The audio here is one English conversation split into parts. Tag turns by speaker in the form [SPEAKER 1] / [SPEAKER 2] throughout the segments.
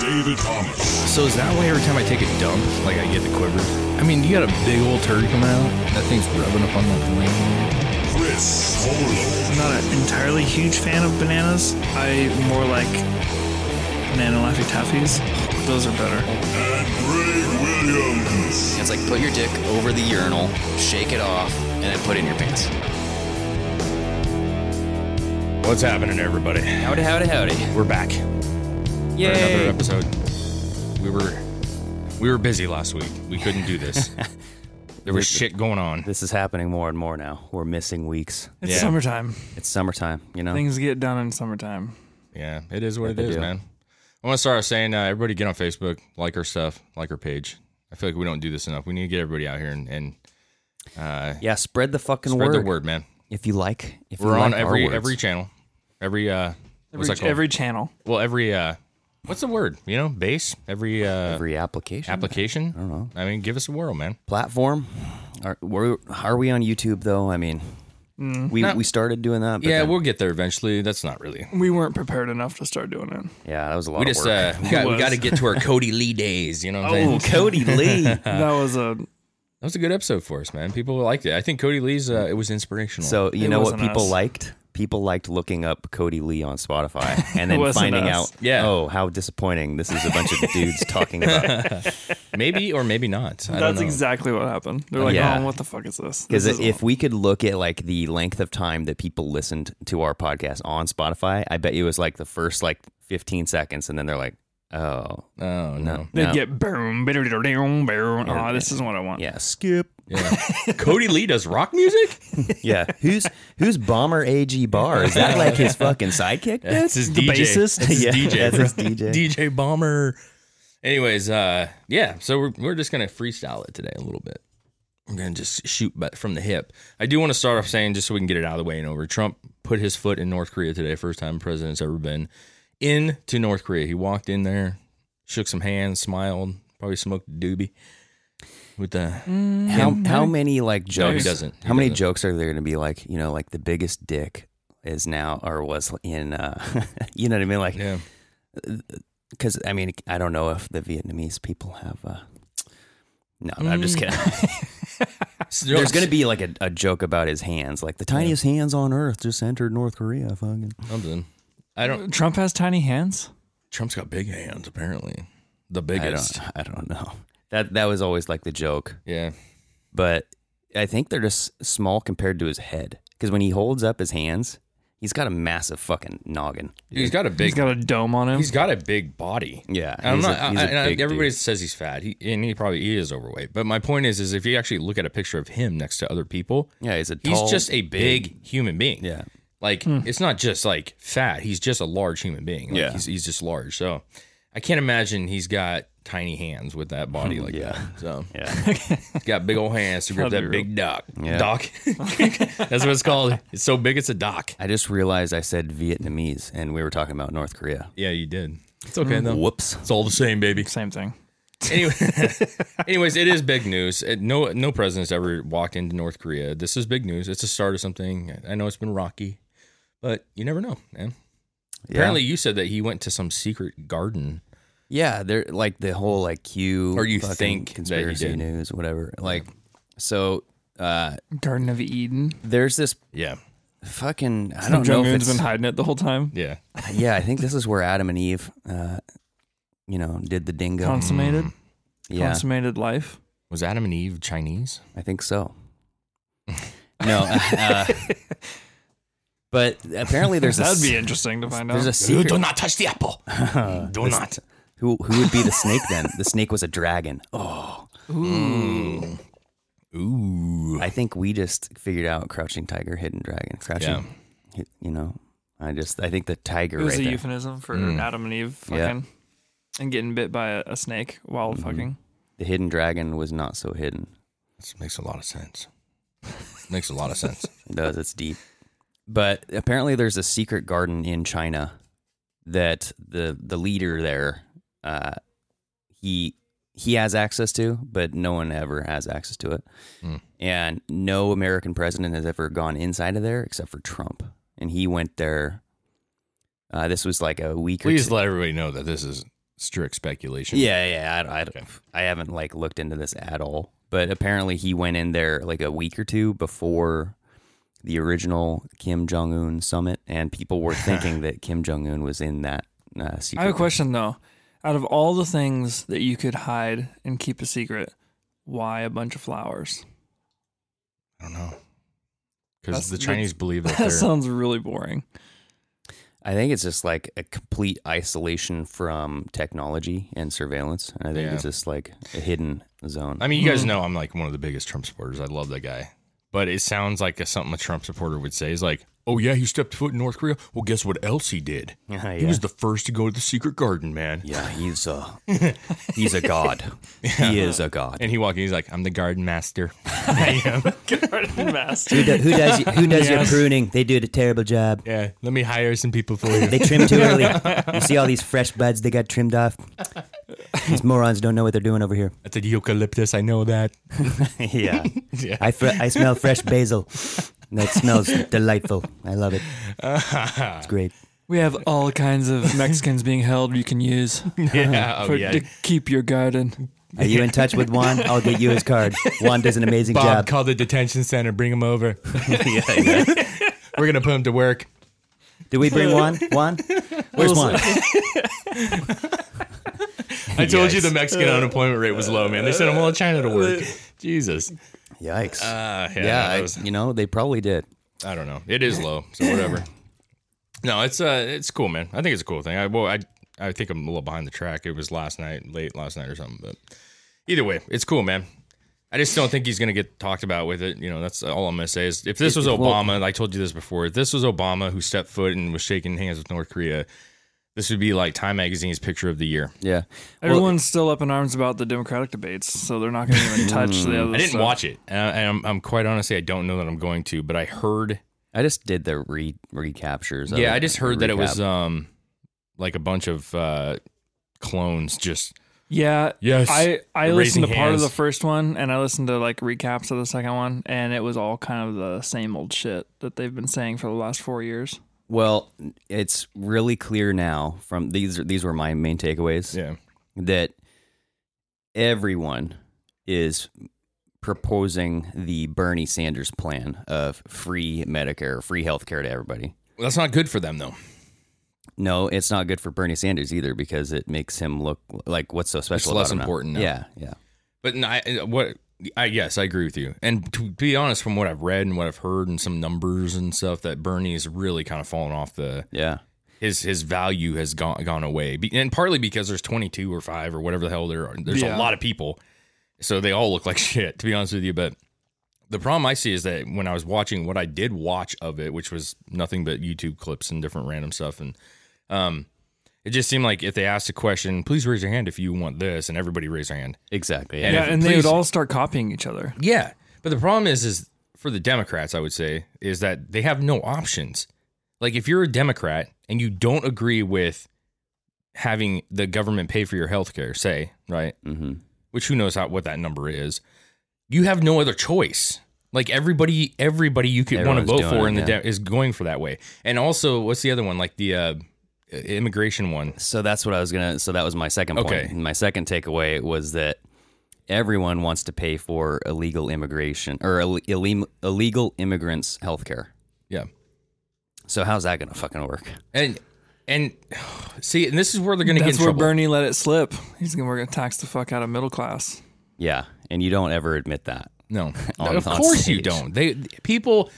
[SPEAKER 1] David Thomas
[SPEAKER 2] So is that why every time I take a dump, like I get the quiver? I mean, you got a big old turd coming out. That thing's rubbing up on that lane.
[SPEAKER 1] Chris
[SPEAKER 3] I'm
[SPEAKER 1] Solo,
[SPEAKER 3] not an entirely huge fan of bananas. I more like banana Laffy Taffies. Those are better.
[SPEAKER 1] and Greg Williams.
[SPEAKER 4] It's like put your dick over the urinal, shake it off, and then put it in your pants.
[SPEAKER 2] What's happening, everybody?
[SPEAKER 4] Howdy, howdy, howdy.
[SPEAKER 2] We're back for another
[SPEAKER 4] Yay.
[SPEAKER 2] episode. We were we were busy last week. We couldn't do this. there was shit going on.
[SPEAKER 4] This is happening more and more now. We're missing weeks.
[SPEAKER 3] It's
[SPEAKER 2] Yeah.
[SPEAKER 3] summertime.
[SPEAKER 4] It's summertime, you know?
[SPEAKER 3] Things get done in summertime.
[SPEAKER 2] Yeah, it is what it
[SPEAKER 4] they
[SPEAKER 2] is,
[SPEAKER 4] do.
[SPEAKER 2] man. I want to start saying, uh, everybody get on Facebook, like our stuff, like our page. I feel like we don't do this enough. We need to get everybody out here and, and
[SPEAKER 4] yeah, spread the fucking
[SPEAKER 2] spread
[SPEAKER 4] word.
[SPEAKER 2] the word, man.
[SPEAKER 4] If you like. If
[SPEAKER 2] We're
[SPEAKER 4] you
[SPEAKER 2] on
[SPEAKER 4] like our
[SPEAKER 2] every
[SPEAKER 4] words.
[SPEAKER 2] every channel, every uh, what's
[SPEAKER 3] Every,
[SPEAKER 2] that called?
[SPEAKER 3] every channel.
[SPEAKER 2] well every uh what's the word you know base every uh
[SPEAKER 4] every application.
[SPEAKER 2] application i don't know i mean give us a whirl man
[SPEAKER 4] platform. Are, we're, are we on YouTube, though? I mean, we, we started doing that. But
[SPEAKER 2] Mm. yeah
[SPEAKER 4] then-
[SPEAKER 2] we'll get there eventually that's not really
[SPEAKER 3] We weren't prepared enough to start doing it.
[SPEAKER 4] yeah, that was a lot
[SPEAKER 2] we
[SPEAKER 4] of
[SPEAKER 2] just
[SPEAKER 4] work.
[SPEAKER 2] uh we got, we
[SPEAKER 3] was.
[SPEAKER 2] got to get to our cody lee days you know what i'm saying
[SPEAKER 3] Oh,
[SPEAKER 2] that
[SPEAKER 4] Cody Lee.
[SPEAKER 3] that was a.
[SPEAKER 2] was a good episode for us man people liked it i think cody lee's uh it was inspirational
[SPEAKER 4] So you
[SPEAKER 3] It
[SPEAKER 4] know what
[SPEAKER 3] wasn't
[SPEAKER 4] people
[SPEAKER 3] us.
[SPEAKER 4] liked? People liked looking up Cody Lee on Spotify and
[SPEAKER 3] It
[SPEAKER 4] then
[SPEAKER 3] wasn't
[SPEAKER 4] finding
[SPEAKER 3] us.
[SPEAKER 4] out,
[SPEAKER 2] Yeah.
[SPEAKER 4] oh, how disappointing! This is a bunch of dudes talking about.
[SPEAKER 2] maybe or maybe not I don't
[SPEAKER 3] That's
[SPEAKER 2] know.
[SPEAKER 3] exactly what happened. They're like,
[SPEAKER 4] Yeah.
[SPEAKER 3] oh, what the fuck is this?
[SPEAKER 4] Because
[SPEAKER 3] This is
[SPEAKER 4] if we could look at like the length of time that people listened to our podcast on Spotify, I bet you it was like the first like 15 seconds, and then they're like, oh,
[SPEAKER 2] oh no
[SPEAKER 3] they
[SPEAKER 4] no.
[SPEAKER 3] get boom, boom, boom, boom. Oh, this isn't what I want.
[SPEAKER 4] yeah, skip.
[SPEAKER 2] yeah. cody lee does rock music
[SPEAKER 4] Yeah, who's who's Bomber AG Bar? Is that like his fucking sidekick? dude?
[SPEAKER 2] That's his
[SPEAKER 4] the
[SPEAKER 2] DJ.
[SPEAKER 4] bassist.
[SPEAKER 2] That's his
[SPEAKER 4] yeah,
[SPEAKER 2] DJ.
[SPEAKER 4] that's his
[SPEAKER 2] bro.
[SPEAKER 4] DJ.
[SPEAKER 2] DJ Bomber. Anyways, uh, yeah. So we're we're just gonna freestyle it today a little bit. We're gonna just shoot but from the hip. I do want to start off saying just so we can get it out of the way and over. Trump put his foot in North Korea today. First time president's ever been into North Korea. He walked in there, shook some hands, smiled, probably smoked a doobie. With the
[SPEAKER 4] Mm. How, how many like jokes?
[SPEAKER 2] No, he doesn't. He
[SPEAKER 4] how many
[SPEAKER 2] doesn't.
[SPEAKER 4] jokes are there going to be like you know like the biggest dick is now or was in uh you know what I mean like
[SPEAKER 2] yeah,
[SPEAKER 4] because I mean I don't know if the Vietnamese people have uh no I'm just
[SPEAKER 2] Mm.
[SPEAKER 4] kidding. There's going to be like a, a joke about his hands like the tiniest hands on earth just entered North Korea fucking
[SPEAKER 2] something. I don't.
[SPEAKER 3] Trump has tiny hands.
[SPEAKER 2] Trump's got big hands apparently. The
[SPEAKER 4] I
[SPEAKER 2] biggest.
[SPEAKER 4] don't I don't know that that was always like the joke
[SPEAKER 2] Yeah.
[SPEAKER 4] but I think they're just small compared to his head because when he holds up his hands he's got a massive fucking noggin.
[SPEAKER 2] He's got a big
[SPEAKER 3] He's got a dome on him.
[SPEAKER 2] He's got a big body.
[SPEAKER 4] Yeah,
[SPEAKER 2] I'm
[SPEAKER 4] he's a-
[SPEAKER 2] not. I-
[SPEAKER 4] he's a
[SPEAKER 2] I- and I-
[SPEAKER 4] big
[SPEAKER 2] everybody
[SPEAKER 4] dude.
[SPEAKER 2] says he's fat. He and he probably he is overweight. But my point is, is if you actually look at a picture of him next to other people,
[SPEAKER 4] Yeah, he's a
[SPEAKER 2] he's
[SPEAKER 4] tall,
[SPEAKER 2] just a big, human being.
[SPEAKER 4] Yeah.
[SPEAKER 2] Like it's not just like fat. He's just a large human being. Like,
[SPEAKER 4] Yeah.
[SPEAKER 2] He's, he's just large. So I can't imagine he's got tiny hands with that body like
[SPEAKER 4] Yeah.
[SPEAKER 2] that. So
[SPEAKER 4] Yeah.
[SPEAKER 2] he's got big old hands to grip that big dock.
[SPEAKER 4] Yeah.
[SPEAKER 2] Dock. That's what it's called. It's so big it's a dock.
[SPEAKER 4] I just realized I said Vietnamese and we were talking about North Korea.
[SPEAKER 2] Yeah, you did. It's okay though.
[SPEAKER 4] Whoops.
[SPEAKER 2] It's all the same, baby.
[SPEAKER 3] Same thing.
[SPEAKER 2] Anyway, anyways, it is big news. It- no, no president's ever walked into North Korea. This is big news. It's a start of something. I know it's been rocky, but you never know, man. Apparently, you said that he went to some secret garden.
[SPEAKER 4] Yeah, they're like the whole like Q
[SPEAKER 2] Or you
[SPEAKER 4] fucking
[SPEAKER 2] think that he
[SPEAKER 4] conspiracy
[SPEAKER 2] did.
[SPEAKER 4] news, whatever. Like so Uh,
[SPEAKER 5] Garden of Eden.
[SPEAKER 4] there's this
[SPEAKER 2] Yeah.
[SPEAKER 4] fucking. I
[SPEAKER 5] Kim
[SPEAKER 4] don't know
[SPEAKER 5] Jong
[SPEAKER 4] if
[SPEAKER 5] Un's
[SPEAKER 4] it's. Mm.
[SPEAKER 5] been hiding it the whole time.
[SPEAKER 2] Yeah.
[SPEAKER 4] yeah, I think this is where Adam and Eve, uh, you know, did the dingo.
[SPEAKER 5] Consummated,
[SPEAKER 4] yeah,
[SPEAKER 5] consummated life.
[SPEAKER 2] Was Adam and Eve Chinese?
[SPEAKER 4] I think so. No, uh, but apparently there's a
[SPEAKER 5] That'd
[SPEAKER 4] s-
[SPEAKER 5] be interesting to find
[SPEAKER 4] there's
[SPEAKER 5] out.
[SPEAKER 4] a secret.
[SPEAKER 2] not touch the apple. do not.
[SPEAKER 4] Who who would be the snake then? The snake was a dragon. Oh,
[SPEAKER 2] Ooh.
[SPEAKER 4] I think we just figured out crouching tiger, hidden dragon, crouching.
[SPEAKER 2] Yeah.
[SPEAKER 4] hi- You know, I just I think the tiger
[SPEAKER 5] it was
[SPEAKER 4] right
[SPEAKER 5] a
[SPEAKER 4] there. Mm.
[SPEAKER 5] euphemism for Adam and Eve fucking
[SPEAKER 4] Yeah. Mm-hmm.
[SPEAKER 5] and getting bit by a, a snake while fucking.
[SPEAKER 4] the hidden dragon was not so hidden.
[SPEAKER 2] This makes a lot of sense. makes a lot of sense.
[SPEAKER 4] It does. It's deep. But apparently, there's a secret garden in China that the the leader there, uh, he he has access to, but no one ever has access to it. And no American president has ever gone inside of there except for Trump. And he went there. Uh, this was like a week. or
[SPEAKER 2] Please
[SPEAKER 4] two.
[SPEAKER 2] let everybody know that this is strict speculation.
[SPEAKER 4] Yeah, yeah. I, I, I haven't like looked into this at all, but apparently he went in there like a week or two before the original Kim Jong Un summit, and people were thinking that Kim Jong Un was in that. Uh, secret
[SPEAKER 5] I have a question though. Out of all the things that you could hide and keep a secret, why a bunch of flowers?
[SPEAKER 2] I don't know.
[SPEAKER 5] That's-
[SPEAKER 2] Because the Chinese believe that
[SPEAKER 5] That
[SPEAKER 2] they're.
[SPEAKER 5] sounds really boring.
[SPEAKER 4] I think it's just like a complete isolation from technology and surveillance, and I think
[SPEAKER 2] Yeah.
[SPEAKER 4] it's just like a hidden zone.
[SPEAKER 2] I mean, you guys know I'm like one of the biggest Trump supporters. I love that guy. But it sounds like a, something a Trump supporter would say. Is like, oh, yeah, he stepped foot in North Korea. Well, guess what else he did?
[SPEAKER 4] yeah,
[SPEAKER 2] He was the first to go to the secret garden, man.
[SPEAKER 4] yeah, he's a he's a god. He is a god.
[SPEAKER 2] And he walked in, he's like, I'm the garden master.
[SPEAKER 4] who, do, who does who does your pruning? They do a terrible job.
[SPEAKER 2] Yeah, let me hire some people for you.
[SPEAKER 4] They trim too early. You see all these fresh buds they got trimmed off. These morons don't know what they're doing over here.
[SPEAKER 2] That's a eucalyptus. I know that.
[SPEAKER 4] yeah. I, fr- I smell fresh basil. That smells delightful. I love it. It's great.
[SPEAKER 5] We have all kinds of Mexicans being held you can use
[SPEAKER 2] Yeah, oh,
[SPEAKER 5] for,
[SPEAKER 2] yeah.
[SPEAKER 5] to keep your garden.
[SPEAKER 4] Are you in touch with Juan? I'll get you his card. Juan does an amazing
[SPEAKER 2] Bob,
[SPEAKER 4] job.
[SPEAKER 2] call the detention center. Bring him over. We're gonna put him to work.
[SPEAKER 4] Did we bring Juan? Juan? Where's Juan?
[SPEAKER 2] I told you the Mexican unemployment rate was low, man. They sent him all to China to work. Jesus.
[SPEAKER 4] Yikes.
[SPEAKER 2] Uh, yeah,
[SPEAKER 4] yeah,
[SPEAKER 2] that
[SPEAKER 4] I-
[SPEAKER 2] was-
[SPEAKER 4] you know, they probably did.
[SPEAKER 2] I don't know. It is low, so whatever. No, it's uh, it's cool, man. I think it's a cool thing. I well, I I think I'm a little behind the track. It was last night, late last night or something. But either way, it's cool, man. I just don't think he's gonna get talked about with it. You know, that's all I'm gonna say is if this was
[SPEAKER 4] well-
[SPEAKER 2] Obama, and I told you this before, if this was Obama who stepped foot and was shaking hands with North Korea, this would be like Time Magazine's picture of the year.
[SPEAKER 4] Yeah.
[SPEAKER 5] Everyone's still up in arms about the Democratic debates, so they're not going to even touch
[SPEAKER 4] Mm.
[SPEAKER 5] the other
[SPEAKER 2] I didn't
[SPEAKER 5] stuff.
[SPEAKER 2] watch it, and, I, and I'm, I'm quite honestly, I don't know that I'm going to, but I heard
[SPEAKER 4] I just did the re recaptures. of
[SPEAKER 2] yeah,
[SPEAKER 4] it,
[SPEAKER 2] I just heard
[SPEAKER 4] the
[SPEAKER 2] that it was
[SPEAKER 4] recap.
[SPEAKER 2] um like a bunch of uh clones just
[SPEAKER 5] Yeah.
[SPEAKER 2] Yes.
[SPEAKER 5] I, I
[SPEAKER 2] Raising
[SPEAKER 5] listened to part
[SPEAKER 2] hands.
[SPEAKER 5] of the first one and I listened to like recaps of the second one and it was all kind of the same old shit that they've been saying for the last four years.
[SPEAKER 4] Well, it's really clear now from these. These were my main takeaways.
[SPEAKER 2] yeah.
[SPEAKER 4] that everyone is proposing the Bernie Sanders plan of free Medicare, free health care to everybody.
[SPEAKER 2] Well, that's not good for them though.
[SPEAKER 4] No, it's not good for Bernie Sanders either because it makes him look like what's so special.
[SPEAKER 2] less
[SPEAKER 4] about him now.
[SPEAKER 2] important now.
[SPEAKER 4] Yeah, yeah.
[SPEAKER 2] But no, I, uh, what I yes, I agree with you. And to be honest, from what I've read and what I've heard and some numbers and stuff, that Bernie is really kind of falling off the
[SPEAKER 4] Yeah.
[SPEAKER 2] his his value has gone gone away, Be- and partly because there's 22 or five or whatever the hell there are. There's
[SPEAKER 5] Yeah.
[SPEAKER 2] a lot of people, so they all look like shit. To be honest with you, but the problem I see is that when I was watching what I did watch of it, which was nothing but YouTube clips and different random stuff, and um, it just seemed like if they asked a question, please raise your hand if you want this, and everybody raised their hand.
[SPEAKER 4] Exactly.
[SPEAKER 2] And
[SPEAKER 5] yeah,
[SPEAKER 2] if-
[SPEAKER 5] and they would
[SPEAKER 2] please-
[SPEAKER 5] all start copying each other.
[SPEAKER 2] Yeah, but the problem is, is for the Democrats, I would say, is that they have no options. Like, if you're a Democrat and you don't agree with having the government pay for your health care, say, right,
[SPEAKER 4] Mm-hmm.
[SPEAKER 2] which who knows how, what that number is, you have no other choice. Like everybody, everybody you could want to
[SPEAKER 4] Everyone's
[SPEAKER 2] vote
[SPEAKER 4] doing
[SPEAKER 2] for
[SPEAKER 4] it,
[SPEAKER 2] in the
[SPEAKER 4] yeah.
[SPEAKER 2] de- is going for that way. And also, what's the other one? Like the uh, immigration one.
[SPEAKER 4] So that's what I was gonna. So that was my second
[SPEAKER 2] Okay.
[SPEAKER 4] point. And my second takeaway was that everyone wants to pay for illegal immigration or Ill- Ill- illegal immigrants' health care.
[SPEAKER 2] Yeah.
[SPEAKER 4] So how's that going to fucking work?
[SPEAKER 2] And and see, and this is where they're going to get
[SPEAKER 5] That's
[SPEAKER 2] in
[SPEAKER 5] where
[SPEAKER 2] trouble.
[SPEAKER 5] Bernie let it slip. He's gonna we're gonna tax the fuck out of middle class.
[SPEAKER 4] Yeah, and you don't ever admit that.
[SPEAKER 2] No,
[SPEAKER 4] On-
[SPEAKER 2] of
[SPEAKER 4] on
[SPEAKER 2] course you
[SPEAKER 4] stage.
[SPEAKER 2] don't. They people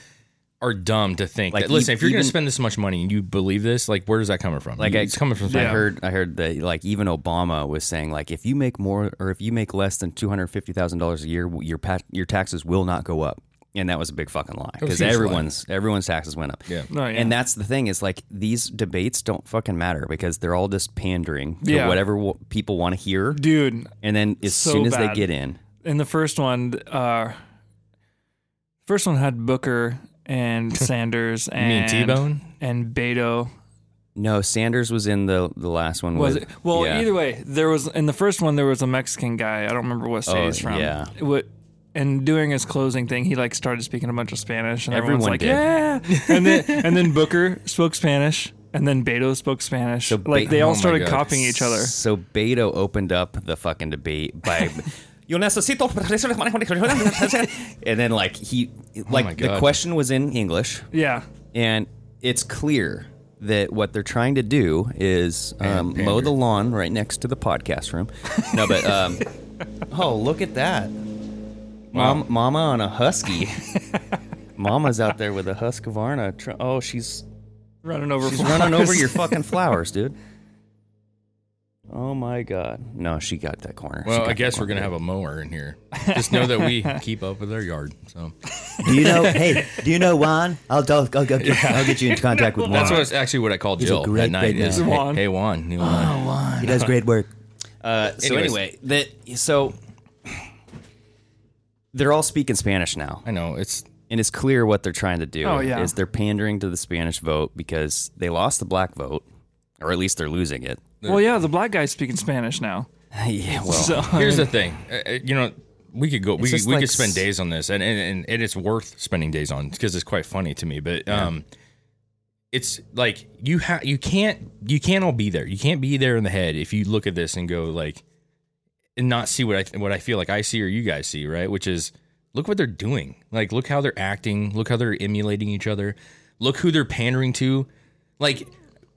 [SPEAKER 2] are dumb to think
[SPEAKER 4] Like,
[SPEAKER 2] that. Listen,
[SPEAKER 4] e-
[SPEAKER 2] if you're going
[SPEAKER 4] even-
[SPEAKER 2] to spend this much money and you believe this, like where is that coming from?
[SPEAKER 4] Like I-
[SPEAKER 2] it's coming from
[SPEAKER 4] I
[SPEAKER 2] somewhere.
[SPEAKER 4] heard, I heard that like even Obama was saying like if you make more or if you make less than two hundred fifty thousand dollars a year, your pa- your taxes will not go up. And that was a big fucking lie
[SPEAKER 2] was
[SPEAKER 4] because
[SPEAKER 2] a huge lie.
[SPEAKER 4] everyone's everyone's taxes went up.
[SPEAKER 2] Yeah.
[SPEAKER 5] No, yeah.
[SPEAKER 4] And that's the thing is like these debates don't fucking matter because they're all just pandering to
[SPEAKER 5] Yeah.
[SPEAKER 4] whatever w- people want to hear.
[SPEAKER 5] Dude,
[SPEAKER 4] And then as
[SPEAKER 5] So
[SPEAKER 4] soon as they
[SPEAKER 5] bad.
[SPEAKER 4] get in,
[SPEAKER 5] in the first one, uh, first one had Booker and Sanders
[SPEAKER 2] You mean
[SPEAKER 5] and
[SPEAKER 2] T-Bone?
[SPEAKER 5] and Beto.
[SPEAKER 4] no, Sanders was in the the last one.
[SPEAKER 5] Was
[SPEAKER 4] with-
[SPEAKER 5] it? Well,
[SPEAKER 4] yeah.
[SPEAKER 5] either way, there was in the first one there was a Mexican guy. I don't remember what state
[SPEAKER 4] Oh,
[SPEAKER 5] he's from.
[SPEAKER 4] yeah.
[SPEAKER 5] What? And doing his closing thing, he like started speaking a bunch of Spanish, and everyone's
[SPEAKER 4] Everyone
[SPEAKER 5] like,
[SPEAKER 4] did.
[SPEAKER 5] "Yeah!" And then and then Booker spoke Spanish, and then Beto spoke Spanish.
[SPEAKER 4] So
[SPEAKER 5] like
[SPEAKER 4] Be-
[SPEAKER 5] they all
[SPEAKER 2] oh my
[SPEAKER 5] started
[SPEAKER 2] God.
[SPEAKER 5] copying each other.
[SPEAKER 4] So Beto opened up the fucking debate by "Yo necesito presiones manejos." and then like he like
[SPEAKER 2] my
[SPEAKER 4] the
[SPEAKER 2] God.
[SPEAKER 4] question was in English
[SPEAKER 5] Yeah,
[SPEAKER 4] and it's clear that what they're trying to do is um, mow the lawn right next to the podcast room. No, but um, oh, look at that. Mom, mama on a husky. Mama's out there with a Husqvarna. Tr- oh, she's
[SPEAKER 5] running over.
[SPEAKER 4] She's running over your fucking flowers, dude. Oh my god. No, she got that corner. She
[SPEAKER 2] Well,
[SPEAKER 4] got
[SPEAKER 2] I guess
[SPEAKER 4] that
[SPEAKER 2] we're going to have
[SPEAKER 4] corner.
[SPEAKER 2] a mower in here. Just know that we keep up with our yard. So
[SPEAKER 4] Do you know? Hey, do you know Juan? I'll I'll, I'll, I'll, get, I'll get you in contact with Juan.
[SPEAKER 2] that's what it's actually what I called
[SPEAKER 4] a
[SPEAKER 2] Jill
[SPEAKER 4] great
[SPEAKER 2] at night.
[SPEAKER 4] big
[SPEAKER 2] Is hey,
[SPEAKER 5] man. Juan.
[SPEAKER 2] hey Juan, you wanna-
[SPEAKER 4] he does great work. Uh, so
[SPEAKER 2] Anyways.
[SPEAKER 4] anyway, that so they're all speaking Spanish now,
[SPEAKER 2] I know it's
[SPEAKER 4] and it's clear what they're trying to do.
[SPEAKER 5] Oh, yeah.
[SPEAKER 4] is they're pandering to the Spanish vote because they lost the black vote, or at least they're losing it.
[SPEAKER 5] well, yeah, the black guy's speaking Spanish now.
[SPEAKER 4] yeah, well,
[SPEAKER 5] So
[SPEAKER 2] Here's the thing, Uh, uh, you know, we could go, we, could,
[SPEAKER 4] just
[SPEAKER 2] we
[SPEAKER 4] like
[SPEAKER 2] could spend
[SPEAKER 4] s-
[SPEAKER 2] days on this, and and, and and it's worth spending days on because it's quite funny to me. But um, it's like you have you can't you can't all be there. You can't be there in the head if you look at this and go like, and not see what I what I feel like I see or you guys see, right? Which is look what they're doing. Like look how they're acting. Look how they're emulating each other. Look who they're pandering to. Like,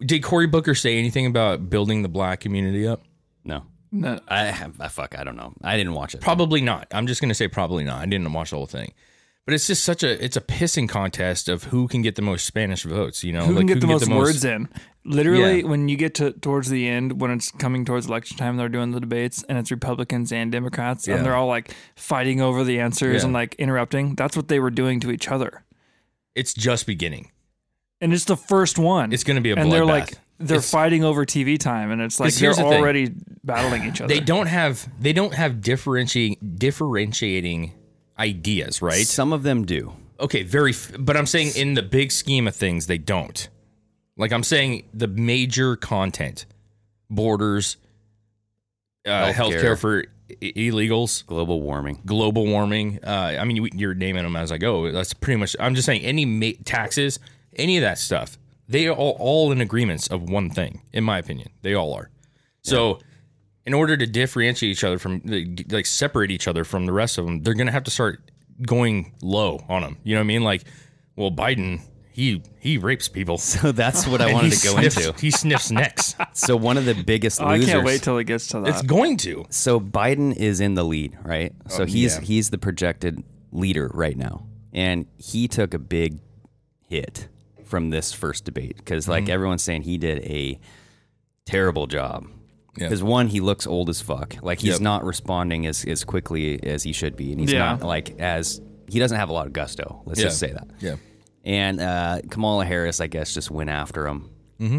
[SPEAKER 2] did Cory Booker say anything about building the black community up?
[SPEAKER 4] no,
[SPEAKER 5] no,
[SPEAKER 4] I, have- I fuck, I don't know. I didn't watch it.
[SPEAKER 2] Probably not. I'm just gonna say probably not. I didn't watch the whole thing. But it's just such a it's a pissing contest of who can get the most Spanish votes, you know?
[SPEAKER 5] who can get the most words
[SPEAKER 2] in?
[SPEAKER 5] in? Literally,
[SPEAKER 2] Yeah.
[SPEAKER 5] when you get to towards the end, when it's coming towards election time, they're doing the debates, and it's Republicans and Democrats,
[SPEAKER 2] Yeah.
[SPEAKER 5] and they're all like fighting over the answers
[SPEAKER 2] Yeah.
[SPEAKER 5] and like interrupting. That's what they were doing to each other,
[SPEAKER 2] It's just beginning.
[SPEAKER 5] and it's the first one.
[SPEAKER 2] It's gonna be a
[SPEAKER 5] and they're
[SPEAKER 2] bloodbath.
[SPEAKER 5] like they're
[SPEAKER 2] It's-
[SPEAKER 5] fighting over TV time, and it's like
[SPEAKER 2] 'Cause
[SPEAKER 5] they're
[SPEAKER 2] here's the thing.
[SPEAKER 5] already battling each other.
[SPEAKER 2] They don't have they don't have differentiating differentiating ideas, right?
[SPEAKER 4] Some of them do.
[SPEAKER 2] Okay, very f- but I'm saying in the big scheme of things they don't. Like I'm saying the major content borders uh,
[SPEAKER 4] Healthcare.
[SPEAKER 2] healthcare for i- illegals
[SPEAKER 4] Global warming.
[SPEAKER 2] global warming. Uh, I mean, we- you're naming them as I go. That's pretty much. I'm just saying any ma- taxes, any of that stuff. They are all, all in agreements of one thing, in my opinion. They all are. So, in order to differentiate each other from, like, separate each other from the rest of them, they're gonna have to start going low on them. You know what I mean? Like, well, Biden, he he rapes people.
[SPEAKER 4] So that's what I
[SPEAKER 2] And
[SPEAKER 4] wanted
[SPEAKER 2] he
[SPEAKER 4] to go
[SPEAKER 2] sniffs-
[SPEAKER 4] into. Uh,
[SPEAKER 2] He sniffs necks.
[SPEAKER 4] So one of the biggest
[SPEAKER 5] Oh, I
[SPEAKER 4] losers.
[SPEAKER 5] can't wait till it gets to that.
[SPEAKER 2] it's going to.
[SPEAKER 4] so Biden is in the lead, right? So he's
[SPEAKER 2] Oh, yeah.
[SPEAKER 4] he's the projected leader right now, and he took a big hit from this first debate because
[SPEAKER 2] Mm-hmm.
[SPEAKER 4] like everyone's saying he did a terrible job.
[SPEAKER 2] Yeah.
[SPEAKER 4] Because one, he looks old as fuck. Like he's
[SPEAKER 2] Yep.
[SPEAKER 4] not responding as as quickly as he should be, and he's
[SPEAKER 5] Yeah.
[SPEAKER 4] not like as he doesn't have a lot of gusto. Let's just say that.
[SPEAKER 2] Yeah.
[SPEAKER 4] And uh, Kamala Harris, I guess, just went after him. Mm-hmm.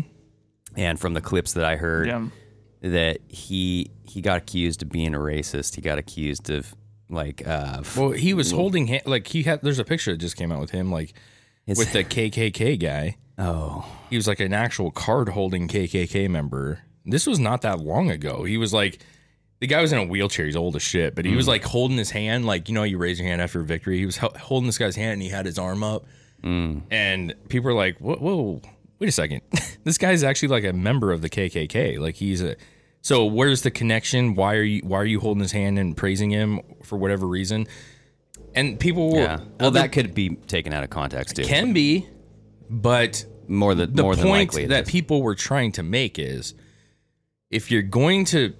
[SPEAKER 4] And from the clips that I heard,
[SPEAKER 5] Yeah.
[SPEAKER 4] that he he got accused of being a racist. He got accused of like uh, f-
[SPEAKER 2] Well, he was holding hand, like he had. There's a picture that just came out with him, like
[SPEAKER 4] His-
[SPEAKER 2] with the KKK guy.
[SPEAKER 4] oh
[SPEAKER 2] He was like an actual card holding KKK member. This was not that long ago. He was like, the guy was in a wheelchair. He's old as shit, but he
[SPEAKER 4] Mm.
[SPEAKER 2] was like holding his hand, like you know, you raise your hand after a victory. He was hel- holding this guy's hand and he had his arm up,
[SPEAKER 4] Mm.
[SPEAKER 2] and people are like, whoa, whoa, wait a second, this guy's actually like a member of the KKK. Like he's a So where's the connection? Why are you why are you holding his hand and praising him for whatever reason? And people were
[SPEAKER 4] Yeah. Well, that could be taken out of context too.
[SPEAKER 2] can be, but
[SPEAKER 4] more than
[SPEAKER 2] the
[SPEAKER 4] more than
[SPEAKER 2] point
[SPEAKER 4] likely it
[SPEAKER 2] that
[SPEAKER 4] is.
[SPEAKER 2] people were trying to make is if you're going to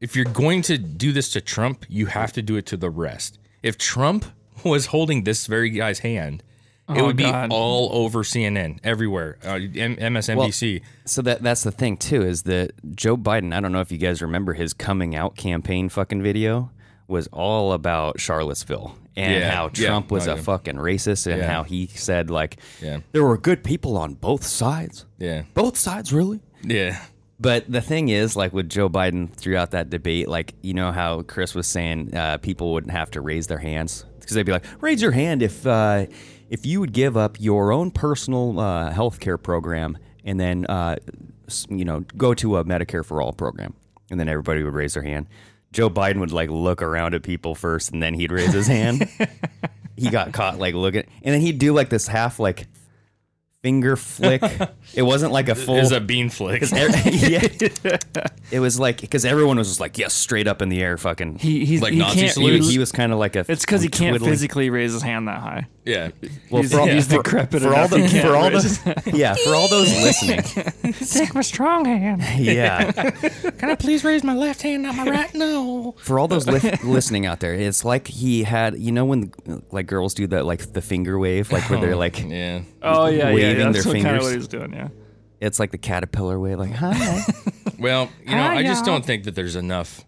[SPEAKER 2] if you're going to do this to Trump, you have to do it to the rest. If Trump was holding this very guy's hand, it
[SPEAKER 5] Oh,
[SPEAKER 2] would be
[SPEAKER 5] God.
[SPEAKER 2] all over CNN, everywhere, uh, M- MSNBC.
[SPEAKER 4] So that that's the thing too is that Joe Biden. I don't know if you guys remember his coming out campaign fucking video was all about Charlottesville and
[SPEAKER 2] Yeah,
[SPEAKER 4] how
[SPEAKER 2] yeah,
[SPEAKER 4] Trump was
[SPEAKER 2] oh,
[SPEAKER 4] a
[SPEAKER 2] yeah.
[SPEAKER 4] fucking racist and
[SPEAKER 2] Yeah.
[SPEAKER 4] how he said like
[SPEAKER 2] Yeah.
[SPEAKER 4] there were good people on both sides.
[SPEAKER 2] yeah,
[SPEAKER 4] Both sides really.
[SPEAKER 2] yeah,
[SPEAKER 4] But the thing is, like with Joe Biden throughout that debate, like you know how Chris was saying, uh, people wouldn't have to raise their hands because they'd be like, raise your hand if uh, if you would give up your own personal uh, health care program and then uh, s- you know go to a Medicare for all program, and then everybody would raise their hand. Joe Biden would like look around at people first, and then he'd raise his hand. he got caught like looking, and then he'd do like this half like finger flick. it wasn't like a full
[SPEAKER 2] It's a bean flick.
[SPEAKER 4] yeah. It was like because everyone was just like, yes, straight up in the air, fucking.
[SPEAKER 5] He he's
[SPEAKER 2] Like
[SPEAKER 5] he
[SPEAKER 2] Nazi
[SPEAKER 5] can't.
[SPEAKER 2] salute?
[SPEAKER 4] he, was-
[SPEAKER 5] He,
[SPEAKER 4] he was kind of like a.
[SPEAKER 5] it's because he
[SPEAKER 4] I'm
[SPEAKER 5] can't
[SPEAKER 4] twiddling-
[SPEAKER 5] physically raise his hand that high.
[SPEAKER 2] yeah,
[SPEAKER 4] Well,
[SPEAKER 5] he's-
[SPEAKER 4] for all,
[SPEAKER 5] he's
[SPEAKER 4] for,
[SPEAKER 5] decrepit
[SPEAKER 4] for all
[SPEAKER 5] enough, he
[SPEAKER 4] the
[SPEAKER 5] can't
[SPEAKER 4] for all
[SPEAKER 5] raise
[SPEAKER 4] the yeah for all those listening
[SPEAKER 5] Take my strong hand.
[SPEAKER 4] yeah
[SPEAKER 2] Can I please raise my left hand, not my right? No.
[SPEAKER 4] for all those li- listening out there, it's like he had you know when like girls do that like the finger wave like where they're like
[SPEAKER 2] Yeah.
[SPEAKER 5] Oh yeah, yeah,
[SPEAKER 4] Waving
[SPEAKER 5] yeah.
[SPEAKER 4] their
[SPEAKER 5] That's what kind of
[SPEAKER 4] fingers.
[SPEAKER 5] what he's doing. Yeah.
[SPEAKER 4] it's like the caterpillar wave like hi
[SPEAKER 2] Well, you know,
[SPEAKER 5] Hi,
[SPEAKER 2] I just
[SPEAKER 5] y'all.
[SPEAKER 2] don't think that there's enough.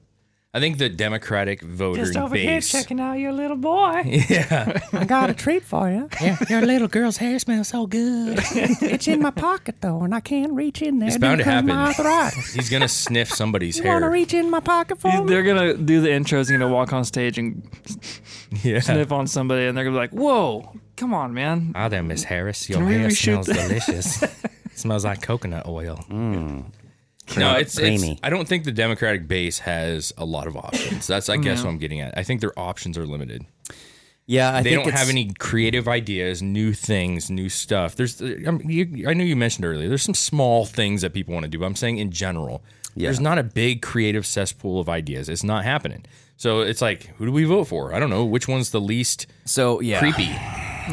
[SPEAKER 2] I think the Democratic voter base.
[SPEAKER 5] out your little boy.
[SPEAKER 4] I got a treat for you
[SPEAKER 2] Your little girl's hair smells so good.
[SPEAKER 4] it's in my pocket though and I can't reach in there
[SPEAKER 2] It's bound to happen.
[SPEAKER 4] arthritis
[SPEAKER 2] He's gonna sniff somebody's hair.
[SPEAKER 4] reach in my pocket for
[SPEAKER 5] He's- they're gonna do the intros. He's gonna walk on stage and
[SPEAKER 2] Yeah.
[SPEAKER 5] sniff on somebody, and they're gonna be like, "Whoa, come on, man!
[SPEAKER 2] Ah, there, Miss Harris. Your
[SPEAKER 5] Can we
[SPEAKER 2] hair
[SPEAKER 5] reshoot
[SPEAKER 2] smells delicious. smells like coconut oil. No,
[SPEAKER 4] Creamy.
[SPEAKER 2] it's, it's.
[SPEAKER 4] Creamy.
[SPEAKER 2] I don't think the Democratic base has a lot of options. That's, I guess, what I'm getting at. I think their options are limited.
[SPEAKER 4] yeah I
[SPEAKER 2] they
[SPEAKER 4] think
[SPEAKER 2] don't have
[SPEAKER 4] it's-
[SPEAKER 2] any creative ideas, new things, new stuff. There's, uh, I, mean, you, I know you mentioned earlier. There's some small things that people want to do. But I'm saying in general, there's not a big creative cesspool of ideas. It's not happening. So it's like, who do we vote for? I don't know. Which one's the least
[SPEAKER 4] so yeah
[SPEAKER 2] creepy?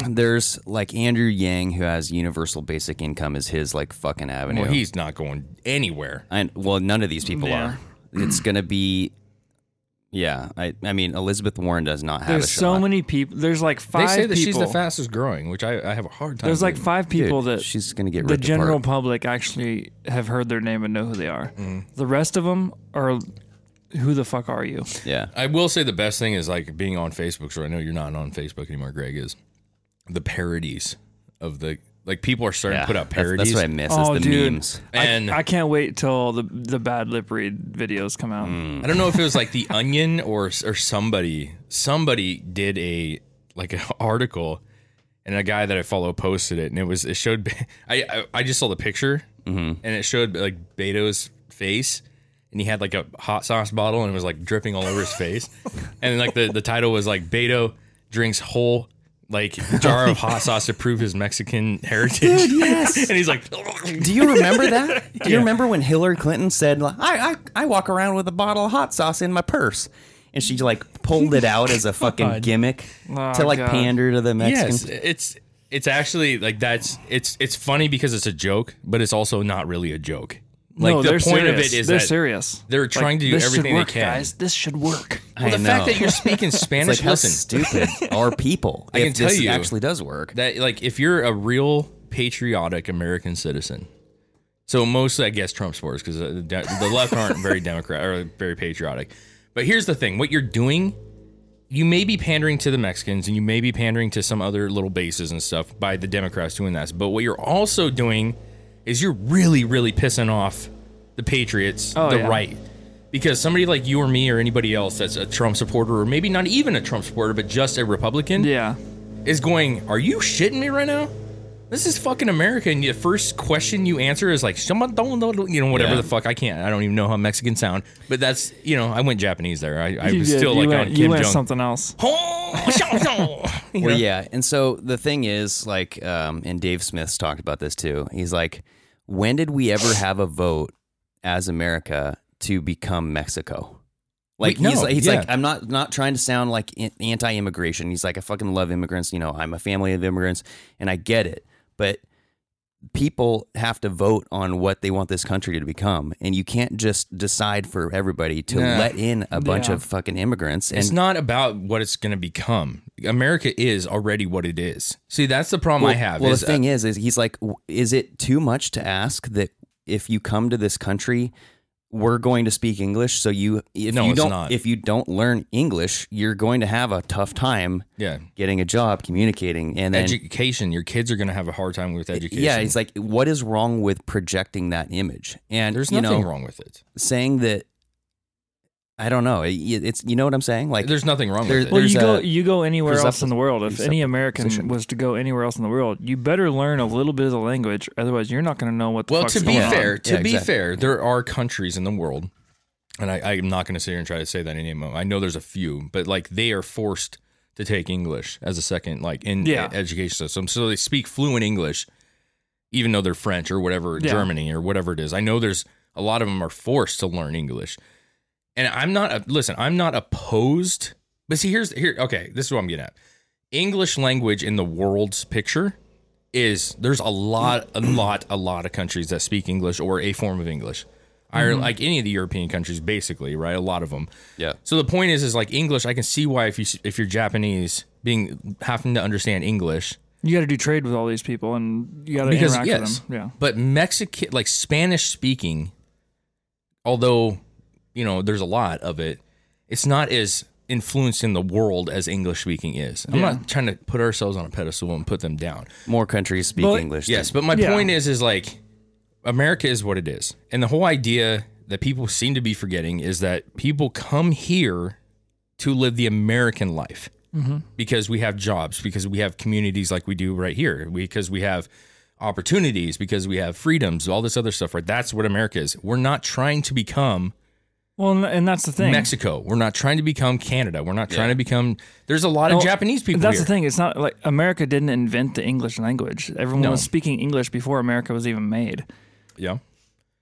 [SPEAKER 4] There's like Andrew Yang who has universal basic income is his like fucking avenue.
[SPEAKER 2] Well, he's not going anywhere.
[SPEAKER 4] and well, none of these people
[SPEAKER 5] Yeah.
[SPEAKER 4] are. It's gonna be, yeah. I I mean Elizabeth Warren does not have. a
[SPEAKER 5] There's so
[SPEAKER 4] shot.
[SPEAKER 5] many people. There's like
[SPEAKER 2] They
[SPEAKER 5] five
[SPEAKER 2] say that
[SPEAKER 5] people.
[SPEAKER 2] she's the fastest growing, which I, I have a hard time.
[SPEAKER 5] There's like
[SPEAKER 2] believing.
[SPEAKER 5] five people
[SPEAKER 4] Dude,
[SPEAKER 5] that
[SPEAKER 4] she's gonna get
[SPEAKER 5] the
[SPEAKER 4] ripped
[SPEAKER 5] general
[SPEAKER 4] apart.
[SPEAKER 5] public actually have heard their name and know who they are.
[SPEAKER 4] Mm-hmm.
[SPEAKER 5] The rest of them are, who the fuck are you?
[SPEAKER 4] Yeah,
[SPEAKER 2] I will say the best thing is like being on Facebook. So I know you're not on Facebook anymore, Greg. Is the parodies of the like people are starting
[SPEAKER 4] yeah.
[SPEAKER 2] to put out
[SPEAKER 4] That's-
[SPEAKER 2] parodies.
[SPEAKER 4] That's, what I miss
[SPEAKER 5] oh,
[SPEAKER 4] is the
[SPEAKER 5] dude,
[SPEAKER 4] memes.
[SPEAKER 2] And-
[SPEAKER 5] I, I can't wait till the the bad lip read videos come out.
[SPEAKER 4] Mm.
[SPEAKER 2] I don't know if it was like the Onion or or somebody somebody did a like an article, and a guy that I follow posted it, and it was it showed I I, I just saw the picture, and it showed like Beto's face, and he had like a hot sauce bottle, and it was like dripping all over his face, and like the the title was like Beto drinks whole. Like jar of hot sauce to prove his Mexican heritage. yes, and he's like,
[SPEAKER 4] Do you remember that? Do you remember when Hillary Clinton said, like, I, "I I walk around with a bottle of hot sauce in my purse," and she like pulled it out as a fucking gimmick
[SPEAKER 5] Oh,
[SPEAKER 4] to like
[SPEAKER 5] God.
[SPEAKER 4] pander to the
[SPEAKER 2] Yes,
[SPEAKER 4] Mexicans?
[SPEAKER 2] it's it's actually like that's it's it's funny because it's a joke, but it's also not really a joke. Like
[SPEAKER 5] no,
[SPEAKER 2] the
[SPEAKER 5] they're
[SPEAKER 2] point
[SPEAKER 5] serious.
[SPEAKER 2] of it is
[SPEAKER 5] they're
[SPEAKER 2] that
[SPEAKER 5] serious.
[SPEAKER 2] they're trying to do
[SPEAKER 5] this should
[SPEAKER 2] everything
[SPEAKER 5] work,
[SPEAKER 2] they can.
[SPEAKER 5] Guys, this should work.
[SPEAKER 2] Well,
[SPEAKER 4] I
[SPEAKER 2] the fact
[SPEAKER 4] know.
[SPEAKER 2] that you're speaking Spanish,
[SPEAKER 4] It's like how
[SPEAKER 2] listen,
[SPEAKER 4] stupid are people?
[SPEAKER 2] I can
[SPEAKER 4] if
[SPEAKER 2] tell
[SPEAKER 4] this
[SPEAKER 2] you
[SPEAKER 4] actually does work.
[SPEAKER 2] that like if you're a real patriotic American citizen, so mostly I guess Trump supporters because the, the left aren't very Democrat or very patriotic. But here's the thing: what you're doing, you may be pandering to the Mexicans and you may be pandering to some other little bases and stuff by the Democrats doing that. But what you're also doing is you're really, really pissing off the Patriots,
[SPEAKER 5] Oh,
[SPEAKER 2] the
[SPEAKER 5] yeah.
[SPEAKER 2] right. Because somebody like you or me or anybody else that's a Trump supporter, or maybe not even a Trump supporter, but just a Republican,
[SPEAKER 5] Yeah.
[SPEAKER 2] is going, Are you shitting me right now? This is fucking America. And the first question you answer is like, "Shama don't know," you know, whatever
[SPEAKER 4] Yeah.
[SPEAKER 2] the fuck. I can't, I don't even know how Mexicans sound. But that's, you know, I went Japanese there. I, I
[SPEAKER 5] You
[SPEAKER 2] was
[SPEAKER 5] did.
[SPEAKER 2] still
[SPEAKER 5] you
[SPEAKER 2] like
[SPEAKER 5] went,
[SPEAKER 2] on
[SPEAKER 5] you
[SPEAKER 2] Kim
[SPEAKER 5] went
[SPEAKER 2] Jong.
[SPEAKER 5] something else.
[SPEAKER 2] You
[SPEAKER 4] Well,
[SPEAKER 2] know?
[SPEAKER 4] yeah, and so the thing is, like, um, and Dave Smith's talked about this too. He's like, when did we ever have a vote as America to become Mexico. Like
[SPEAKER 2] Like,
[SPEAKER 4] he's
[SPEAKER 2] no,
[SPEAKER 4] like, he's
[SPEAKER 2] yeah.
[SPEAKER 4] like I'm not not trying to sound like an- anti-immigration. He's like I fucking love immigrants. You know I'm a family of immigrants and I get it, but people have to vote on what they want this country to become, and you can't just decide for everybody to
[SPEAKER 2] Nah.
[SPEAKER 4] let in a bunch
[SPEAKER 5] Yeah.
[SPEAKER 4] of fucking immigrants. And
[SPEAKER 2] It's not about what it's going to become. America is already what it is. See, that's the problem I have.
[SPEAKER 4] Well,
[SPEAKER 2] is,
[SPEAKER 4] the
[SPEAKER 2] uh,
[SPEAKER 4] thing is, is he's like, w- is it too much to ask that if you come to this country, we're going to speak English? So you, if
[SPEAKER 2] No,
[SPEAKER 4] you
[SPEAKER 2] it's
[SPEAKER 4] don't,
[SPEAKER 2] not.
[SPEAKER 4] if you don't learn English, you're going to have a tough time
[SPEAKER 2] yeah,
[SPEAKER 4] getting a job, communicating, and then.
[SPEAKER 2] education. Your kids are going to have a hard time with education.
[SPEAKER 4] yeah, he's like, what is wrong with projecting that image? And
[SPEAKER 2] there's
[SPEAKER 4] you
[SPEAKER 2] nothing
[SPEAKER 4] know,
[SPEAKER 2] wrong with it.
[SPEAKER 4] saying that. I don't know. It- It's you know what I'm saying. Like
[SPEAKER 2] There's nothing wrong
[SPEAKER 4] there-
[SPEAKER 2] with it.
[SPEAKER 5] Well,
[SPEAKER 4] there's
[SPEAKER 5] you go
[SPEAKER 4] a
[SPEAKER 5] you go anywhere else in the
[SPEAKER 4] presuppo-
[SPEAKER 5] world. If any American
[SPEAKER 4] presupposition.
[SPEAKER 5] was to go anywhere else in the world, you better learn a little bit of the language. Otherwise, you're not going to know what. The
[SPEAKER 2] Well,
[SPEAKER 5] fuck's
[SPEAKER 2] to be
[SPEAKER 5] going on.
[SPEAKER 2] fair, to
[SPEAKER 4] Yeah,
[SPEAKER 2] be
[SPEAKER 4] exactly.
[SPEAKER 2] fair, there are countries in the world, and I, I'm not going to sit here and try to say that any of them. I know there's a few, but like they are forced to take English as a second, like in
[SPEAKER 5] Yeah.
[SPEAKER 2] e- education system, so they speak fluent English, even though they're French or whatever,
[SPEAKER 5] Yeah.
[SPEAKER 2] Germany or whatever it is. I know there's a lot of them are forced to learn English, and I'm not. uh, listen, I'm not opposed, but see, here's here. Okay, this is what I'm getting at. English language in the world's picture is there's a lot, a lot, a lot of countries that speak English or a form of English. Ireland, like any of the European countries, basically, right? A lot of them.
[SPEAKER 4] Yeah.
[SPEAKER 2] So the point is, is like English. I can see why if you s- if you're Japanese, being having to understand English
[SPEAKER 5] you got to do trade with all these people, and you got to
[SPEAKER 2] because
[SPEAKER 5] interact
[SPEAKER 2] yes,
[SPEAKER 5] with them. Yeah,
[SPEAKER 2] But Mexican, like Spanish speaking, although you know there's a lot of it, it's not as influenced in the world as English speaking is. I'm not trying to put ourselves on a pedestal and put them down.
[SPEAKER 4] more countries speak
[SPEAKER 5] Well,
[SPEAKER 4] English. than-
[SPEAKER 2] Yes, but my
[SPEAKER 5] Yeah.
[SPEAKER 2] point is, is like America is what it is, and the whole idea that people seem to be forgetting is that people come here to live the American life
[SPEAKER 5] Mm-hmm.
[SPEAKER 2] because we have jobs, because we have communities like we do right here, because we have opportunities, because we have freedoms, all this other stuff. Right? That's what America is. We're not trying to become
[SPEAKER 5] well, and- and that's the thing.
[SPEAKER 2] Mexico. We're not trying to become Canada. We're not trying to become. There's a lot of
[SPEAKER 5] Well,
[SPEAKER 2] Japanese people.
[SPEAKER 5] Oh, That's
[SPEAKER 2] here.
[SPEAKER 5] the thing. It's not like America didn't invent the English language. Everyone
[SPEAKER 2] No.
[SPEAKER 5] was speaking English before America was even made.
[SPEAKER 2] Yeah.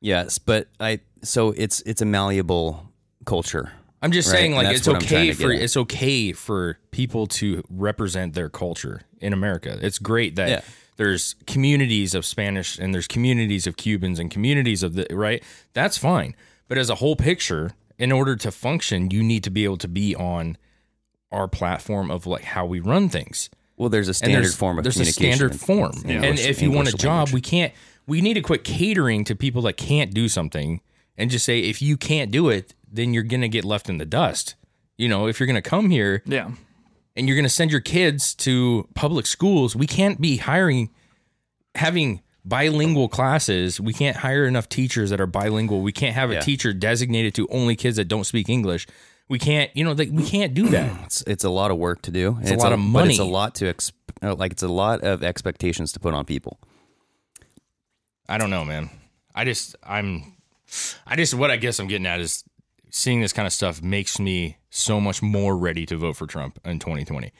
[SPEAKER 4] Yes, but I so it's it's a malleable culture.
[SPEAKER 2] I'm just
[SPEAKER 4] Right,
[SPEAKER 2] saying,
[SPEAKER 4] and
[SPEAKER 2] like,
[SPEAKER 4] that's
[SPEAKER 2] it's
[SPEAKER 4] what I'm trying
[SPEAKER 2] okay
[SPEAKER 4] to get
[SPEAKER 2] for
[SPEAKER 4] at.
[SPEAKER 2] it's okay for people to represent their culture in America. It's great that
[SPEAKER 4] Yeah.
[SPEAKER 2] there's communities of Spanish and there's communities of Cubans and communities of the right. That's fine, but as a whole picture, in order to function, you need to be able to be on our platform of like how we run things.
[SPEAKER 4] Well, there's a standard form of
[SPEAKER 2] there's
[SPEAKER 4] communication.
[SPEAKER 2] a standard form,
[SPEAKER 4] It's
[SPEAKER 2] and
[SPEAKER 4] English-
[SPEAKER 2] if you want a
[SPEAKER 4] English
[SPEAKER 2] job,
[SPEAKER 4] language.
[SPEAKER 2] we can't. We need to quit catering to people that can't do something and just say if you can't do it, then you're gonna get left in the dust. You know, if you're gonna come here
[SPEAKER 5] Yeah,
[SPEAKER 2] and you're gonna send your kids to public schools, we can't be hiring having bilingual classes. We can't hire enough teachers that are bilingual. We can't have a
[SPEAKER 4] Yeah.
[SPEAKER 2] teacher designated to only kids that don't speak English. We can't, you know, like we can't do that.
[SPEAKER 4] it's, it's a lot of work to do. and It's,
[SPEAKER 2] a lot of
[SPEAKER 4] but It's a
[SPEAKER 2] money.
[SPEAKER 4] lot to exp- uh, like it's a lot of expectations to put on people.
[SPEAKER 2] I don't know, man. I just I'm I just what I guess I'm getting at is seeing this kind of stuff makes me so much more ready to vote for Trump in 2020.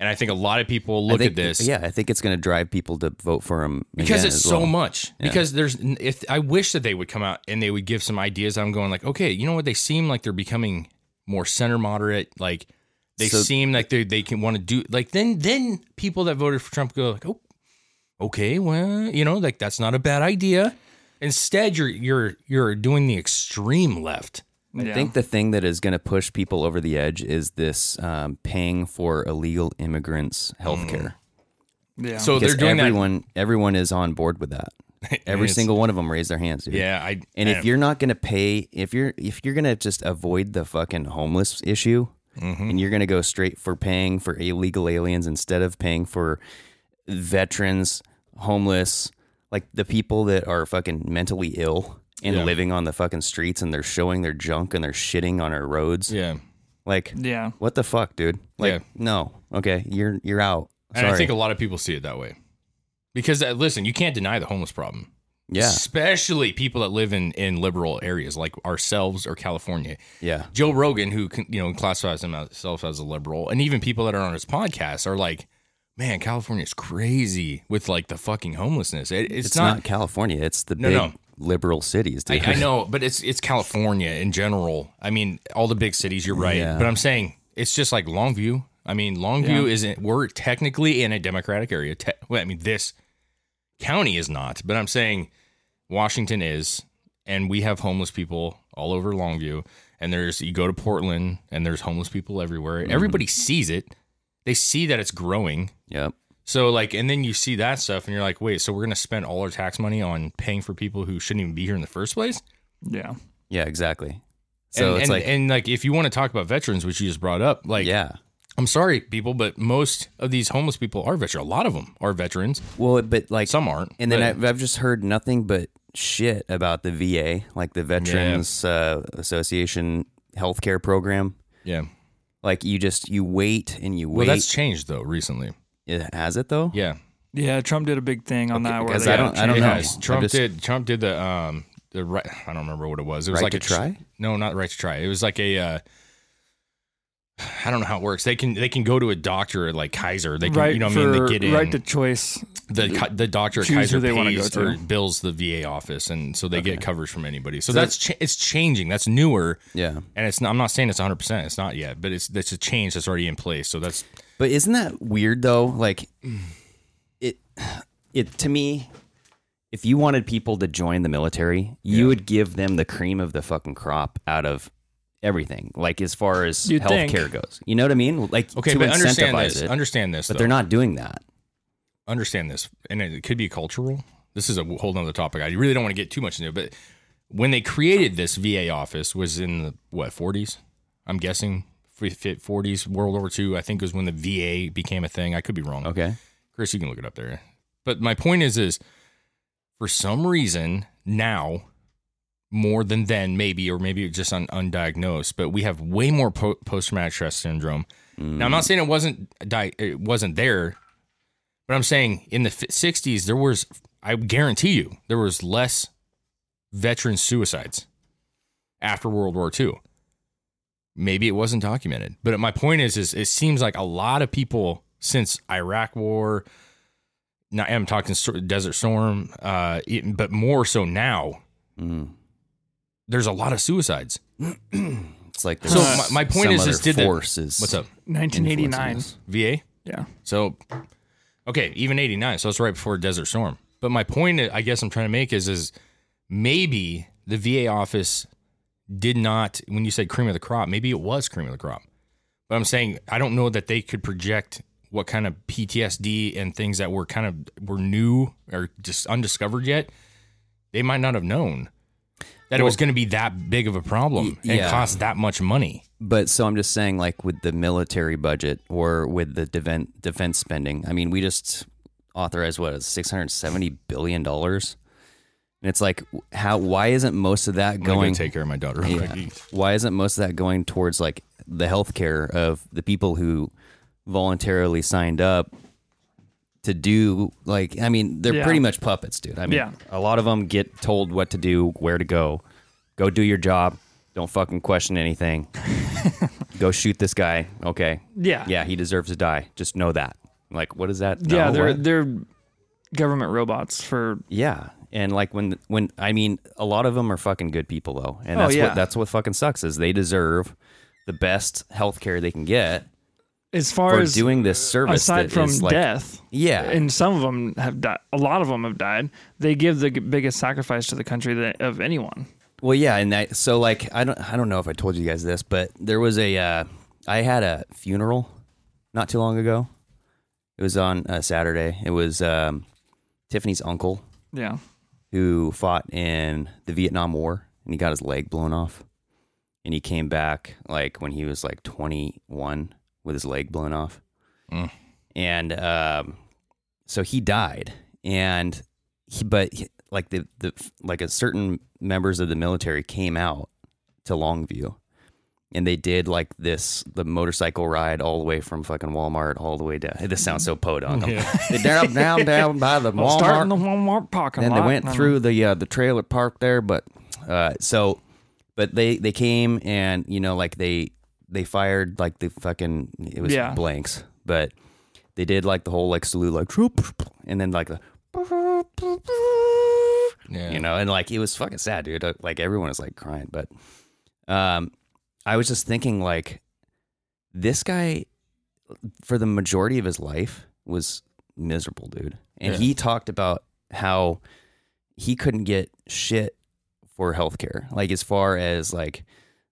[SPEAKER 2] And I think a lot of people
[SPEAKER 4] I
[SPEAKER 2] look
[SPEAKER 4] think-
[SPEAKER 2] at this
[SPEAKER 4] Yeah, I think it's going to drive people to vote for him
[SPEAKER 2] because
[SPEAKER 4] again
[SPEAKER 2] it's
[SPEAKER 4] as
[SPEAKER 2] so
[SPEAKER 4] well.
[SPEAKER 2] much. Because there's if I wish that they would come out and they would give some ideas. I'm going like, okay, you know what? They seem like they're becoming more center moderate. Like they
[SPEAKER 4] So-
[SPEAKER 2] seem like they they can want to do like then then people that voted for Trump go like, oh, okay, well, you know, like that's not a bad idea. Instead, you're you're you're doing the extreme left.
[SPEAKER 4] I think the thing that is going to push people over the edge is this um, paying for illegal immigrants health care.
[SPEAKER 5] yeah.
[SPEAKER 2] So
[SPEAKER 4] Because
[SPEAKER 2] Mm. they're doing
[SPEAKER 4] everyone, everyone is on board with that. Every
[SPEAKER 2] It's-
[SPEAKER 4] single one of them raised their hands, dude.
[SPEAKER 2] that. Yeah, I
[SPEAKER 4] And
[SPEAKER 2] I-
[SPEAKER 4] if you're not gonna pay, if you're if you're gonna just avoid the fucking homeless issue,
[SPEAKER 2] Mm-hmm.
[SPEAKER 4] and you're gonna go straight for paying for illegal aliens instead of paying for veterans, homeless, like the people that are fucking mentally ill and living on the fucking streets, and they're showing their junk and they're shitting on our roads,
[SPEAKER 2] yeah.
[SPEAKER 4] like
[SPEAKER 5] yeah.
[SPEAKER 4] what the fuck, dude? Like
[SPEAKER 2] Yeah.
[SPEAKER 4] no, okay, you're you're out.
[SPEAKER 2] And
[SPEAKER 4] Sorry.
[SPEAKER 2] I think a lot of people see it that way. Because uh, listen, you can't deny the homeless problem.
[SPEAKER 4] yeah,
[SPEAKER 2] especially people that live in in liberal areas like ourselves or California.
[SPEAKER 4] yeah,
[SPEAKER 2] Joe Rogan, who can- you know classifies himself as a liberal, and even people that are on his podcast are like, "Man, California's crazy with like the fucking homelessness. It, it's,
[SPEAKER 4] it's
[SPEAKER 2] not,
[SPEAKER 4] not, California. It's the
[SPEAKER 2] no
[SPEAKER 4] big
[SPEAKER 2] no
[SPEAKER 4] liberal cities,
[SPEAKER 2] I,
[SPEAKER 4] dude.
[SPEAKER 2] I know, but it's it's California in general. I mean, all the big cities. You're right,
[SPEAKER 4] Yeah.
[SPEAKER 2] but I'm saying it's just like Longview. I mean, Longview isn't. We're technically in a Democratic area. Te- well, I mean, this county is not, but I'm saying Washington is, and we have homeless people all over Longview. And there's you go to Portland, and there's homeless people everywhere. Everybody sees it. They see that it's growing.
[SPEAKER 4] Yep.
[SPEAKER 2] So like, and then you see that stuff, and you're like, wait, so we're gonna spend all our tax money on paying for people who shouldn't even be here in the first place?
[SPEAKER 5] Yeah.
[SPEAKER 4] Yeah, exactly. So
[SPEAKER 2] and,
[SPEAKER 4] it's
[SPEAKER 2] and,
[SPEAKER 4] like,
[SPEAKER 2] and like, if you want to talk about veterans, which you just brought up, like,
[SPEAKER 4] yeah.
[SPEAKER 2] I'm sorry, people, but most of these homeless people are veterans. A lot of them are veterans.
[SPEAKER 4] Well, but like
[SPEAKER 2] Some aren't.
[SPEAKER 4] And then
[SPEAKER 2] but-
[SPEAKER 4] I've, I've just heard nothing but shit about the VA, like the Veterans uh, Association healthcare program.
[SPEAKER 2] yeah.
[SPEAKER 4] Like you just you wait and you
[SPEAKER 2] Well,
[SPEAKER 4] wait.
[SPEAKER 2] that's changed though recently.
[SPEAKER 4] it has it though.
[SPEAKER 2] Yeah,
[SPEAKER 5] Yeah. Trump did a big thing on that. Where
[SPEAKER 4] because
[SPEAKER 5] they
[SPEAKER 4] I don't-
[SPEAKER 5] got
[SPEAKER 4] I don't
[SPEAKER 2] It
[SPEAKER 4] know.
[SPEAKER 2] has. Trump
[SPEAKER 4] I just-
[SPEAKER 2] did. Trump did the um the right. I don't remember what it was. It was
[SPEAKER 4] Right
[SPEAKER 2] like
[SPEAKER 4] to
[SPEAKER 2] a tr-
[SPEAKER 4] try?
[SPEAKER 2] no, not right to try. It was like a. Uh, I don't know how it works. They can they can go to a doctor at like Kaiser. They can
[SPEAKER 5] right
[SPEAKER 2] you know what
[SPEAKER 5] for
[SPEAKER 2] I mean. They get in.
[SPEAKER 5] right to choice.
[SPEAKER 2] the ki- the doctor at
[SPEAKER 5] Choose
[SPEAKER 2] Kaiser
[SPEAKER 5] who they wanna
[SPEAKER 2] pays
[SPEAKER 5] go
[SPEAKER 2] or
[SPEAKER 5] to.
[SPEAKER 2] bills the VA office, and so they get coverage from anybody. So, that's cha- it's changing. That's newer,
[SPEAKER 4] Yeah.
[SPEAKER 2] and it's. Not, I'm not saying it's 100. percent It's not yet, but it's that's a change that's already in place. So that's
[SPEAKER 4] But isn't that weird though? Like it it to me if you wanted people to join the military, you would give them the cream of the fucking crop out of everything. Like as far as
[SPEAKER 5] You'd
[SPEAKER 4] healthcare
[SPEAKER 5] think.
[SPEAKER 4] goes. You know what I mean? Like
[SPEAKER 2] okay.
[SPEAKER 4] to
[SPEAKER 2] But
[SPEAKER 4] incentivize
[SPEAKER 2] understand this.
[SPEAKER 4] it.
[SPEAKER 2] Understand this.
[SPEAKER 4] but
[SPEAKER 2] though.
[SPEAKER 4] they're not doing that.
[SPEAKER 2] understand this, and it could be cultural. This is a whole other topic. I really don't want to get too much into it, but when they created this VA office was in the what 40s? I'm guessing fi- fi- 40s World War II. I think was when the VA became a thing. I could be wrong.
[SPEAKER 4] Okay.
[SPEAKER 2] Chris, you can look it up there. But my point is, is for some reason now, more than then, maybe, or maybe just un- undiagnosed, but we have way more po- post traumatic stress syndrome. Now, I'm not saying it wasn't di- it wasn't there, but I'm saying in the f- 60s there was, I guarantee you, there was less veteran suicides after World War II. Maybe it wasn't documented, but my point is, is it seems like a lot of people since Iraq War, now I'm talking Stor- Desert Storm, uh, it- but more so now.
[SPEAKER 4] Mm.
[SPEAKER 2] There's a lot of suicides.
[SPEAKER 4] It's like
[SPEAKER 2] So
[SPEAKER 4] there's
[SPEAKER 2] my, my point
[SPEAKER 4] some
[SPEAKER 2] is, is
[SPEAKER 4] other
[SPEAKER 2] did the-
[SPEAKER 4] force is
[SPEAKER 2] what's up
[SPEAKER 5] 1989.
[SPEAKER 4] influencing
[SPEAKER 2] VA?
[SPEAKER 5] Yeah.
[SPEAKER 2] So okay, even 89, so it's right before Desert Storm. But my point I guess I'm trying to make is is maybe the VA office did not when you said cream of the crop, maybe it was cream of the crop. But I'm saying I don't know that they could project what kind of PTSD and things that were kind of were new or just undiscovered yet. They might not have known that it was going to be that big of a problem
[SPEAKER 4] Y-
[SPEAKER 2] and
[SPEAKER 4] yeah.
[SPEAKER 2] cost that much money.
[SPEAKER 4] But so I'm just saying, like with the military budget or with the defen- defense spending, I mean, we just authorized what is 670 billion dollars, and it's like, how? Why isn't most of that
[SPEAKER 2] I'm going
[SPEAKER 4] going?
[SPEAKER 2] to take care of my daughter. real
[SPEAKER 4] Yeah.
[SPEAKER 2] quick.
[SPEAKER 4] Why isn't most of that going towards like the healthcare of the people who voluntarily signed up to do like I mean they're
[SPEAKER 5] Yeah.
[SPEAKER 4] pretty much puppets, dude. I mean
[SPEAKER 5] Yeah.
[SPEAKER 4] a lot of them get told what to do, where to go. Go do your job. Don't fucking question anything. go shoot this guy. Okay.
[SPEAKER 5] Yeah.
[SPEAKER 4] Yeah, he deserves to die. Just know that. Like what is that?
[SPEAKER 5] yeah.
[SPEAKER 4] No,
[SPEAKER 5] They're
[SPEAKER 4] what?
[SPEAKER 5] they're government robots for
[SPEAKER 4] Yeah. And like when when I mean a lot of them are fucking good people though. And that's
[SPEAKER 5] Oh, yeah.
[SPEAKER 4] what that's what fucking sucks is they deserve the best health care they can get
[SPEAKER 5] as far
[SPEAKER 4] for
[SPEAKER 5] as
[SPEAKER 4] doing this service
[SPEAKER 5] aside
[SPEAKER 4] that
[SPEAKER 5] from
[SPEAKER 4] is, like-
[SPEAKER 5] death.
[SPEAKER 4] Yeah.
[SPEAKER 5] and some of them have died. A lot of them have died. They give the g- biggest sacrifice to the country that, of anyone.
[SPEAKER 4] Well, yeah, and that so like I don't I don't know if I told you guys this, but there was a uh, I had a funeral not too long ago. It was on a Saturday. It was um, Tiffany's uncle
[SPEAKER 5] Yeah.
[SPEAKER 4] who fought in the Vietnam War and he got his leg blown off. And he came back like when he was like 21 with his leg blown off. And um, so he died. And he, but he- like the, the, like a certain members of the military came out to Longview and they did like this the motorcycle ride all the way from fucking Walmart all the way down. This sounds so podunk. They're down, down, down by the Walmart.
[SPEAKER 5] Starting the Walmart parking
[SPEAKER 4] Then
[SPEAKER 5] lot. uh-huh.
[SPEAKER 4] they went
[SPEAKER 5] and-
[SPEAKER 4] through the uh, the trailer park there, but uh, so, but they they came and you know like they they fired like the fucking it was
[SPEAKER 5] Yeah.
[SPEAKER 4] blanks, but they did like the whole like salute like troop, and then like the
[SPEAKER 2] Yeah.
[SPEAKER 4] you know and like it was fucking sad dude Uh, like everyone was like crying but um i was just thinking like this guy for the majority of his life was miserable dude and
[SPEAKER 2] Yeah.
[SPEAKER 4] he talked about how he couldn't get shit for healthcare like as far as like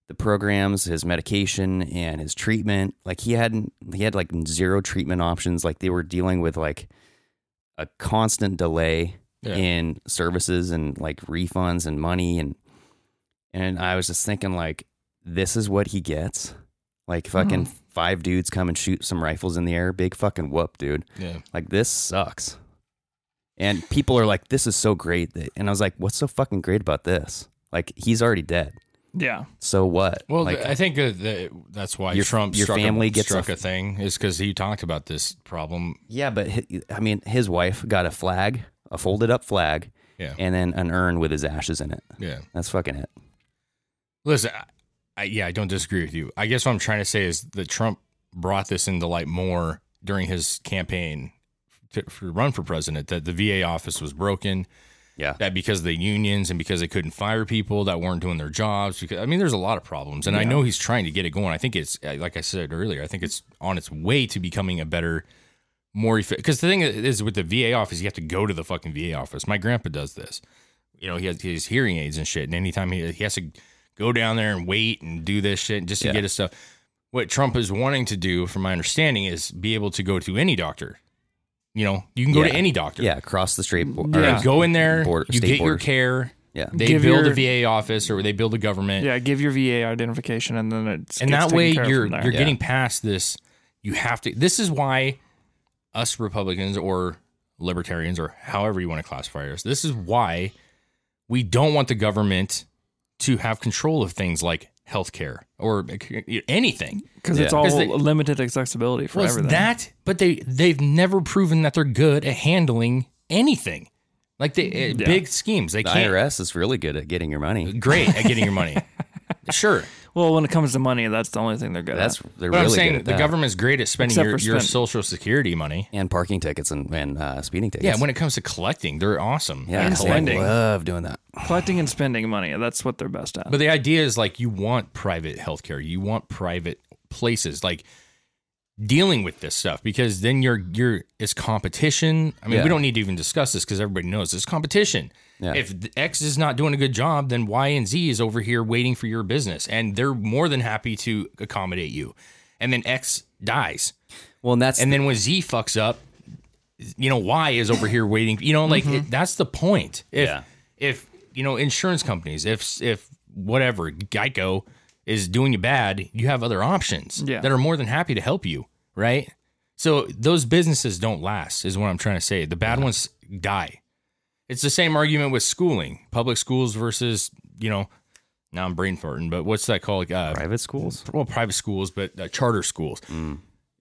[SPEAKER 4] the programs his medication and his treatment like he hadn't he had like zero treatment options like they were dealing with like a constant delay
[SPEAKER 2] Yeah.
[SPEAKER 4] in services and like refunds and money and and I was just thinking like this is what he gets. Like fucking
[SPEAKER 2] Mm-hmm.
[SPEAKER 4] five dudes come and shoot some rifles in the air, big fucking whoop, dude.
[SPEAKER 2] Yeah.
[SPEAKER 4] Like this sucks. And people are like this is so great that and I was like what's so fucking great about this? Like he's already dead.
[SPEAKER 5] Yeah.
[SPEAKER 4] So what?
[SPEAKER 2] Well,
[SPEAKER 4] like
[SPEAKER 2] th- I think uh, the, that's why
[SPEAKER 4] Your-
[SPEAKER 2] Trump
[SPEAKER 4] your
[SPEAKER 2] struck
[SPEAKER 4] family
[SPEAKER 2] a,
[SPEAKER 4] gets a
[SPEAKER 2] struck a,
[SPEAKER 4] f-
[SPEAKER 2] thing is because he talked about this problem.
[SPEAKER 4] yeah, but hi- I mean his wife got a flag, a folded up flag
[SPEAKER 2] Yeah,
[SPEAKER 4] and then an urn with his ashes in it.
[SPEAKER 2] yeah.
[SPEAKER 4] That's fucking it.
[SPEAKER 2] Listen, I, I, yeah, I don't disagree with you. I guess what I'm trying to say is that Trump brought this into light more during his campaign to, for run for president. That the VA office was broken.
[SPEAKER 4] Yeah.
[SPEAKER 2] That because of the unions and because they couldn't fire people that weren't doing their jobs. Because I mean, there's a lot of problems, and I know he's trying to get it going. I think it's uh, like I said earlier. I think it's on its way to becoming a better, more efficient. Because the thing is with the VA office, you have to go to the fucking VA office. My grandpa does this. You know, he has his hearing aids and shit, and anytime he he has to go down there and wait and do this shit just to
[SPEAKER 4] Yeah.
[SPEAKER 2] get his stuff. What Trump is wanting to do, from my understanding, is be able to go to any doctor. You know, you can go to
[SPEAKER 4] Yeah.
[SPEAKER 2] any doctor.
[SPEAKER 4] Yeah, across the street. or-
[SPEAKER 5] Yeah.
[SPEAKER 2] You go in there,
[SPEAKER 4] Border-
[SPEAKER 2] you
[SPEAKER 4] state
[SPEAKER 2] get your
[SPEAKER 4] borders.
[SPEAKER 2] care.
[SPEAKER 4] Yeah.
[SPEAKER 2] They
[SPEAKER 5] Give
[SPEAKER 2] build
[SPEAKER 5] your-
[SPEAKER 2] a VA office or they build a government.
[SPEAKER 5] Yeah. Give your VA identification, and then it's
[SPEAKER 2] and that way you're you're
[SPEAKER 4] Yeah.
[SPEAKER 2] getting past this. You have to this is why us Republicans or libertarians or however you want to classify us, this is why we don't want the government to have control of things like healthcare or anything.
[SPEAKER 5] because it's
[SPEAKER 4] Yeah.
[SPEAKER 5] all
[SPEAKER 2] 'Cause they-
[SPEAKER 5] limited accessibility for
[SPEAKER 2] Well, it's
[SPEAKER 5] everything.
[SPEAKER 2] that, but they they've never proven that they're good at handling anything. Like the uh, big schemes, they
[SPEAKER 4] The
[SPEAKER 2] can't.
[SPEAKER 4] IRS is really good at getting your money.
[SPEAKER 2] Great at getting your money. sure,
[SPEAKER 5] well, when it comes to money, that's the only thing they're good
[SPEAKER 4] That's
[SPEAKER 5] at.
[SPEAKER 4] they're
[SPEAKER 2] But
[SPEAKER 4] really
[SPEAKER 2] I'm
[SPEAKER 4] good
[SPEAKER 2] saying
[SPEAKER 4] at
[SPEAKER 2] the
[SPEAKER 4] that.
[SPEAKER 2] government's great at spending
[SPEAKER 5] Except
[SPEAKER 2] your,
[SPEAKER 5] for
[SPEAKER 2] your
[SPEAKER 5] spend-
[SPEAKER 2] social security money.
[SPEAKER 4] and parking tickets and, and uh, speeding tickets.
[SPEAKER 2] Yeah, when it comes to collecting, they're awesome.
[SPEAKER 4] yeah,
[SPEAKER 2] at
[SPEAKER 4] they
[SPEAKER 2] collecting.
[SPEAKER 4] love doing that.
[SPEAKER 5] Collecting and spending money. That's what they're best at.
[SPEAKER 2] But the idea is like you want private healthcare, you want private places, like dealing with this stuff because then you're you're it's competition. I mean,
[SPEAKER 4] Yeah.
[SPEAKER 2] we don't need to even discuss this because everybody knows it's competition.
[SPEAKER 4] Yeah.
[SPEAKER 2] If the X is not doing a good job, then Y and Z is over here waiting for your business, and they're more than happy to accommodate you. And then X dies,
[SPEAKER 4] Well, and that's
[SPEAKER 2] and then when Z fucks up, you know Y is over here waiting. You know, like it, that's the point. If
[SPEAKER 4] Mm-hmm. Yeah.
[SPEAKER 2] if you know insurance companies, if if whatever Geico is doing you bad, you have other options
[SPEAKER 5] Yeah.
[SPEAKER 2] that are more than happy to help you, right? So those businesses don't last, is what I'm trying to say. The bad ones die. It's the same argument with schooling, public schools versus you know. Now I'm brain farting, but what's that called? Uh,
[SPEAKER 4] private schools.
[SPEAKER 2] well, private schools, but uh, charter schools.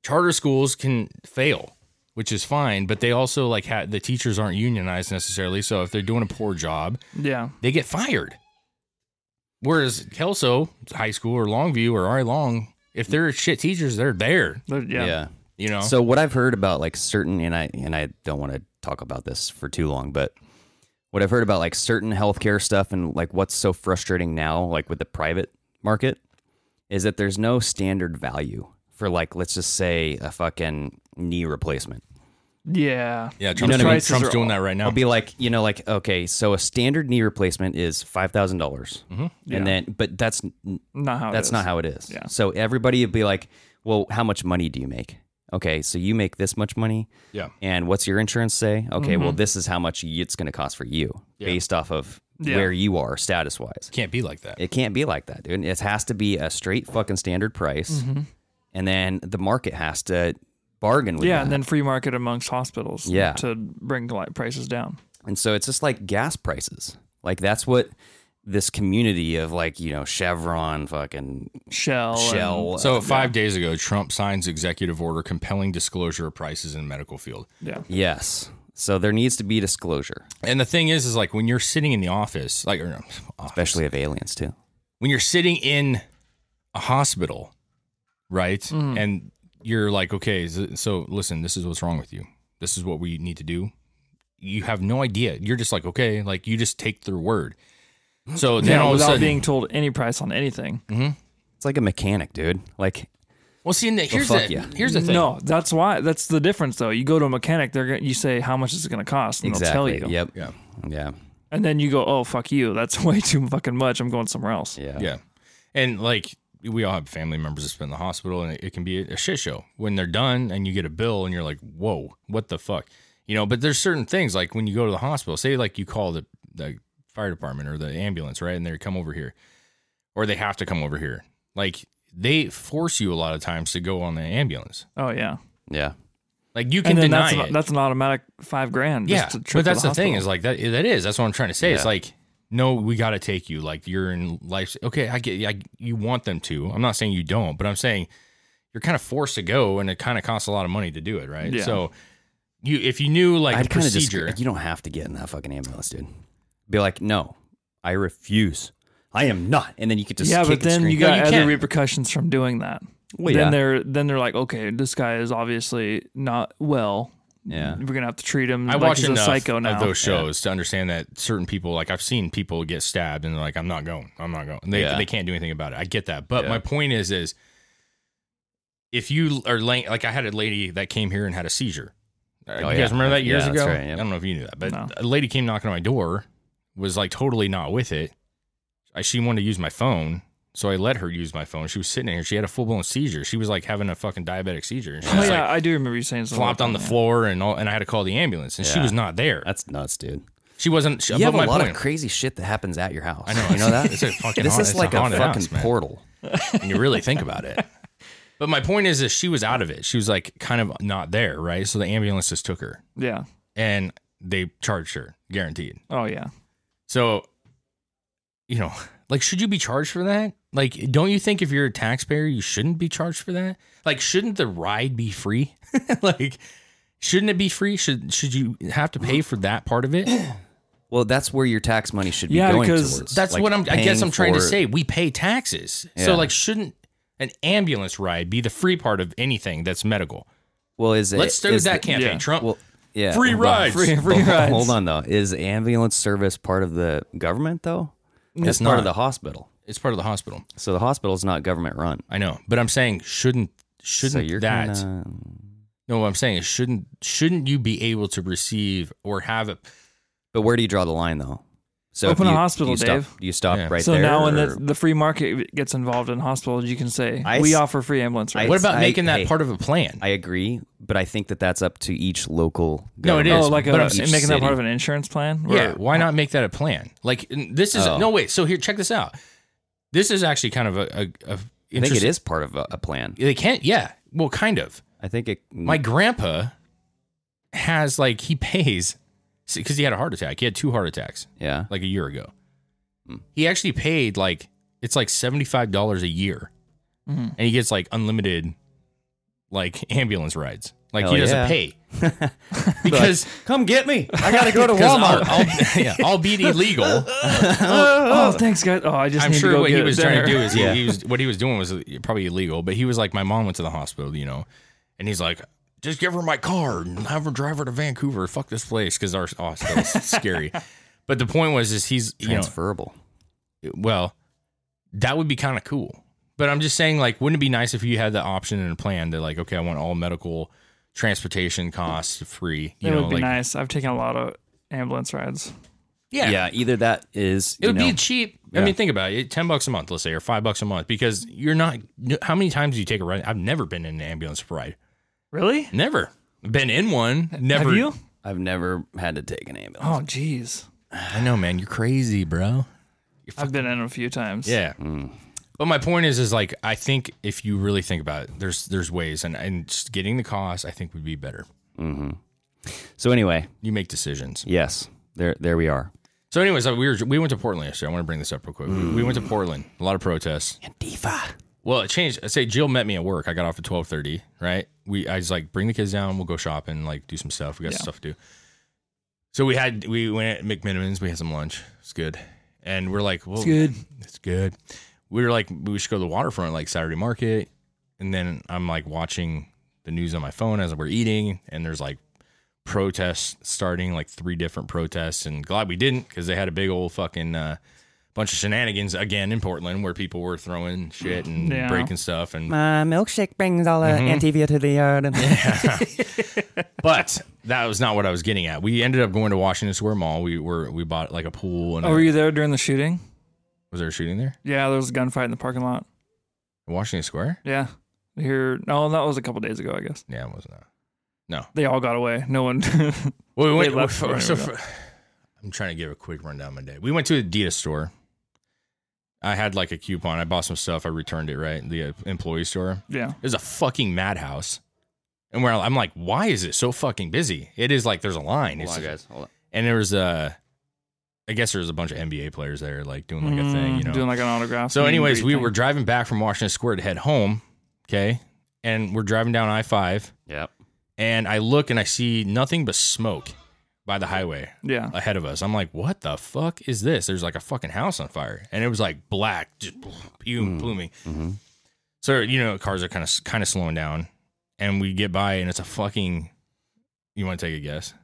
[SPEAKER 2] Charter schools can fail, which is fine, but they also like ha- the teachers aren't unionized necessarily. So if they're doing a poor job,
[SPEAKER 5] yeah.
[SPEAKER 2] they get fired. Whereas Kelso High School or Longview or RI Long, if they're shit teachers, they're there.
[SPEAKER 5] They're- yeah.
[SPEAKER 2] You know,
[SPEAKER 4] So what I've heard about like certain and I and I don't want to talk about this for too long, but what I've heard about like certain healthcare stuff and like what's so frustrating now, like with the private market, is that there's no standard value for like let's just say a fucking knee replacement.
[SPEAKER 5] Yeah.
[SPEAKER 2] yeah,
[SPEAKER 4] know
[SPEAKER 2] Trump's,
[SPEAKER 4] what I
[SPEAKER 2] doing,
[SPEAKER 4] mean?
[SPEAKER 2] Trump's doing that right now.
[SPEAKER 4] I'll be like, you know, like okay, so a standard knee replacement is five dollars, and then but that's
[SPEAKER 5] Not how. it
[SPEAKER 4] that's
[SPEAKER 5] is.
[SPEAKER 4] not how it is.
[SPEAKER 5] Yeah.
[SPEAKER 4] So everybody would be like, well, how much money do you make? Okay, so you make this much money,
[SPEAKER 2] yeah,
[SPEAKER 4] and what's your insurance say? Okay,
[SPEAKER 5] Mm-hmm.
[SPEAKER 4] well, this is how much y- it's going to cost for you based off of
[SPEAKER 5] Yeah.
[SPEAKER 4] where you are status wise.
[SPEAKER 2] can't be like that.
[SPEAKER 4] It can't be like that, dude. It has to be a straight fucking standard price,
[SPEAKER 5] Mm-hmm.
[SPEAKER 4] and then the market has to bargain with
[SPEAKER 5] Yeah,
[SPEAKER 4] that.
[SPEAKER 5] and then free market amongst hospitals.
[SPEAKER 4] Yeah.
[SPEAKER 5] To bring like, prices down.
[SPEAKER 4] And so it's just like gas prices. Like that's what this community of like you know Chevron, fucking
[SPEAKER 5] Shell. Oh, and-
[SPEAKER 4] Shell.
[SPEAKER 2] so five days ago, Trump signs executive order compelling disclosure of prices in medical field.
[SPEAKER 5] yeah.
[SPEAKER 4] yes. So there needs to be disclosure,
[SPEAKER 2] And the thing is, is like when you're sitting in the office, like or, office,
[SPEAKER 4] especially of aliens too.
[SPEAKER 2] when you're sitting in a hospital, right?
[SPEAKER 5] Mm.
[SPEAKER 2] And you're like, okay, s- so listen, this is what's wrong with you. This is what we need to do. you have no idea. You're just like, okay, like you just take their word. So then
[SPEAKER 5] Yeah,
[SPEAKER 2] all of a
[SPEAKER 5] without
[SPEAKER 2] sudden,
[SPEAKER 5] being told any price on anything.
[SPEAKER 4] It's like a mechanic, dude. Like
[SPEAKER 2] well, see, and the, here's
[SPEAKER 4] fuck
[SPEAKER 2] the
[SPEAKER 4] yeah.
[SPEAKER 2] here's the thing.
[SPEAKER 5] Oh, No, that's why. That's the difference, though. You go to a mechanic, they're gonna, you say how much is it going to cost, and they'll
[SPEAKER 4] exactly.
[SPEAKER 5] tell you.
[SPEAKER 4] Yep.
[SPEAKER 2] Yeah.
[SPEAKER 4] Yeah.
[SPEAKER 5] And then you go, oh fuck you, that's way too fucking much. I'm going somewhere else.
[SPEAKER 4] Yeah.
[SPEAKER 2] Yeah. And like we all have family members that's been in the hospital and it, it can be a shit show when they're done and you get a bill and you're like, whoa, what the fuck? You know, but there's certain things like when you go to the hospital, say like you call the, the fire department or the ambulance, right? And they come over here or they have to come over here. Like they force you a lot of times to go on the ambulance.
[SPEAKER 5] Oh yeah.
[SPEAKER 4] Yeah.
[SPEAKER 2] Like you can
[SPEAKER 5] And then
[SPEAKER 2] deny
[SPEAKER 5] that's
[SPEAKER 2] it.
[SPEAKER 5] an, that's an automatic five grand.
[SPEAKER 2] yeah,
[SPEAKER 5] Just to trip
[SPEAKER 2] but
[SPEAKER 5] to
[SPEAKER 2] that's the, thing
[SPEAKER 5] hospital.
[SPEAKER 2] is like that. That is that's what I'm trying to say. It's
[SPEAKER 4] Yeah.
[SPEAKER 2] like no, we got to take you. Like you're in life. Okay, I get. I, you want them to. I'm not saying you don't, but I'm saying you're kind of forced to go, and it kind of costs a lot of money to do it, right?
[SPEAKER 5] Yeah.
[SPEAKER 2] So you, if you knew like the
[SPEAKER 4] I'd kind of just
[SPEAKER 2] procedure,
[SPEAKER 4] you don't have to get in that fucking ambulance, dude. Be like, no, I refuse. I am not. And then you could just
[SPEAKER 5] yeah,
[SPEAKER 4] kick
[SPEAKER 5] but
[SPEAKER 4] and
[SPEAKER 5] then
[SPEAKER 4] scream.
[SPEAKER 5] you got
[SPEAKER 2] you
[SPEAKER 5] other
[SPEAKER 2] can.
[SPEAKER 5] repercussions from doing that.
[SPEAKER 4] Well,
[SPEAKER 5] then
[SPEAKER 4] yeah.
[SPEAKER 5] they're then they're like, okay, this guy is obviously not well.
[SPEAKER 4] Yeah.
[SPEAKER 5] We're gonna have to treat him.
[SPEAKER 2] I
[SPEAKER 5] like
[SPEAKER 2] watch
[SPEAKER 5] he's a
[SPEAKER 2] enough
[SPEAKER 5] psycho now.
[SPEAKER 2] of those shows to understand that certain people, like I've seen people get stabbed, and they're like, "I'm not going. I'm not going." They
[SPEAKER 4] Yeah.
[SPEAKER 2] they can't do anything about it. I get that, but
[SPEAKER 4] Yeah.
[SPEAKER 2] my point is, is if you are laying, like I had a lady that came here and had a seizure. Uh, you
[SPEAKER 4] Oh, yeah.
[SPEAKER 2] guys remember that years
[SPEAKER 4] Yeah, that's
[SPEAKER 2] ago?
[SPEAKER 4] right, yep.
[SPEAKER 2] I don't know if you knew that, but
[SPEAKER 5] No.
[SPEAKER 2] a lady came knocking on my door, was like totally not with it. I, she wanted to use my phone, so I let her use my phone. She was sitting in here. She had a full blown seizure. She was like having a fucking diabetic seizure. And she
[SPEAKER 5] Oh
[SPEAKER 2] was
[SPEAKER 5] yeah,
[SPEAKER 2] like
[SPEAKER 5] I do remember you saying something.
[SPEAKER 2] flopped
[SPEAKER 5] like
[SPEAKER 2] on the
[SPEAKER 5] that, yeah.
[SPEAKER 2] floor and all, and I had to call the ambulance, and she
[SPEAKER 4] Oh, Yeah.
[SPEAKER 2] was not there.
[SPEAKER 4] That's nuts, dude.
[SPEAKER 2] She wasn't. She,
[SPEAKER 4] You have
[SPEAKER 2] but
[SPEAKER 4] a
[SPEAKER 2] my
[SPEAKER 4] lot
[SPEAKER 2] point.
[SPEAKER 4] of crazy shit that happens at your house.
[SPEAKER 2] I know.
[SPEAKER 4] You know that?
[SPEAKER 2] It's a fucking
[SPEAKER 4] this
[SPEAKER 2] haunt-
[SPEAKER 4] is
[SPEAKER 2] it's a
[SPEAKER 4] like a,
[SPEAKER 2] haunted
[SPEAKER 4] fucking
[SPEAKER 2] house, man.
[SPEAKER 4] portal.
[SPEAKER 2] when you really think about it. But my point is, is she was out of it. She was like kind of not there, right? So the ambulance just took her
[SPEAKER 5] Yeah.
[SPEAKER 2] and they charged her, guaranteed.
[SPEAKER 5] Oh yeah.
[SPEAKER 2] So, you know, like, should you be charged for that? Like, don't you think if you're a taxpayer, you shouldn't be charged for that? Like, shouldn't the ride be free? like, shouldn't it be free? Should should you have to pay for that part of it?
[SPEAKER 4] Well, that's where your tax money should be
[SPEAKER 5] Yeah,
[SPEAKER 4] going
[SPEAKER 5] because
[SPEAKER 4] towards.
[SPEAKER 2] That's
[SPEAKER 4] Like,
[SPEAKER 2] what I'm. I guess
[SPEAKER 4] paying
[SPEAKER 2] I'm trying to
[SPEAKER 4] for-
[SPEAKER 2] say we pay taxes,
[SPEAKER 4] Yeah.
[SPEAKER 2] so like, shouldn't an ambulance ride be the free part of anything that's medical?
[SPEAKER 4] Well, is it?
[SPEAKER 2] Let's start
[SPEAKER 4] is
[SPEAKER 2] that
[SPEAKER 4] it-
[SPEAKER 2] campaign,
[SPEAKER 5] yeah.
[SPEAKER 2] Trump.
[SPEAKER 4] Well, yeah.
[SPEAKER 2] Free
[SPEAKER 4] hold on.
[SPEAKER 2] rides. Free-
[SPEAKER 5] free
[SPEAKER 4] Hold-
[SPEAKER 5] rides.
[SPEAKER 4] Hold on though. Is ambulance service part of the government though? It's part
[SPEAKER 2] not.
[SPEAKER 4] of the hospital.
[SPEAKER 2] it's part of the hospital.
[SPEAKER 4] So the hospital is not government run.
[SPEAKER 2] I know, but I'm saying shouldn't
[SPEAKER 4] So
[SPEAKER 2] shouldn't
[SPEAKER 4] you're
[SPEAKER 2] that?
[SPEAKER 4] kinda-
[SPEAKER 2] No, what I'm saying is shouldn't shouldn't you be able to receive or have it?
[SPEAKER 4] But where do you draw the line, though? So
[SPEAKER 5] Open
[SPEAKER 4] if
[SPEAKER 5] a
[SPEAKER 4] you-
[SPEAKER 5] hospital,
[SPEAKER 4] you stop,
[SPEAKER 5] Dave.
[SPEAKER 4] You stop
[SPEAKER 2] Yeah.
[SPEAKER 4] right
[SPEAKER 5] so
[SPEAKER 4] there.
[SPEAKER 5] now when
[SPEAKER 4] or-
[SPEAKER 5] the, the free market gets involved in hospitals, you can say
[SPEAKER 4] I
[SPEAKER 5] we
[SPEAKER 4] s-
[SPEAKER 5] offer free ambulance
[SPEAKER 4] I
[SPEAKER 5] rides.
[SPEAKER 2] What about
[SPEAKER 4] I-
[SPEAKER 2] making that
[SPEAKER 4] hey,
[SPEAKER 2] part of a plan?
[SPEAKER 4] I agree, but I think that that's up to each local.
[SPEAKER 2] No, it
[SPEAKER 4] government.
[SPEAKER 2] is,
[SPEAKER 5] oh, like a,
[SPEAKER 2] but I'm
[SPEAKER 5] making that part of an insurance plan? Or-
[SPEAKER 2] yeah, why not make that a plan? Like n- this is
[SPEAKER 4] Oh.
[SPEAKER 2] no wait. So here, check this out. This is actually kind of a. a, a
[SPEAKER 4] I think it
[SPEAKER 2] interesting-
[SPEAKER 4] is part of a, a plan.
[SPEAKER 2] They can't. Yeah. Well, kind of.
[SPEAKER 4] I think it.
[SPEAKER 2] My grandpa has like he pays because he had a heart attack. He had two heart attacks
[SPEAKER 4] yeah.
[SPEAKER 2] like a year ago.
[SPEAKER 4] Hmm.
[SPEAKER 2] He actually paid like it's like seventy five dollars a year, and he gets like unlimited like ambulance rides. Like he
[SPEAKER 4] Hell
[SPEAKER 2] doesn't
[SPEAKER 4] yeah.
[SPEAKER 2] pay because
[SPEAKER 4] Come get me! I gotta go to
[SPEAKER 2] 'cause I'll, I'll, yeah, albeit illegal.
[SPEAKER 5] Oh, thanks, guys. Oh, I just
[SPEAKER 2] I'm
[SPEAKER 5] need to
[SPEAKER 2] sure
[SPEAKER 5] go
[SPEAKER 2] what
[SPEAKER 5] get
[SPEAKER 2] he
[SPEAKER 5] a
[SPEAKER 2] was trying to
[SPEAKER 5] dinner.
[SPEAKER 2] do is he,
[SPEAKER 4] Yeah.
[SPEAKER 2] he was what he was doing was probably illegal, but he was like, my mom went to the hospital, you know, and he's like, just give her my card and have her drive her to Vancouver. Fuck this place because our hospital's scary. But the point was, is he's you know,
[SPEAKER 4] Transferable.
[SPEAKER 2] well, that would be kind of cool. But I'm just saying, like, wouldn't it be nice if you had the option and a plan that, like, okay, I want all medical transportation costs free. You
[SPEAKER 5] It
[SPEAKER 2] know,
[SPEAKER 5] would be
[SPEAKER 2] like,
[SPEAKER 5] nice. I've taken a lot of ambulance rides.
[SPEAKER 2] yeah,
[SPEAKER 4] Yeah. Either that is.
[SPEAKER 2] It
[SPEAKER 4] you
[SPEAKER 2] would
[SPEAKER 4] know,
[SPEAKER 2] be cheap. I
[SPEAKER 4] Yeah.
[SPEAKER 2] mean, think about it. Ten bucks a month, let's say, or five bucks a month, because you're not. How many times do you take a ride? I've never been in an ambulance ride.
[SPEAKER 5] Really?
[SPEAKER 2] Never been in one. Never.
[SPEAKER 5] Have you?
[SPEAKER 4] I've never had to take an ambulance.
[SPEAKER 5] Oh, jeez.
[SPEAKER 2] I know, man. You're crazy, bro. Mm.
[SPEAKER 5] I've been in a few times.
[SPEAKER 2] Yeah. But my point is, is like I think if you really think about it, there's there's ways, and and just getting the cost, I think would be better. Oh.
[SPEAKER 4] So anyway,
[SPEAKER 2] You make decisions.
[SPEAKER 4] yes, there, there we are.
[SPEAKER 2] So, anyways, uh, we were we went to Portland yesterday. I want to bring this up real quick. We- We went to Portland. A lot of protests.
[SPEAKER 4] Diva.
[SPEAKER 2] Well, it changed. I say Jill met me at work. I got off at twelve thirty. Right. We I was like, bring the kids down. We'll go shopping. Like do some stuff. We got stuff to do. So we had we went at McMinniman's. We had some lunch. It's good. And we're like, well, it's
[SPEAKER 5] good.
[SPEAKER 2] It's good. We were like, we should go to the waterfront, like Saturday Market. And then I'm like watching the news on my phone as we're eating, and there's like protests starting, like three different protests, and glad we didn't because they had a big old fucking uh, bunch of shenanigans again in Portland where people were throwing shit and
[SPEAKER 5] Yeah.
[SPEAKER 2] breaking stuff and
[SPEAKER 4] My milkshake brings all the
[SPEAKER 2] Mm-hmm.
[SPEAKER 4] Antivia to the yard. And
[SPEAKER 2] But that was not what I was getting at. We ended up going to Washington Square Mall. We were we bought like a pool and
[SPEAKER 5] Oh,
[SPEAKER 2] a-
[SPEAKER 5] were you there during the shooting?
[SPEAKER 2] was there a shooting there?
[SPEAKER 5] Yeah, there was a gunfight in the parking lot.
[SPEAKER 2] In Washington Square?
[SPEAKER 5] Yeah. Here, no, that was a couple days ago, I guess.
[SPEAKER 2] Yeah, it wasn't.
[SPEAKER 5] They all got away. No one.
[SPEAKER 2] Well, we
[SPEAKER 5] They
[SPEAKER 2] went,
[SPEAKER 5] left
[SPEAKER 2] so
[SPEAKER 5] for-
[SPEAKER 2] for- I'm trying to give a quick rundown of my day. We went to Adidas store. I had like a coupon. I bought some stuff. I returned it right the uh, employee store.
[SPEAKER 5] yeah.
[SPEAKER 2] It was a fucking madhouse. And where I'm like, why is it so fucking busy? It is like there's a line. It's-
[SPEAKER 4] Hold on.
[SPEAKER 2] And there was a, I guess there was a bunch of NBA players there, like doing like a thing,
[SPEAKER 5] Mm,
[SPEAKER 2] you know,
[SPEAKER 5] Doing like an autograph.
[SPEAKER 2] So,
[SPEAKER 5] meet and
[SPEAKER 2] anyways,
[SPEAKER 5] greet
[SPEAKER 2] we
[SPEAKER 5] thing.
[SPEAKER 2] were driving back from Washington Square to head home. Okay. And we're driving down I 5.
[SPEAKER 4] Yep.
[SPEAKER 2] And I look and I see nothing but smoke by the highway
[SPEAKER 5] Yeah.
[SPEAKER 2] ahead of us. I'm like, what the fuck is this? There's like a fucking house on fire. And it was like black, just pum- pluming.
[SPEAKER 4] mhm.
[SPEAKER 2] So, you know, cars are kind of kind of slowing down. And we get by and it's a fucking, you want to take a guess?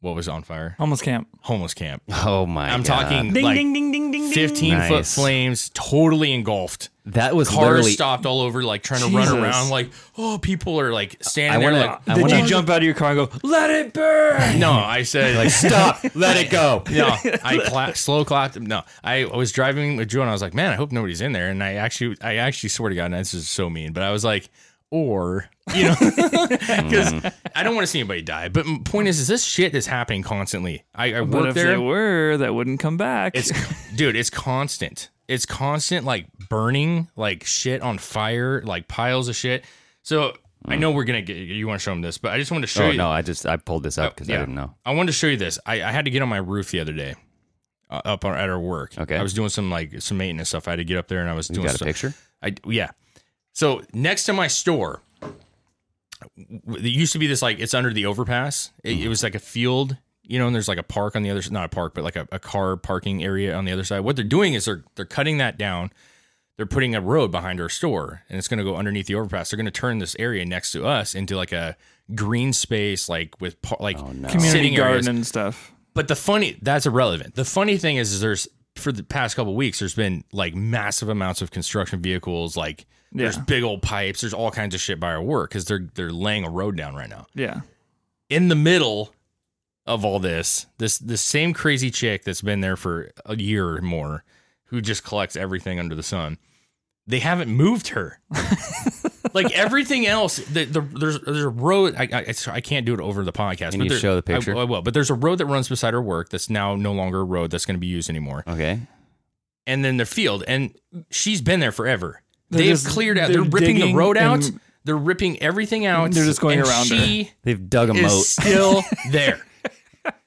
[SPEAKER 2] What was on fire?
[SPEAKER 5] Homeless camp.
[SPEAKER 2] Homeless camp.
[SPEAKER 4] Oh my!
[SPEAKER 2] I'm
[SPEAKER 4] God.
[SPEAKER 2] talking
[SPEAKER 5] Ding,
[SPEAKER 2] like
[SPEAKER 5] ding, ding, ding, ding, ding.
[SPEAKER 2] 15 foot
[SPEAKER 4] Nice.
[SPEAKER 2] flames, totally engulfed
[SPEAKER 4] That was
[SPEAKER 2] cars
[SPEAKER 4] literally.
[SPEAKER 2] stopped all over, like trying to
[SPEAKER 5] Jesus.
[SPEAKER 2] run around, like oh, people are like standing
[SPEAKER 4] I
[SPEAKER 2] there,
[SPEAKER 4] wanna-
[SPEAKER 2] like
[SPEAKER 4] I
[SPEAKER 5] Did
[SPEAKER 4] wanna- Oh,
[SPEAKER 5] you jump out of your car and go, let it burn?
[SPEAKER 2] no. I said like
[SPEAKER 4] Stop! Let it go.
[SPEAKER 2] no. I cla- slow clapped. him. No, I was driving with Joe, and I was like, man, I hope nobody's in there. And I actually, I actually swear to God, and this is so mean, but I was like, or you know, because I don't want to see anybody die. But my point is, is this shit is happening constantly. I, I
[SPEAKER 5] But
[SPEAKER 2] work
[SPEAKER 5] if
[SPEAKER 2] there.
[SPEAKER 5] they were, that wouldn't come back.
[SPEAKER 2] It's dude, it's constant. It's constant like burning, like shit on fire, like piles of shit. So I
[SPEAKER 5] Mm.
[SPEAKER 2] know we're gonna get you want to show them this, but I just wanted to show
[SPEAKER 4] Oh
[SPEAKER 2] you.
[SPEAKER 4] no! I just I pulled this up because
[SPEAKER 2] Oh, yeah.
[SPEAKER 4] I didn't know.
[SPEAKER 2] I wanted to show you this. I, I had to get on my roof the other day, uh, up on, at our work.
[SPEAKER 4] Okay.
[SPEAKER 2] I was doing some like some maintenance stuff. I had to get up there and I was
[SPEAKER 4] You
[SPEAKER 2] doing
[SPEAKER 4] got a
[SPEAKER 2] stuff.
[SPEAKER 4] picture?
[SPEAKER 2] I yeah. So next to my store, w- there used to be this like it's under the overpass. It,
[SPEAKER 4] Mm-hmm.
[SPEAKER 2] it was like a field, you know, and there's like a park on the other side, not a park, but like a, a car parking area on the other side. What they're doing is they're they're cutting that down. They're putting a road behind our store, and it's going to go underneath the overpass. They're going to turn this area next to us into like a green space, like with par- like
[SPEAKER 4] Oh,
[SPEAKER 5] community
[SPEAKER 2] sitting areas.
[SPEAKER 5] garden and stuff.
[SPEAKER 2] But the funny that's irrelevant. The funny thing is, is there's for the past couple weeks, there's been like massive amounts of construction vehicles, like there's
[SPEAKER 5] Yeah.
[SPEAKER 2] big old pipes, there's all kinds of shit by our work because they're they're laying a road down right now.
[SPEAKER 5] Yeah.
[SPEAKER 2] In the middle of all this, this this same crazy chick that's been there for a year or more, who just collects everything under the sun, they haven't moved her. like everything else, the, the, there's there's a road. I, I it's- I can't do it over the podcast.
[SPEAKER 4] Can
[SPEAKER 2] but
[SPEAKER 4] you
[SPEAKER 2] there-
[SPEAKER 4] show the
[SPEAKER 2] I-
[SPEAKER 4] picture?
[SPEAKER 2] I, will. But there's a road that runs beside her work that's now no longer a road that's going to be used anymore.
[SPEAKER 4] Okay.
[SPEAKER 2] And then the field, and she's been there forever.
[SPEAKER 5] They're
[SPEAKER 2] They've
[SPEAKER 5] just-
[SPEAKER 2] cleared out.
[SPEAKER 5] they're
[SPEAKER 2] They're ripping the
[SPEAKER 5] digging
[SPEAKER 2] road out.
[SPEAKER 5] and-
[SPEAKER 2] they're ripping everything out.
[SPEAKER 5] They're just going
[SPEAKER 2] and
[SPEAKER 5] around her.
[SPEAKER 2] She
[SPEAKER 4] They've dug a
[SPEAKER 2] is
[SPEAKER 4] moat,
[SPEAKER 2] still there.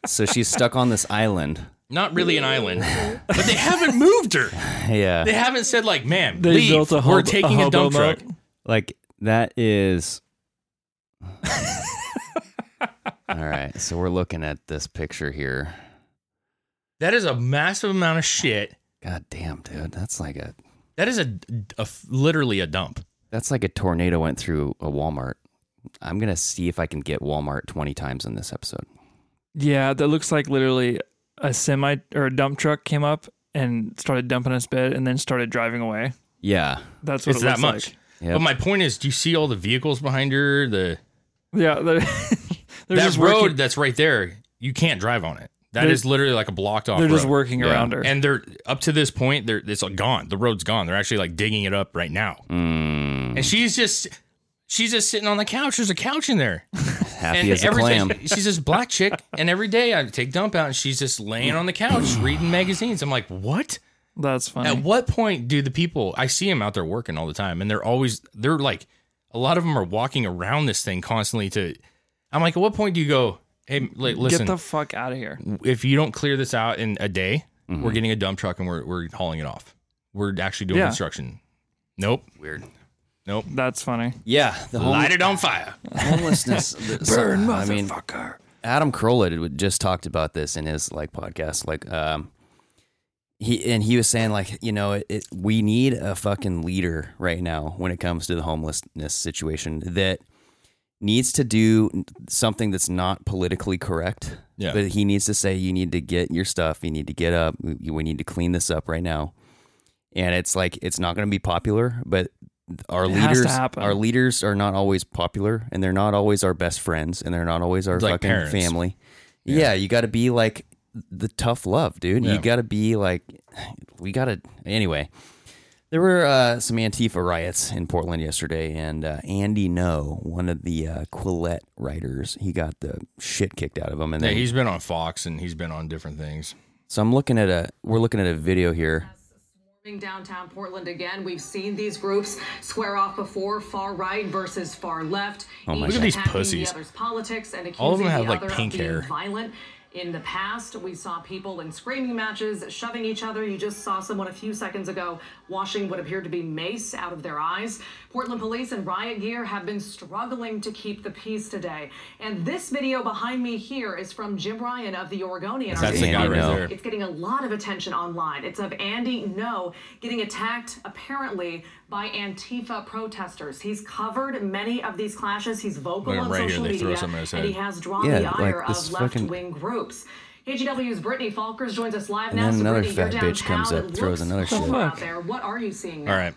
[SPEAKER 4] so she's stuck on this island.
[SPEAKER 2] Not really an island, but they haven't moved her.
[SPEAKER 4] Yeah.
[SPEAKER 2] They haven't said like, "Ma'am,
[SPEAKER 5] They
[SPEAKER 2] leave.
[SPEAKER 5] built a
[SPEAKER 2] We're
[SPEAKER 5] hob- a
[SPEAKER 2] taking a,
[SPEAKER 5] hobo
[SPEAKER 2] dump
[SPEAKER 5] moat.
[SPEAKER 2] truck."
[SPEAKER 4] Like that is. All right, so we're looking at this picture here.
[SPEAKER 2] That is a massive amount of shit.
[SPEAKER 4] God damn, dude, that's like a
[SPEAKER 2] That is a, a literally a dump.
[SPEAKER 4] that's like a tornado went through a Walmart. I'm gonna see if I can get Walmart 20 times in this episode.
[SPEAKER 5] Yeah, that looks like literally a semi or a dump truck came up and started dumping its bed and then started driving away.
[SPEAKER 4] Yeah,
[SPEAKER 5] That's what
[SPEAKER 2] It's
[SPEAKER 5] it
[SPEAKER 2] that
[SPEAKER 5] looks
[SPEAKER 2] much.
[SPEAKER 5] like.
[SPEAKER 4] Yep.
[SPEAKER 2] But my point is, do you see all the vehicles behind her? The
[SPEAKER 5] Yeah, they're, they're
[SPEAKER 2] that
[SPEAKER 5] just
[SPEAKER 2] road
[SPEAKER 5] working,
[SPEAKER 2] that's right there, you can't drive on it. That
[SPEAKER 5] They're-
[SPEAKER 2] is literally like a blocked off.
[SPEAKER 5] they're just
[SPEAKER 2] road.
[SPEAKER 5] working
[SPEAKER 4] Yeah.
[SPEAKER 5] around her.
[SPEAKER 2] And they're up to this point, they're it's gone. The road's gone. They're actually like digging it up right now.
[SPEAKER 4] Mm,
[SPEAKER 2] And she's just she's just sitting on the couch. There's a couch in there.
[SPEAKER 4] happy
[SPEAKER 2] and
[SPEAKER 4] as a
[SPEAKER 2] every
[SPEAKER 4] clam.
[SPEAKER 2] day- she's this black chick, and every day I take dump out, and she's just laying on the couch reading magazines. I'm like, what?
[SPEAKER 5] That's
[SPEAKER 2] At
[SPEAKER 5] funny.
[SPEAKER 2] what point do the people? I see them out there working all the time, and they're always they're like, a lot of them are walking around this thing constantly. To, I'm like, at what point do you go? Hey, li- listen, Mm.
[SPEAKER 5] Get the fuck out of here.
[SPEAKER 2] if you don't clear this out in a day, we're getting a dump truck and we're we're hauling it off. We're actually doing
[SPEAKER 5] Yeah.
[SPEAKER 2] construction. Nope. Weird. Nope.
[SPEAKER 5] That's funny.
[SPEAKER 4] yeah, the home-
[SPEAKER 2] Light it on fire.
[SPEAKER 4] homelessness. the- so- I mean, Adam Carolla did- just talked about this in his like podcast, like um, he and he was saying like you know it, it, we need a fucking leader right now when it comes to the homelessness situation that needs to do something that's not politically correct.
[SPEAKER 2] Yeah.
[SPEAKER 4] But he needs to say, you need to get your stuff. You need to get up. We we need to clean this up right now. And it's like, it's not going to be popular, but our
[SPEAKER 5] It has to
[SPEAKER 4] leaders,
[SPEAKER 5] happen.
[SPEAKER 4] our leaders are not always popular and they're not always our best friends and they're not always our
[SPEAKER 2] It's like
[SPEAKER 4] fucking
[SPEAKER 2] parents.
[SPEAKER 4] family. Yeah. you got to be like the tough love, dude.
[SPEAKER 2] Yeah.
[SPEAKER 4] You got to be like, we got to, anyway. There were uh, some Antifa riots in Portland yesterday, and uh, Andy No, one of the uh, Quillette writers, he got the shit kicked out of him. And
[SPEAKER 2] Yeah,
[SPEAKER 4] then,
[SPEAKER 2] he's been on Fox and he's been on different things.
[SPEAKER 4] so I'm looking at a, we're looking at a video here.
[SPEAKER 6] Swarming Downtown Portland again. We've seen these groups square off before far right versus far left.
[SPEAKER 4] Oh my
[SPEAKER 6] each
[SPEAKER 4] God. Look at
[SPEAKER 2] these
[SPEAKER 6] attacking
[SPEAKER 2] pussies.
[SPEAKER 6] The other's politics and
[SPEAKER 2] All of them
[SPEAKER 6] accusing
[SPEAKER 2] have,
[SPEAKER 6] the
[SPEAKER 2] like,
[SPEAKER 6] other of
[SPEAKER 2] pink
[SPEAKER 6] being
[SPEAKER 2] hair.
[SPEAKER 6] Violent. In the past, we saw people in screaming matches shoving each other. You just saw someone a few seconds ago washing what appeared to be mace out of their eyes. Portland police in riot gear have been struggling to keep the peace today. And this video behind me here is from Jim Ryan of the Oregonian.
[SPEAKER 2] That's
[SPEAKER 4] the
[SPEAKER 6] Our
[SPEAKER 4] guy
[SPEAKER 6] newspaper.
[SPEAKER 4] right
[SPEAKER 2] there.
[SPEAKER 6] It's getting a lot of attention online. It's of Andy No getting attacked apparently by Antifa protesters. He's covered many of these clashes. He's vocal
[SPEAKER 2] Look at him
[SPEAKER 6] on
[SPEAKER 2] right here.
[SPEAKER 6] social
[SPEAKER 2] They throw
[SPEAKER 6] media,
[SPEAKER 2] something at his
[SPEAKER 6] and he
[SPEAKER 2] head.
[SPEAKER 6] has drawn
[SPEAKER 4] Yeah,
[SPEAKER 6] the
[SPEAKER 4] like
[SPEAKER 6] ire
[SPEAKER 4] this
[SPEAKER 6] of
[SPEAKER 4] fucking-
[SPEAKER 6] left-wing groups. KGW's Brittany Falkers joins us live
[SPEAKER 4] And
[SPEAKER 6] now.
[SPEAKER 4] then
[SPEAKER 6] So,
[SPEAKER 4] another
[SPEAKER 6] Brittany, you're
[SPEAKER 4] fat bitch comes
[SPEAKER 6] downtown.
[SPEAKER 4] up,
[SPEAKER 6] It
[SPEAKER 4] throws
[SPEAKER 6] looks
[SPEAKER 4] another
[SPEAKER 6] cool
[SPEAKER 4] shit.
[SPEAKER 6] out there. What are you seeing?
[SPEAKER 2] All right.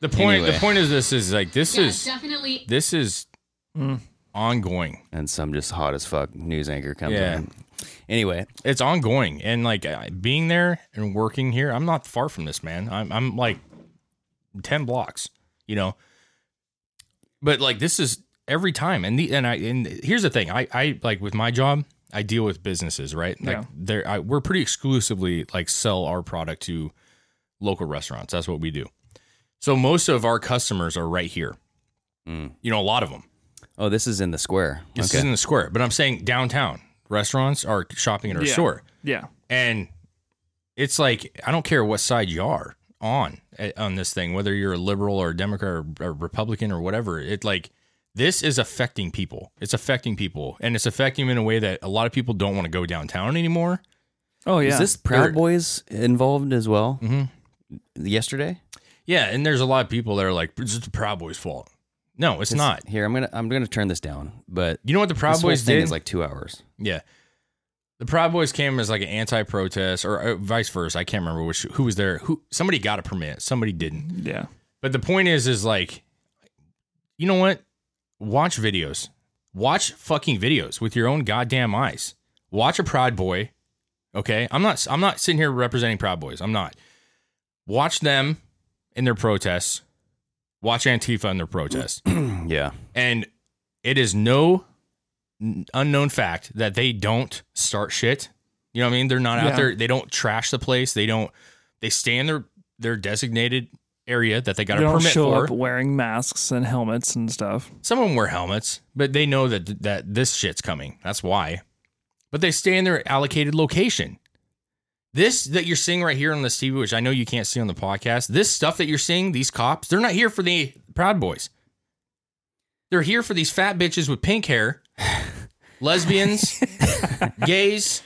[SPEAKER 2] The point the
[SPEAKER 4] Anyway.
[SPEAKER 2] point is this is like this is
[SPEAKER 7] definitely
[SPEAKER 2] this is
[SPEAKER 4] Hmm.
[SPEAKER 2] ongoing.
[SPEAKER 4] And some just hot as fuck news anchor comes
[SPEAKER 2] Yeah.
[SPEAKER 4] in. Anyway,
[SPEAKER 2] It's ongoing, and like I- being there and working here, I'm not far from this man. I'm I'm like ten blocks, you know. But like this is every time, and the and I and here's the thing, I I like with my job, I deal with businesses, right? Like
[SPEAKER 5] Yeah.
[SPEAKER 2] they're I, we're pretty exclusively like sell our product to local restaurants. That's what we do. So most of our customers are right here.
[SPEAKER 5] Mm.
[SPEAKER 2] You know, a lot of them.
[SPEAKER 4] oh, this is in the square.
[SPEAKER 2] This
[SPEAKER 4] Okay.
[SPEAKER 2] is in the square, but I'm saying downtown restaurants are shopping at our
[SPEAKER 5] Yeah.
[SPEAKER 2] store,
[SPEAKER 5] Yeah.
[SPEAKER 2] and it's like I don't care what side you are on eh, on this thing, whether you're a liberal or a Democrat or, or Republican or whatever. It like this is affecting people. It's affecting people, and it's affecting them in a way that a lot of people don't want to go downtown anymore.
[SPEAKER 5] Oh yeah.
[SPEAKER 4] Is this
[SPEAKER 2] Or-
[SPEAKER 4] Proud Boys involved as well?
[SPEAKER 2] Mm-hmm.
[SPEAKER 4] Yesterday?
[SPEAKER 2] Yeah, and there's a lot of people that are like, "It's the Proud Boys' fault." No, it's
[SPEAKER 4] This-
[SPEAKER 2] not.
[SPEAKER 4] Here, I'm gonna I'm gonna turn this down, but
[SPEAKER 2] You know what the Proud
[SPEAKER 4] this whole
[SPEAKER 2] Boys
[SPEAKER 4] thing
[SPEAKER 2] did?
[SPEAKER 4] is like two hours.
[SPEAKER 2] Yeah. The Proud Boys came as like an anti-protest or uh, vice versa. I can't remember which who was there. Who somebody got a permit, somebody didn't.
[SPEAKER 5] yeah.
[SPEAKER 2] But the point is is like you know what? Watch videos. Watch fucking videos with your own goddamn eyes. Watch a Proud Boy. Okay? I'm not I'm not sitting here representing Proud Boys. I'm not. Watch them in their protests. Watch Antifa in their protests.
[SPEAKER 4] Yeah.
[SPEAKER 2] And it is no n- unknown fact that they don't start shit. You know what I mean? They're not out
[SPEAKER 5] Yeah.
[SPEAKER 2] there. They don't trash the place. They don't. They stay in their their designated area that they got
[SPEAKER 5] they
[SPEAKER 2] a
[SPEAKER 5] don't
[SPEAKER 2] permit
[SPEAKER 5] show
[SPEAKER 2] for.
[SPEAKER 5] up wearing masks and helmets and stuff.
[SPEAKER 2] Some of them wear helmets, but they know that that this shit's coming. That's why. But they stay in their allocated location. This that you're seeing right here on this TV, which I know you can't see on the podcast, this stuff that you're seeing, these cops, they're not here for the Proud Boys. They're here for these fat bitches with pink hair, lesbians, gays,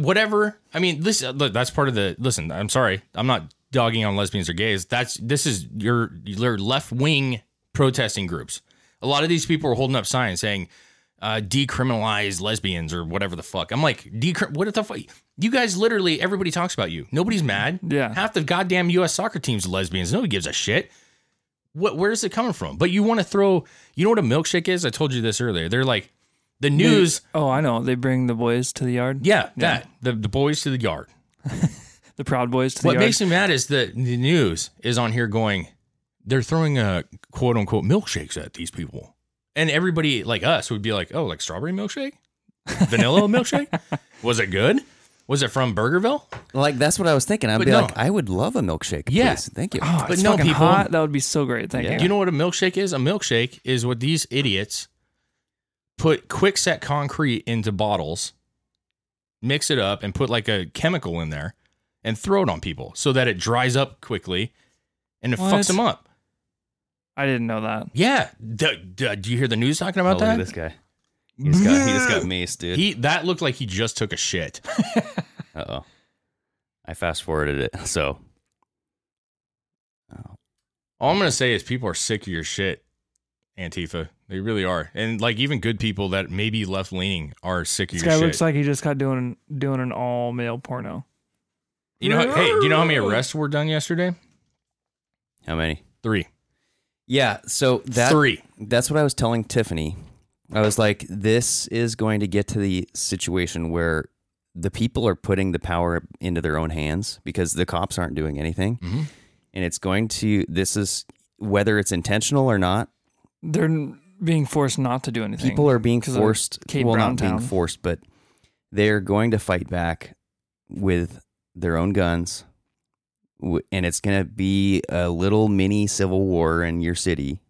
[SPEAKER 2] whatever. I mean, this uh, look, that's part of the listen. I'm sorry, I'm not dogging on lesbians or gays. That's this is your your left wing protesting groups. A lot of these people are holding up signs saying uh, decriminalize lesbians or whatever the fuck. I'm like, decrim- what the fuck? You guys literally everybody talks about you. Nobody's mad.
[SPEAKER 5] Yeah.
[SPEAKER 2] half the goddamn U.S. soccer team's lesbians. Nobody gives a shit. What? Where is it coming from? But you want to throw? You know what a milkshake is? I told you this earlier. They're like the news.
[SPEAKER 5] Oh, I know. They bring the boys to the yard.
[SPEAKER 2] Yeah, that the the boys to the yard.
[SPEAKER 5] The Proud Boys to the
[SPEAKER 2] What
[SPEAKER 5] yard.
[SPEAKER 2] makes me mad is that the news is on here going, they're throwing a quote unquote milkshakes at these people. And everybody like us would be like, oh, like strawberry milkshake? Vanilla milkshake? Was it good? Was it from Burgerville?
[SPEAKER 4] Like that's what I was thinking. I'd
[SPEAKER 2] But
[SPEAKER 4] be
[SPEAKER 2] no.
[SPEAKER 4] like, I would love a milkshake.
[SPEAKER 2] Yeah.
[SPEAKER 4] please. Thank you.
[SPEAKER 5] Oh,
[SPEAKER 2] But
[SPEAKER 5] it's
[SPEAKER 2] no,
[SPEAKER 5] fucking
[SPEAKER 2] people-
[SPEAKER 5] hot. That would be so great. Thank
[SPEAKER 4] Yeah.
[SPEAKER 5] you.
[SPEAKER 2] You know what a milkshake is? A milkshake is what these idiots put quick set concrete into bottles, mix it up, and put like a chemical in there and throw it on people so that it dries up quickly and it
[SPEAKER 5] What?
[SPEAKER 2] fucks them up.
[SPEAKER 5] I didn't know that.
[SPEAKER 2] Yeah. D- d- do you hear the news talking
[SPEAKER 4] Oh,
[SPEAKER 2] about
[SPEAKER 4] look at
[SPEAKER 2] that?
[SPEAKER 4] this guy. He just got, he just got maced, dude.
[SPEAKER 2] He that looked like he just took a shit.
[SPEAKER 4] Uh oh. I fast forwarded it. So
[SPEAKER 2] All I'm gonna say is people are sick of your shit. Antifa. They really are. And like even good people that may be left leaning are sick of
[SPEAKER 5] This
[SPEAKER 2] your
[SPEAKER 5] guy
[SPEAKER 2] shit.
[SPEAKER 5] looks like he just got doing doing an all male porno.
[SPEAKER 2] you know, how- hey, do you know how many arrests were done yesterday?
[SPEAKER 4] How many?
[SPEAKER 2] Three.
[SPEAKER 4] Yeah, so that
[SPEAKER 2] Three.
[SPEAKER 4] That's what I was telling Tiffany. I was like, this is going to get to the situation where the people are putting the power into their own hands because the cops aren't doing anything. And it's going to this is whether it's intentional or not,
[SPEAKER 5] They're n- being forced not to do anything.
[SPEAKER 4] people are being
[SPEAKER 5] 'cause of
[SPEAKER 4] forced
[SPEAKER 5] Kate
[SPEAKER 4] well
[SPEAKER 5] Brown
[SPEAKER 4] not being
[SPEAKER 5] Town.
[SPEAKER 4] forced, but they're going to fight back with their own guns. w- And it's going to be a little mini civil war in your city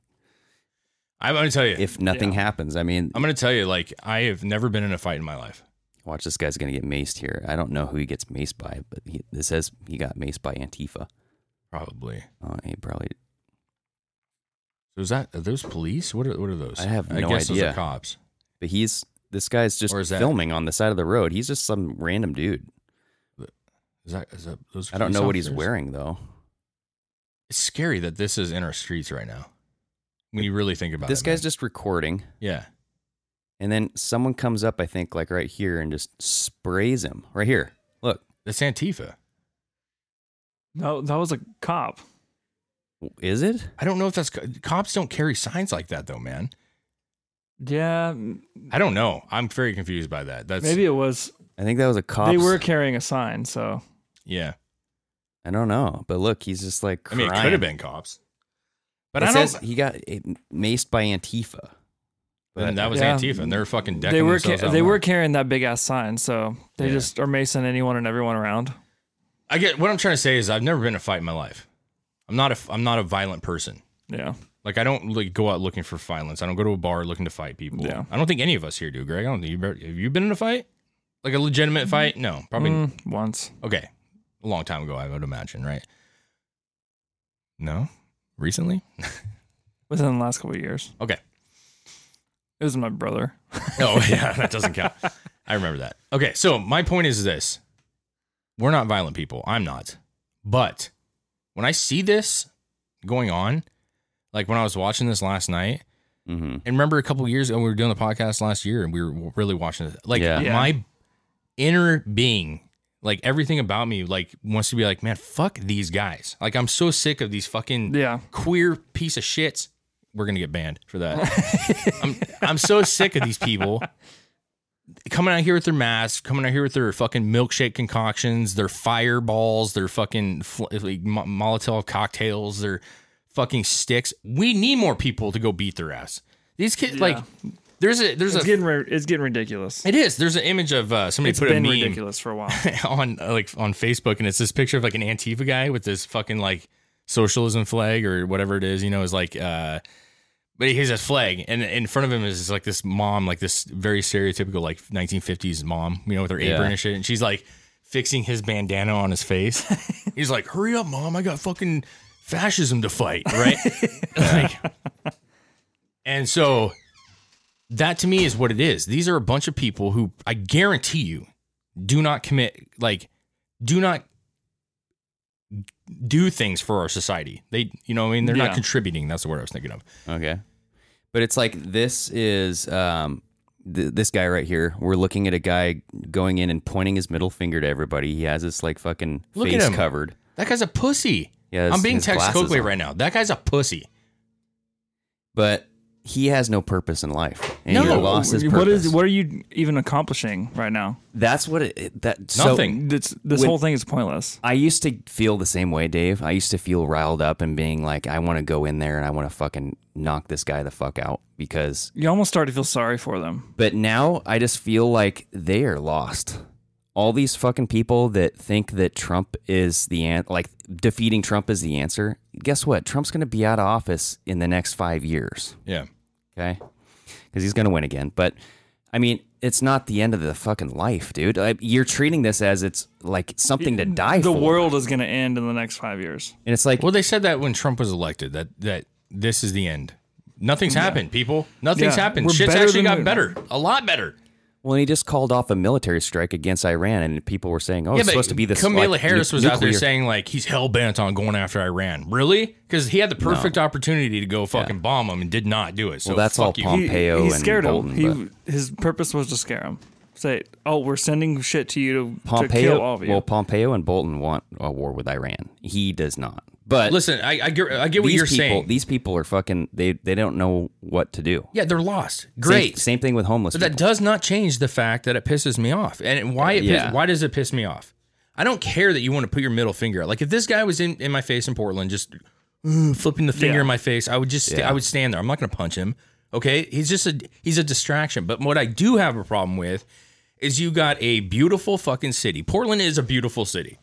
[SPEAKER 2] I'm gonna tell you.
[SPEAKER 4] if nothing happens. I mean,
[SPEAKER 2] I'm gonna tell you, like, I have never been in a fight in my life.
[SPEAKER 4] Watch this guy's gonna get maced here. I don't know who he gets maced by, but he, it says he got maced by Antifa.
[SPEAKER 2] Probably.
[SPEAKER 4] Uh, he probably
[SPEAKER 2] So is that are those police? What are what are those?
[SPEAKER 4] I have
[SPEAKER 2] I
[SPEAKER 4] no
[SPEAKER 2] guess those
[SPEAKER 4] idea.
[SPEAKER 2] are cops.
[SPEAKER 4] but he's this guy's just
[SPEAKER 2] Or is that-
[SPEAKER 4] filming on the side of the road. He's just some random dude.
[SPEAKER 2] Is that is that those?
[SPEAKER 4] I don't
[SPEAKER 2] police
[SPEAKER 4] know what he's
[SPEAKER 2] officers?
[SPEAKER 4] wearing though.
[SPEAKER 2] It's scary that this is in our streets right now. When you really think about
[SPEAKER 4] This
[SPEAKER 2] it,
[SPEAKER 4] guy's
[SPEAKER 2] man.
[SPEAKER 4] just recording,
[SPEAKER 2] yeah.
[SPEAKER 4] and then someone comes up, I think, like right here, and just sprays him right here. Look,
[SPEAKER 2] That's Antifa.
[SPEAKER 5] No, that was a cop.
[SPEAKER 4] is it?
[SPEAKER 2] I don't know if that's co- cops don't carry signs like that though, man.
[SPEAKER 5] Yeah, m-
[SPEAKER 2] I don't know. I'm very confused by that. That's
[SPEAKER 5] maybe it was.
[SPEAKER 4] I think that was a cop.
[SPEAKER 5] They were carrying a sign, so
[SPEAKER 2] yeah.
[SPEAKER 4] I don't know, but look, he's just like.
[SPEAKER 2] I mean, it
[SPEAKER 4] crying.
[SPEAKER 2] could have been cops, but
[SPEAKER 4] it
[SPEAKER 2] I don't.
[SPEAKER 4] says he got eh, maced by Antifa.
[SPEAKER 2] and that was
[SPEAKER 5] Yeah.
[SPEAKER 2] Antifa, and they're fucking decking
[SPEAKER 5] they were
[SPEAKER 2] themselves
[SPEAKER 5] ca-
[SPEAKER 2] out
[SPEAKER 5] they
[SPEAKER 2] more.
[SPEAKER 5] were carrying that big ass sign. So they
[SPEAKER 2] Yeah.
[SPEAKER 5] just are macing anyone and everyone around.
[SPEAKER 2] I get what I'm trying to say is I've never been in a fight in my life. I'm not a I'm not a violent person.
[SPEAKER 5] Yeah,
[SPEAKER 2] Like I don't like go out looking for violence. I don't go to a bar looking to fight people.
[SPEAKER 5] Yeah.
[SPEAKER 2] I don't think any of us here do, Greg. I don't think you've ever- have you been in a fight, like a legitimate fight. No, probably
[SPEAKER 5] Mm, once.
[SPEAKER 2] okay, a long time ago. I would imagine, right? No, recently.
[SPEAKER 5] Within the last couple of years,
[SPEAKER 2] Okay.
[SPEAKER 5] it was my brother.
[SPEAKER 2] Oh yeah, that doesn't count. I remember that. Okay, so my point is this: we're not violent people. I'm not. But when I see this going on, like when I was watching this last night,
[SPEAKER 4] Mm-hmm.
[SPEAKER 2] and remember a couple years ago we were doing the podcast last year, and we were really watching it. Like
[SPEAKER 4] Yeah.
[SPEAKER 5] Yeah.
[SPEAKER 2] my inner being, like everything about me, like wants to be like, man, fuck these guys. Like I'm so sick of these fucking
[SPEAKER 5] Yeah,
[SPEAKER 2] queer piece of shits. We're gonna get banned for that. I'm I'm so sick of these people coming out here with their masks, coming out here with their fucking milkshake concoctions, their fireballs, their fucking fl- like mo- Molotov cocktails, their fucking sticks. We need more people to go beat their ass. These kids, like, there's a there's
[SPEAKER 5] it's
[SPEAKER 2] a
[SPEAKER 5] getting ri- it's getting ridiculous.
[SPEAKER 2] it is there's an image of uh, somebody
[SPEAKER 5] It's
[SPEAKER 2] put a
[SPEAKER 5] been
[SPEAKER 2] meme
[SPEAKER 5] ridiculous for a while.
[SPEAKER 2] on uh, like on Facebook, and it's this picture of like an Antifa guy with this fucking like socialism flag or whatever it is, you know, is like uh but he has this flag and in front of him is like this mom, like this very stereotypical like 1950s mom, you know, with her apron
[SPEAKER 4] Yeah.
[SPEAKER 2] and shit, and she's like fixing his bandana on his face. He's like, Hurry up, mom, I got fucking fascism to fight, right? like and so that to me is what it is. These are a bunch of people who I guarantee you do not commit like do not do things for our society. They you know what I mean they're not
[SPEAKER 5] Yeah.
[SPEAKER 2] contributing. That's the word I was thinking of.
[SPEAKER 4] Okay. But it's like this is um th- this guy right here. We're looking at a guy going in and pointing his middle finger to everybody. He has this like fucking
[SPEAKER 2] Look at
[SPEAKER 4] face
[SPEAKER 2] him.
[SPEAKER 4] covered.
[SPEAKER 2] That guy's a pussy.
[SPEAKER 4] Yeah, his-
[SPEAKER 2] I'm being
[SPEAKER 4] his
[SPEAKER 2] Tex
[SPEAKER 4] glasses
[SPEAKER 2] Coakley
[SPEAKER 4] on.
[SPEAKER 2] right now. That guy's a pussy.
[SPEAKER 4] But he has no purpose in life. And he
[SPEAKER 2] No.
[SPEAKER 4] lost his purpose.
[SPEAKER 5] what is what are you even accomplishing right now?
[SPEAKER 4] That's what it, it that so-
[SPEAKER 2] Nothing.
[SPEAKER 5] This this
[SPEAKER 4] When-
[SPEAKER 5] whole thing is pointless.
[SPEAKER 4] I used to feel the same way, Dave. I used to feel riled up and being like, I want to go in there and I want to fucking knock this guy the fuck out because
[SPEAKER 5] You almost start to feel sorry for them.
[SPEAKER 4] But now I just feel like they are lost. All these fucking people that think that Trump is the an- like defeating Trump is the answer. Guess what? Trump's going to be out of office in the next five years.
[SPEAKER 2] Yeah.
[SPEAKER 4] Okay, because he's going to win again. But I mean, it's not the end of the fucking life, dude. I, you're treating this as it's like something to die
[SPEAKER 5] The
[SPEAKER 4] for.
[SPEAKER 5] world is going to end in the next five years.
[SPEAKER 4] and it's like
[SPEAKER 2] Well, they said that when Trump was elected that that this is the end. Nothing's happened, people. Nothing's
[SPEAKER 5] Yeah.
[SPEAKER 2] happened.
[SPEAKER 5] We're
[SPEAKER 2] Shit's
[SPEAKER 5] better
[SPEAKER 2] actually
[SPEAKER 5] than
[SPEAKER 2] got
[SPEAKER 5] we-
[SPEAKER 2] better. A lot better.
[SPEAKER 4] Well, and he just called off a military strike against Iran, and people were saying, "Oh,
[SPEAKER 2] yeah,
[SPEAKER 4] it's
[SPEAKER 2] but
[SPEAKER 4] supposed to be this."
[SPEAKER 2] Kamala
[SPEAKER 4] like,
[SPEAKER 2] Harris
[SPEAKER 4] nu-
[SPEAKER 2] was out there
[SPEAKER 4] nuclear-
[SPEAKER 2] saying like he's hell bent on going after Iran. Really? Because he had the perfect opportunity to go fucking bomb them and did not do it. So
[SPEAKER 4] Well, that's all
[SPEAKER 2] fuck you.
[SPEAKER 4] Pompeo
[SPEAKER 5] he
[SPEAKER 4] and
[SPEAKER 5] scared
[SPEAKER 4] Bolton. but-
[SPEAKER 5] him. He, his purpose was to scare him. Say, oh, we're sending shit to you to, to kill all of
[SPEAKER 4] Pompeo,
[SPEAKER 5] you.
[SPEAKER 4] well, Pompeo and Bolton want a war with Iran. He does not. But
[SPEAKER 2] Listen, I, I get, I get what
[SPEAKER 4] these
[SPEAKER 2] you're
[SPEAKER 4] people,
[SPEAKER 2] saying.
[SPEAKER 4] these people are fucking. They they don't know what to do.
[SPEAKER 2] yeah, they're lost.
[SPEAKER 4] Same-
[SPEAKER 2] Great.
[SPEAKER 4] Same, thing with homeless.
[SPEAKER 2] But that
[SPEAKER 4] people.
[SPEAKER 2] does not change the fact that it pisses me off. And it- why it piss-
[SPEAKER 4] Yeah.
[SPEAKER 2] why does it piss me off? I don't care that you want to put your middle finger out. Like if this guy was in, in my face in Portland, just uh, flipping the finger
[SPEAKER 5] Yeah.
[SPEAKER 2] in my face, I would just st- I would stand there. I'm not going to punch him. Okay, he's just a he's a distraction. But what I do have a problem with is you got a beautiful fucking city. Portland is a beautiful city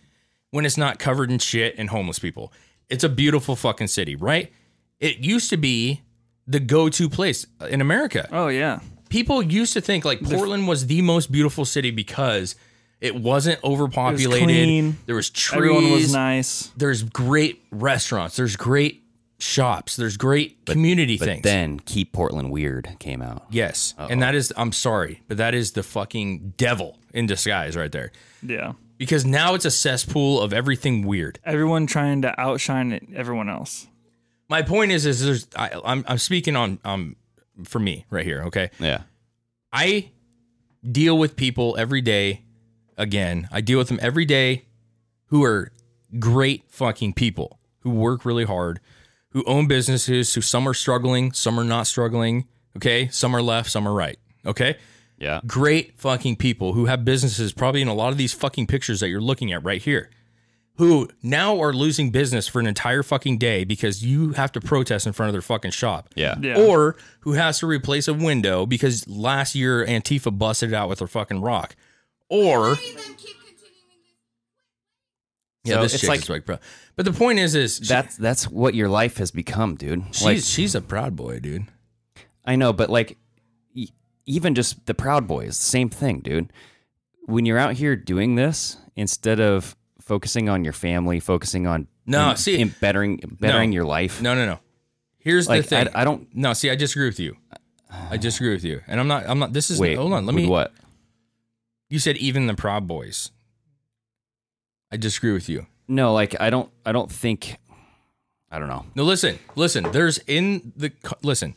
[SPEAKER 2] when it's not covered in shit and homeless people. It's a beautiful fucking city, right? It used to be the go-to place in America
[SPEAKER 5] oh yeah,
[SPEAKER 2] people used to think like Portland was the most beautiful city because it wasn't overpopulated.
[SPEAKER 5] clean.
[SPEAKER 2] There was trees.
[SPEAKER 5] everyone was nice.
[SPEAKER 2] There's great restaurants. There's great shops. There's great community
[SPEAKER 4] But
[SPEAKER 2] things.
[SPEAKER 4] then keep Portland weird came out.
[SPEAKER 2] yes, and that is I'm sorry, but that is the fucking devil in disguise right there.
[SPEAKER 5] Yeah,
[SPEAKER 2] Because now it's a cesspool of everything weird.
[SPEAKER 5] everyone trying to outshine everyone else.
[SPEAKER 2] My point is, is there's I, I'm I'm speaking on um for me right here. Okay,
[SPEAKER 4] Yeah.
[SPEAKER 2] I deal with people every day. Again, I deal with them every day who are great fucking people who work really hard, who own businesses, who some are struggling, some are not struggling. Okay. Some are left, some are right. Okay.
[SPEAKER 4] Yeah.
[SPEAKER 2] Great fucking people who have businesses, probably in a lot of these fucking pictures that you're looking at right here, who now are losing business for an entire fucking day because you have to protest in front of their fucking shop
[SPEAKER 4] Yeah.
[SPEAKER 5] Yeah,
[SPEAKER 2] or who has to replace a window because last year Antifa busted it out with her fucking rock, or yeah,
[SPEAKER 4] So
[SPEAKER 2] this
[SPEAKER 4] it's
[SPEAKER 2] chick
[SPEAKER 4] like-
[SPEAKER 2] is like, bro. But the point is, is she-
[SPEAKER 4] That's that's what your life has become, dude.
[SPEAKER 2] she's
[SPEAKER 4] like
[SPEAKER 2] she's a proud boy, dude.
[SPEAKER 4] I know, but like e- even just the Proud Boys, same thing, dude. When you're out here doing this, instead of focusing on your family, focusing on
[SPEAKER 2] No,
[SPEAKER 4] in-
[SPEAKER 2] see-
[SPEAKER 4] in bettering bettering your life.
[SPEAKER 2] No, no, no. Here's
[SPEAKER 4] Like,
[SPEAKER 2] the thing.
[SPEAKER 4] I- I don't-
[SPEAKER 2] No, see, I disagree with you. I disagree with you, and I'm not. I'm not. This is.
[SPEAKER 4] Ah. Wait,
[SPEAKER 2] hold on. Let
[SPEAKER 4] with
[SPEAKER 2] me.
[SPEAKER 4] what?
[SPEAKER 2] You said even the Proud Boys. I disagree with you.
[SPEAKER 4] No, like I don't I don't think I don't know.
[SPEAKER 2] No, listen, listen. There's in the co- listen.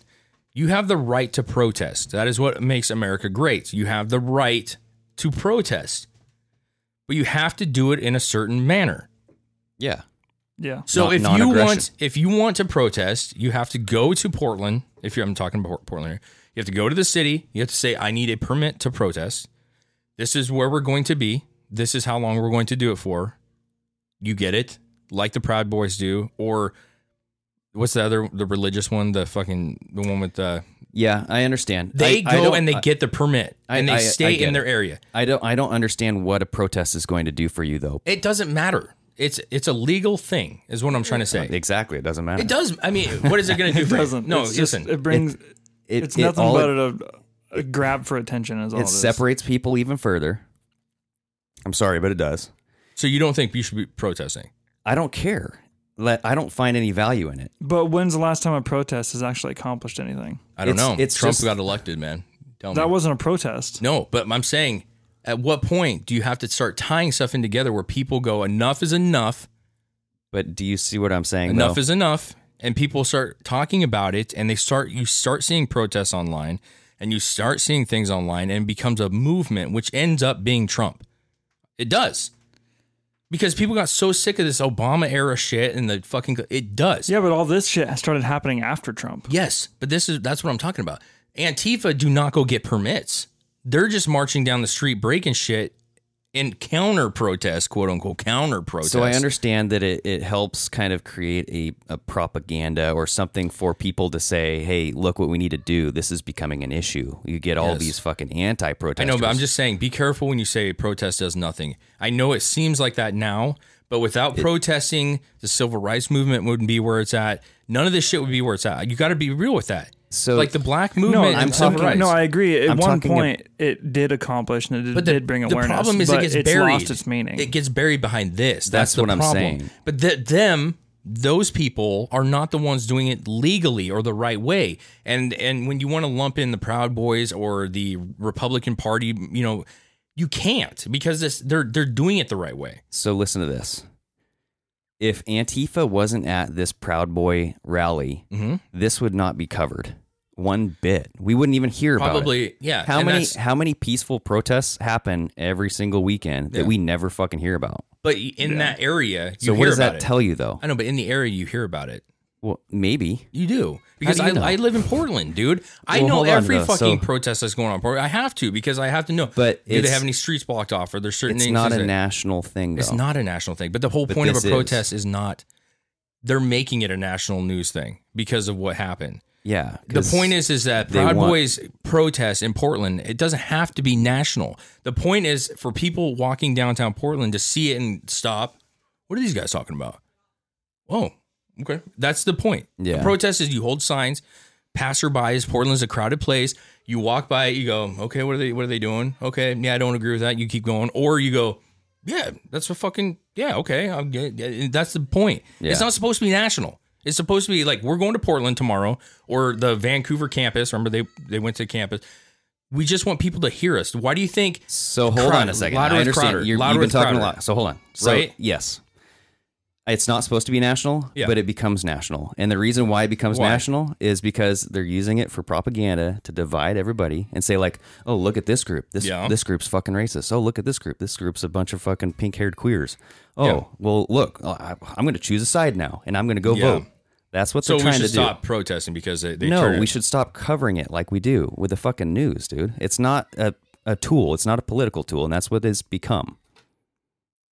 [SPEAKER 2] You have the right to protest. That is what makes America great. You have the right to protest, but you have to do it in a certain manner.
[SPEAKER 4] Yeah.
[SPEAKER 5] yeah,
[SPEAKER 2] So
[SPEAKER 4] Non-
[SPEAKER 2] if you
[SPEAKER 4] non-aggression.
[SPEAKER 2] want, if you want to protest, you have to go to Portland. If you're, I'm talking about Portland, here. you have to go to the city. You have to say, "I need a permit to protest. This is where we're going to be. This is how long we're going to do it for." You get it, like the Proud Boys do, or what's the other, the religious one, the fucking the one with the
[SPEAKER 4] Yeah, I understand.
[SPEAKER 2] they
[SPEAKER 4] I- I
[SPEAKER 2] go
[SPEAKER 4] don't-
[SPEAKER 2] and they
[SPEAKER 4] I-
[SPEAKER 2] get the permit
[SPEAKER 4] I-
[SPEAKER 2] and they
[SPEAKER 4] I- I
[SPEAKER 2] stay
[SPEAKER 4] get
[SPEAKER 2] in their
[SPEAKER 4] it.
[SPEAKER 2] area.
[SPEAKER 4] I don't I don't understand what a protest is going to do for you though.
[SPEAKER 2] It doesn't matter. It's it's a legal thing, is what I'm trying to say.
[SPEAKER 4] Exactly, it doesn't matter.
[SPEAKER 2] It does. I mean, what is it going to do?
[SPEAKER 5] it
[SPEAKER 2] for you?
[SPEAKER 5] doesn't.
[SPEAKER 2] No,
[SPEAKER 5] it's
[SPEAKER 2] listen.
[SPEAKER 5] just it brings.
[SPEAKER 4] It-
[SPEAKER 5] it's
[SPEAKER 4] it-
[SPEAKER 5] nothing
[SPEAKER 4] all
[SPEAKER 5] but a, a grab for attention. Is all
[SPEAKER 4] it
[SPEAKER 5] is.
[SPEAKER 4] separates people even further. I'm sorry, but it does.
[SPEAKER 2] So you don't think you should be protesting?
[SPEAKER 4] I don't care. Let, I don't find any value in it.
[SPEAKER 5] But when's the last time a protest has actually accomplished anything?
[SPEAKER 2] I don't
[SPEAKER 4] It's-
[SPEAKER 2] know.
[SPEAKER 4] it's
[SPEAKER 2] Trump
[SPEAKER 4] just-
[SPEAKER 2] got elected, man. Tell me.
[SPEAKER 5] That wasn't a protest.
[SPEAKER 2] no, but I'm saying, at what point do you have to start tying stuff in together where people go, enough is enough,
[SPEAKER 4] But do you see what I'm saying?
[SPEAKER 2] enough
[SPEAKER 4] though?
[SPEAKER 2] is enough, and people start talking about it, and they start you start seeing protests online, and you start seeing things online, and it becomes a movement, which ends up being Trump. It does. Because people got so sick of this Obama era shit and the fucking it does.
[SPEAKER 5] Yeah, but all this shit has started happening after Trump.
[SPEAKER 2] Yes, but this is that's what I'm talking about. Antifa do not go get permits. They're just marching down the street breaking shit and counter protest, quote unquote counter protest.
[SPEAKER 4] So I understand that it, it helps kind of create a, a propaganda or something for people to say, hey, look what we need to do. This is becoming an issue. You get all
[SPEAKER 2] Yes.
[SPEAKER 4] these fucking anti
[SPEAKER 2] I
[SPEAKER 4] protesters.
[SPEAKER 2] know, but I'm just saying be careful when you say protest does nothing. I know it seems like that now, but without protesting, the civil rights movement wouldn't be where it's at. None of this shit would be where it's at. You got to be real with that.
[SPEAKER 4] So-
[SPEAKER 2] like the black movement
[SPEAKER 5] No,
[SPEAKER 2] and
[SPEAKER 5] I'm
[SPEAKER 2] civil
[SPEAKER 5] talking.
[SPEAKER 2] rights.
[SPEAKER 5] No, I agree. At
[SPEAKER 4] I'm
[SPEAKER 5] one
[SPEAKER 4] talking ab-
[SPEAKER 5] point, it did accomplish and it did,
[SPEAKER 2] but the,
[SPEAKER 5] did bring
[SPEAKER 2] the
[SPEAKER 5] awareness.
[SPEAKER 2] problem is it
[SPEAKER 5] but
[SPEAKER 2] gets
[SPEAKER 5] it's
[SPEAKER 2] buried.
[SPEAKER 5] lost its meaning.
[SPEAKER 2] It gets buried behind this. That's,
[SPEAKER 4] That's
[SPEAKER 2] the
[SPEAKER 4] what I'm
[SPEAKER 2] problem.
[SPEAKER 4] saying.
[SPEAKER 2] But th- them those people are not the ones doing it legally or the right way. And and when you want to lump in the Proud Boys or the Republican Party, you know, you can't because this they're they're doing it the right way.
[SPEAKER 4] So listen to this. If Antifa wasn't at this Proud Boy rally,
[SPEAKER 2] Mm-hmm.
[SPEAKER 4] this would not be covered one bit. We wouldn't even hear about it.
[SPEAKER 2] Probably, yeah,
[SPEAKER 4] How
[SPEAKER 2] and
[SPEAKER 4] many
[SPEAKER 2] that's-
[SPEAKER 4] how many peaceful protests happen every single weekend that
[SPEAKER 2] Yeah.
[SPEAKER 4] we never fucking hear about?
[SPEAKER 2] But in that area, you
[SPEAKER 4] So
[SPEAKER 2] hear
[SPEAKER 4] what does
[SPEAKER 2] about
[SPEAKER 4] that
[SPEAKER 2] it.
[SPEAKER 4] tell you though?
[SPEAKER 2] I know, but in the area, you hear about it.
[SPEAKER 4] Well, maybe.
[SPEAKER 2] You do because
[SPEAKER 4] do you
[SPEAKER 2] I,
[SPEAKER 4] know?
[SPEAKER 2] I live in Portland, dude. I
[SPEAKER 4] Well,
[SPEAKER 2] know
[SPEAKER 4] hold on,
[SPEAKER 2] every
[SPEAKER 4] though.
[SPEAKER 2] fucking
[SPEAKER 4] So-
[SPEAKER 2] protest that's going on. in Portland. I have to because I have to know.
[SPEAKER 4] But
[SPEAKER 2] do they
[SPEAKER 4] it's-
[SPEAKER 2] have any streets blocked off? Or there's certain
[SPEAKER 4] It's
[SPEAKER 2] things?
[SPEAKER 4] not a
[SPEAKER 2] that-
[SPEAKER 4] national thing though.
[SPEAKER 2] It's not a national thing. But the whole
[SPEAKER 4] But
[SPEAKER 2] point of
[SPEAKER 4] this
[SPEAKER 2] a
[SPEAKER 4] is.
[SPEAKER 2] protest is. not they're making it a national news thing because of what happened.
[SPEAKER 4] Yeah.
[SPEAKER 2] The
[SPEAKER 4] 'cause
[SPEAKER 2] point is, is that
[SPEAKER 4] they
[SPEAKER 2] Proud
[SPEAKER 4] want-
[SPEAKER 2] Boys protest in Portland. It doesn't have to be national. The point is for people walking downtown Portland to see it and stop. What are these guys talking about? Oh, okay. That's the point.
[SPEAKER 4] Yeah.
[SPEAKER 2] The protest is you hold signs, passerbys. Portland's a crowded place. You walk by it, you go, okay, what are they? What are they doing? Okay, yeah, I don't agree with that. You keep going, or you go, yeah, that's a fucking yeah, okay. I'm good. Yeah, That's the point.
[SPEAKER 4] Yeah.
[SPEAKER 2] It's not supposed to be national. It's supposed to be like we're going to Portland tomorrow or the Vancouver campus. Remember they they went to campus. We just want people to hear us. Why do you think?
[SPEAKER 4] So hold on
[SPEAKER 2] Crowder,
[SPEAKER 4] a second.
[SPEAKER 2] louder
[SPEAKER 4] I
[SPEAKER 2] with
[SPEAKER 4] understand.
[SPEAKER 2] Crowder,
[SPEAKER 4] You're,
[SPEAKER 2] louder
[SPEAKER 4] you've been
[SPEAKER 2] with
[SPEAKER 4] talking a
[SPEAKER 2] Crowder.
[SPEAKER 4] lot. So hold on. So,
[SPEAKER 2] Right?
[SPEAKER 4] Yes. It's not supposed to be national,
[SPEAKER 2] Yeah.
[SPEAKER 4] but it becomes national. And the reason why it becomes
[SPEAKER 2] Why?
[SPEAKER 4] national is because they're using it for propaganda to divide everybody and say like, "Oh, look at this group. This
[SPEAKER 2] Yeah.
[SPEAKER 4] this group's fucking racist. Oh, look at this group. This group's a bunch of fucking pink-haired queers. Oh,
[SPEAKER 2] Yeah.
[SPEAKER 4] well, look, oh, I, I'm going to choose a side now and I'm going to go
[SPEAKER 2] Yeah.
[SPEAKER 4] vote." That's what
[SPEAKER 2] So
[SPEAKER 4] they're
[SPEAKER 2] we
[SPEAKER 4] trying
[SPEAKER 2] should
[SPEAKER 4] to do
[SPEAKER 2] stop protesting because they, they
[SPEAKER 4] no,
[SPEAKER 2] turn it-
[SPEAKER 4] we should stop covering it like we do with the fucking news, dude. It's not a, a tool. It's not a political tool, and that's what it's become.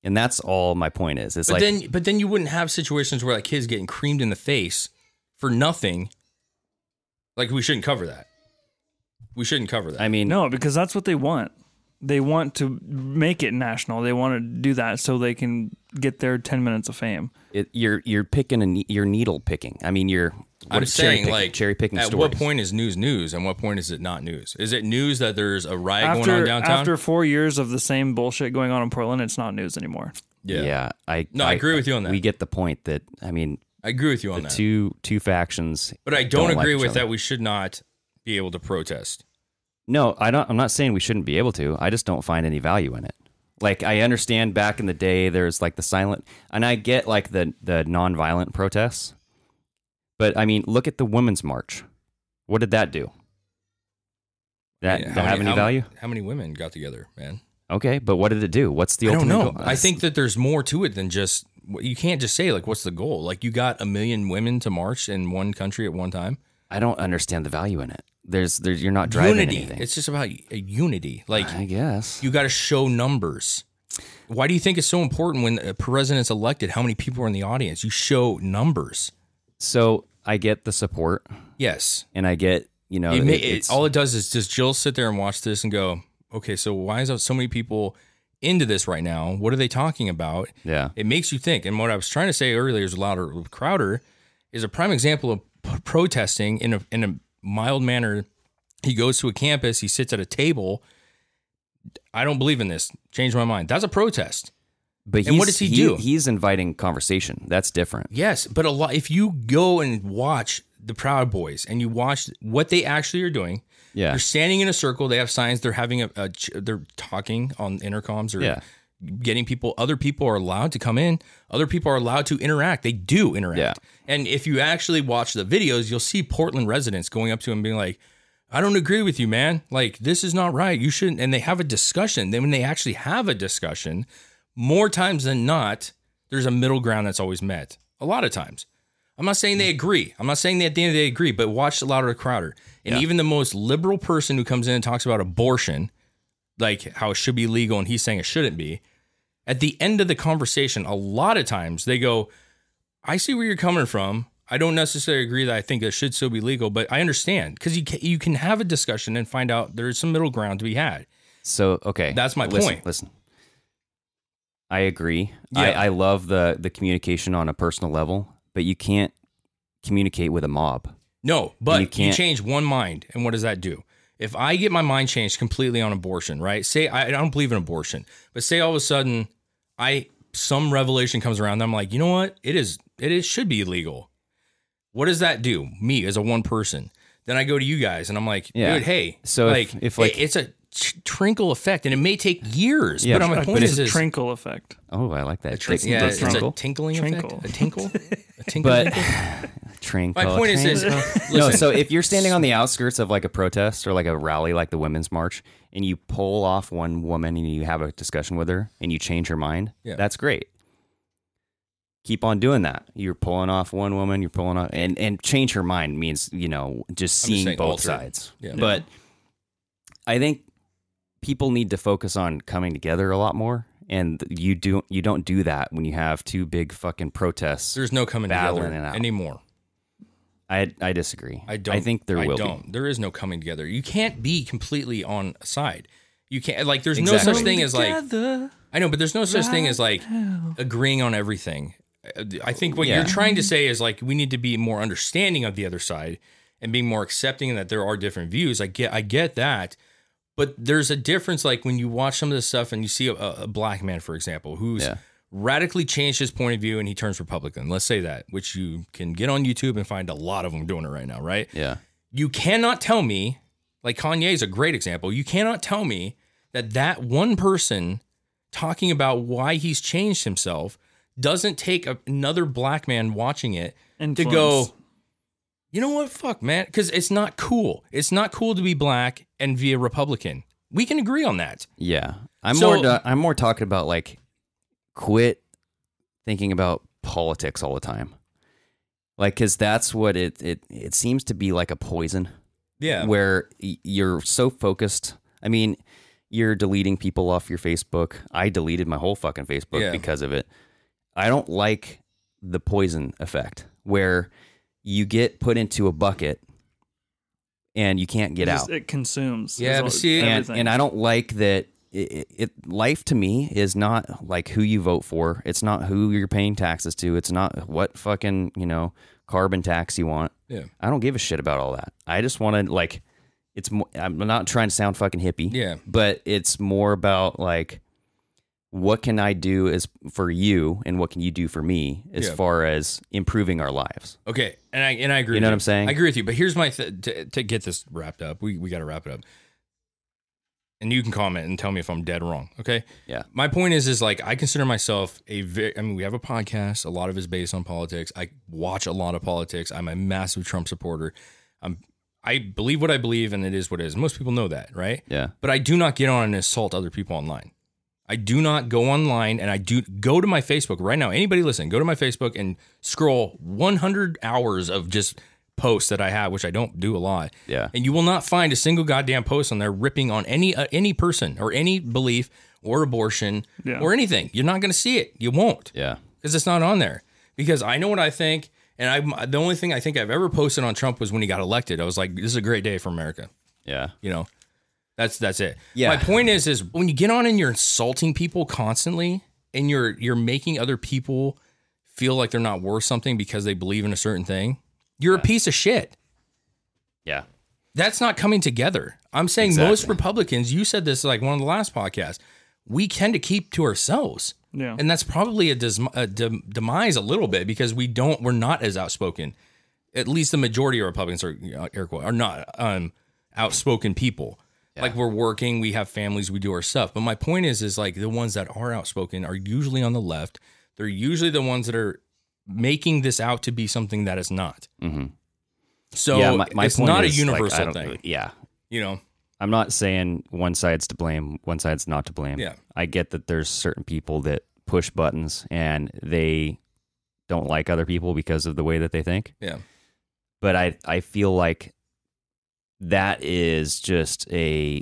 [SPEAKER 4] And that's all my point is. It's
[SPEAKER 2] But
[SPEAKER 4] like
[SPEAKER 2] then, but then you wouldn't have situations where like kids getting creamed in the face for nothing. Like we shouldn't cover that. We shouldn't cover that.
[SPEAKER 4] I mean,
[SPEAKER 5] No, because that's what they want. They want to make it national. They want to do that so they can get their 10 minutes of fame.
[SPEAKER 4] it, you're you're picking a ne- you're needle picking. I mean, you're what
[SPEAKER 2] I'm
[SPEAKER 4] is cherry
[SPEAKER 2] saying
[SPEAKER 4] picking,
[SPEAKER 2] like
[SPEAKER 4] cherry picking
[SPEAKER 2] At
[SPEAKER 4] stories.
[SPEAKER 2] what point is news news, and what point is it not news? Is it news that there's a riot going on
[SPEAKER 5] After,
[SPEAKER 2] downtown?
[SPEAKER 5] after four years of the same bullshit going on in Portland, it's not news anymore.
[SPEAKER 4] Yeah. I
[SPEAKER 2] No, I agree with you on that.
[SPEAKER 4] We get the point that I mean,
[SPEAKER 2] I agree with you on
[SPEAKER 4] the
[SPEAKER 2] that.
[SPEAKER 4] two two factions.
[SPEAKER 2] but I don't,
[SPEAKER 4] like
[SPEAKER 2] agree
[SPEAKER 4] each
[SPEAKER 2] with
[SPEAKER 4] other.
[SPEAKER 2] that. We should not be able to protest.
[SPEAKER 4] No, I don't. I'm not saying we shouldn't be able to. I just don't find any value in it. Like I understand back in the day, there's like the silent, and I get like the the nonviolent protests, but I mean, look at the women's march. What did that do? That,
[SPEAKER 2] Yeah,
[SPEAKER 4] that
[SPEAKER 2] how
[SPEAKER 4] have
[SPEAKER 2] many-
[SPEAKER 4] any
[SPEAKER 2] how-
[SPEAKER 4] value?
[SPEAKER 2] How many women got together, man?
[SPEAKER 4] Okay, but what did it do? What's the
[SPEAKER 2] I don't
[SPEAKER 4] ultimate
[SPEAKER 2] know.
[SPEAKER 4] goal?
[SPEAKER 2] I think that there's more to it than just you can't just say like, what's the goal? Like you got a million women to march in one country at one time.
[SPEAKER 4] I don't understand the value in it. There's there's you're not driving
[SPEAKER 2] unity.
[SPEAKER 4] anything.
[SPEAKER 2] It's just about a unity. Like
[SPEAKER 4] I guess
[SPEAKER 2] you got to show numbers. Why do you think it's so important when a president's elected? How many people are in the audience? You show numbers.
[SPEAKER 4] so. I get the support,
[SPEAKER 2] Yes.
[SPEAKER 4] and I get you know
[SPEAKER 2] it
[SPEAKER 4] Uh, it-
[SPEAKER 2] ma-
[SPEAKER 4] it's-
[SPEAKER 2] it, all it does is just Jill sit there and watch this and go, okay, so why is so many people into this right now? What are they talking about?
[SPEAKER 4] yeah
[SPEAKER 2] It makes you think. And what I was trying to say earlier is louder with Crowder is a prime example of p- protesting in a in a mild manner. He goes to a campus, he sits at a table. I don't believe in this. Change my mind. That's a protest.
[SPEAKER 4] But
[SPEAKER 2] And what does
[SPEAKER 4] he's-
[SPEAKER 2] he do?
[SPEAKER 4] He's inviting conversation. That's different.
[SPEAKER 2] Yes, but a lot. If you go and watch the Proud Boys and you watch what they actually are doing,
[SPEAKER 4] Yeah.
[SPEAKER 2] they're standing in a circle. They have signs. They're having a, a ch- they're talking on intercoms or
[SPEAKER 4] Yeah.
[SPEAKER 2] getting people. Other people are allowed to come in. Other people are allowed to interact. They do interact.
[SPEAKER 4] Yeah.
[SPEAKER 2] And if you actually watch the videos, you'll see Portland residents going up to him and being like. I don't agree with you, man. Like this is not right. You shouldn't. And they have a discussion. Then when they actually have a discussion, more times than not, there's a middle ground that's always met. A lot of times. I'm not saying they agree. I'm not saying that at the end of the day they agree, but watch the louder Crowder. And even the most liberal person who comes in and talks about abortion, like how it should be legal and he's saying it shouldn't be, at the end of the conversation, a lot of times they go, I see where you're coming from. I don't necessarily agree that I think it should still be legal, but I understand because you can, you can have a discussion and find out there's some middle ground to be had.
[SPEAKER 4] So okay,
[SPEAKER 2] That's my
[SPEAKER 4] listen,
[SPEAKER 2] point.
[SPEAKER 4] Listen, I agree.
[SPEAKER 2] Yeah.
[SPEAKER 4] I, I love the the communication on a personal level, but you can't communicate with a mob.
[SPEAKER 2] No, but
[SPEAKER 4] you
[SPEAKER 2] you,
[SPEAKER 4] can't-
[SPEAKER 2] change one mind, and what does that do? If I get my mind changed completely on abortion, right? Say I, I don't believe in abortion, but say all of a sudden I some revelation comes around, and I'm like, you know what? It is It is, should be illegal. What does that do? Me as a one person. Then I go to you guys and I'm like,
[SPEAKER 4] Yeah.
[SPEAKER 2] dude, hey.
[SPEAKER 4] So if-
[SPEAKER 2] like,
[SPEAKER 4] if, like-
[SPEAKER 2] it- it's a tr- trinkle effect and it may take years,
[SPEAKER 4] Yeah,
[SPEAKER 2] but I'm
[SPEAKER 4] but
[SPEAKER 2] like, point
[SPEAKER 5] it's
[SPEAKER 2] is
[SPEAKER 5] a
[SPEAKER 2] this
[SPEAKER 5] trinkle effect.
[SPEAKER 4] Oh, I like that.
[SPEAKER 2] trinkle-
[SPEAKER 4] Tick-
[SPEAKER 2] yeah,
[SPEAKER 4] the
[SPEAKER 2] it's a
[SPEAKER 4] trinkle.
[SPEAKER 2] tinkling
[SPEAKER 5] Trinkle.
[SPEAKER 2] effect, a tinkle, a tinkle.
[SPEAKER 4] But
[SPEAKER 2] tinkle?
[SPEAKER 4] trinkle.
[SPEAKER 2] my point is, is
[SPEAKER 4] trinkle. no.
[SPEAKER 2] listen,
[SPEAKER 4] So if you're standing on the outskirts of like a protest or like a rally, like the women's march, and you pull off one woman and you have a discussion with her and you change her mind,
[SPEAKER 2] Yeah.
[SPEAKER 4] that's great. Keep on doing that. You're pulling off one woman, you're pulling off, and and change her mind means you know just
[SPEAKER 2] I'm just
[SPEAKER 4] seeing
[SPEAKER 2] saying
[SPEAKER 4] both
[SPEAKER 2] alter.
[SPEAKER 4] sides.
[SPEAKER 2] Yeah.
[SPEAKER 4] But I think people need to focus on coming together a lot more. And you do you don't do that when you have two big fucking protests.
[SPEAKER 2] there's no coming together
[SPEAKER 4] Battling it out.
[SPEAKER 2] anymore.
[SPEAKER 4] I I disagree.
[SPEAKER 2] I don't.
[SPEAKER 4] I think there
[SPEAKER 2] I
[SPEAKER 4] will
[SPEAKER 2] don't.
[SPEAKER 4] be.
[SPEAKER 2] There is no coming together. You can't be completely on a side. You can't like. There's no
[SPEAKER 4] Exactly.
[SPEAKER 2] such thing as like.
[SPEAKER 5] Together.
[SPEAKER 2] I know, but there's no such thing as like agreeing on everything. Uh, I think what you're trying to say is like we need to be more understanding of the other side and being more accepting that there are different views. I get, I get that, but there's a difference. Like when you watch some of this stuff and you see a, a black man, for example, who's
[SPEAKER 4] Yeah.
[SPEAKER 2] radically changed his point of view and he turns Republican. Let's say that, which you can get on YouTube and find a lot of them doing it right now, right?
[SPEAKER 4] Yeah.
[SPEAKER 2] you cannot tell me, like Kanye is a great example. You cannot tell me that that one person talking about why he's changed himself doesn't take a, another black man watching it to
[SPEAKER 5] Influence.
[SPEAKER 2] go, you know what, fuck, man, because it's not cool. It's not cool to be black and be a Republican. We can agree on that.
[SPEAKER 4] Yeah. I'm
[SPEAKER 2] So-
[SPEAKER 4] more do- I'm more talking about like quit thinking about politics all the time. Like cuz that's what it it it seems to be like a poison
[SPEAKER 2] Yeah.
[SPEAKER 4] where y- you're so focused. I mean, you're deleting people off your Facebook. I deleted my whole fucking Facebook
[SPEAKER 2] Yeah.
[SPEAKER 4] because of it. I don't like the poison effect where you get put into a bucket and you can't get
[SPEAKER 5] It
[SPEAKER 4] out.
[SPEAKER 5] just- It consumes.
[SPEAKER 2] Yeah,
[SPEAKER 5] It's
[SPEAKER 2] but
[SPEAKER 5] all-
[SPEAKER 2] see,
[SPEAKER 4] and,
[SPEAKER 5] everything.
[SPEAKER 4] and I don't like that. It, it life to me is not like who you vote for. It's not who you're paying taxes to. It's not what fucking you know carbon tax you want.
[SPEAKER 2] Yeah.
[SPEAKER 4] I don't give a shit about all that. I just want to like. It's more, I'm not trying to sound fucking hippie.
[SPEAKER 2] Yeah.
[SPEAKER 4] But it's more about like, what can I do as for you, and what can you do for me as
[SPEAKER 2] Yeah.
[SPEAKER 4] far as improving our lives?
[SPEAKER 2] Okay, and I and I agree.
[SPEAKER 4] You know
[SPEAKER 2] with
[SPEAKER 4] what I'm saying?
[SPEAKER 2] I agree with you. But here's my th- to, to get this wrapped up. We we got to wrap it up. And you can comment and tell me if I'm dead wrong. Okay.
[SPEAKER 4] Yeah.
[SPEAKER 2] My point is, is like I consider myself a very. I mean, we have a podcast. A lot of it is based on politics. I watch a lot of politics. I'm a massive Trump supporter. I'm. I believe what I believe, and it is what it is. Most people know that, right?
[SPEAKER 4] Yeah.
[SPEAKER 2] But I do not get on and assault other people online. I do not go online and I do go to my Facebook right now. Anybody listen, go to my Facebook and scroll 100 hours of just posts that I have, which I don't do a lot.
[SPEAKER 4] Yeah.
[SPEAKER 2] And you will not find a single goddamn post on there ripping on any uh, any person or any belief or abortion
[SPEAKER 5] Yeah.
[SPEAKER 2] or anything. You're not going to see it. You won't
[SPEAKER 4] Yeah.
[SPEAKER 2] because it's not on there. Because I know what I think, and I the only thing I think I've ever posted on Trump was when he got elected. I was like, "This is a great day for America."
[SPEAKER 4] Yeah.
[SPEAKER 2] you know that's that's it
[SPEAKER 4] Yeah.
[SPEAKER 2] my point is is when you get on and you're insulting people constantly and you're you're making other people feel like they're not worth something because they believe in a certain thing you're a piece of shit
[SPEAKER 4] Yeah.
[SPEAKER 2] that's not coming together i'm saying most
[SPEAKER 4] Exactly.
[SPEAKER 2] republicans you said this like one of the last podcasts we tend to keep to ourselves
[SPEAKER 5] Yeah.
[SPEAKER 2] and that's probably a, des- a dem- demise a little bit because we don't we're not as outspoken at least the majority of republicans are you know, air quote are not um outspoken people like we're working we have families we do our stuff but my point is is like the ones that are outspoken are usually on the left they're usually the ones that are making this out to be something that it's not so
[SPEAKER 4] Mm-hmm. yeah. My, my
[SPEAKER 2] it's
[SPEAKER 4] point
[SPEAKER 2] not
[SPEAKER 4] is,
[SPEAKER 2] a
[SPEAKER 4] like, I
[SPEAKER 2] universal
[SPEAKER 4] don't-
[SPEAKER 2] thing
[SPEAKER 4] Yeah.
[SPEAKER 2] you know
[SPEAKER 4] I'm not saying one side's to blame, one side's not to blame.
[SPEAKER 2] Yeah.
[SPEAKER 4] I get that there's certain people that push buttons and they don't like other people because of the way that they think.
[SPEAKER 2] yeah
[SPEAKER 4] But I, I feel like that is just a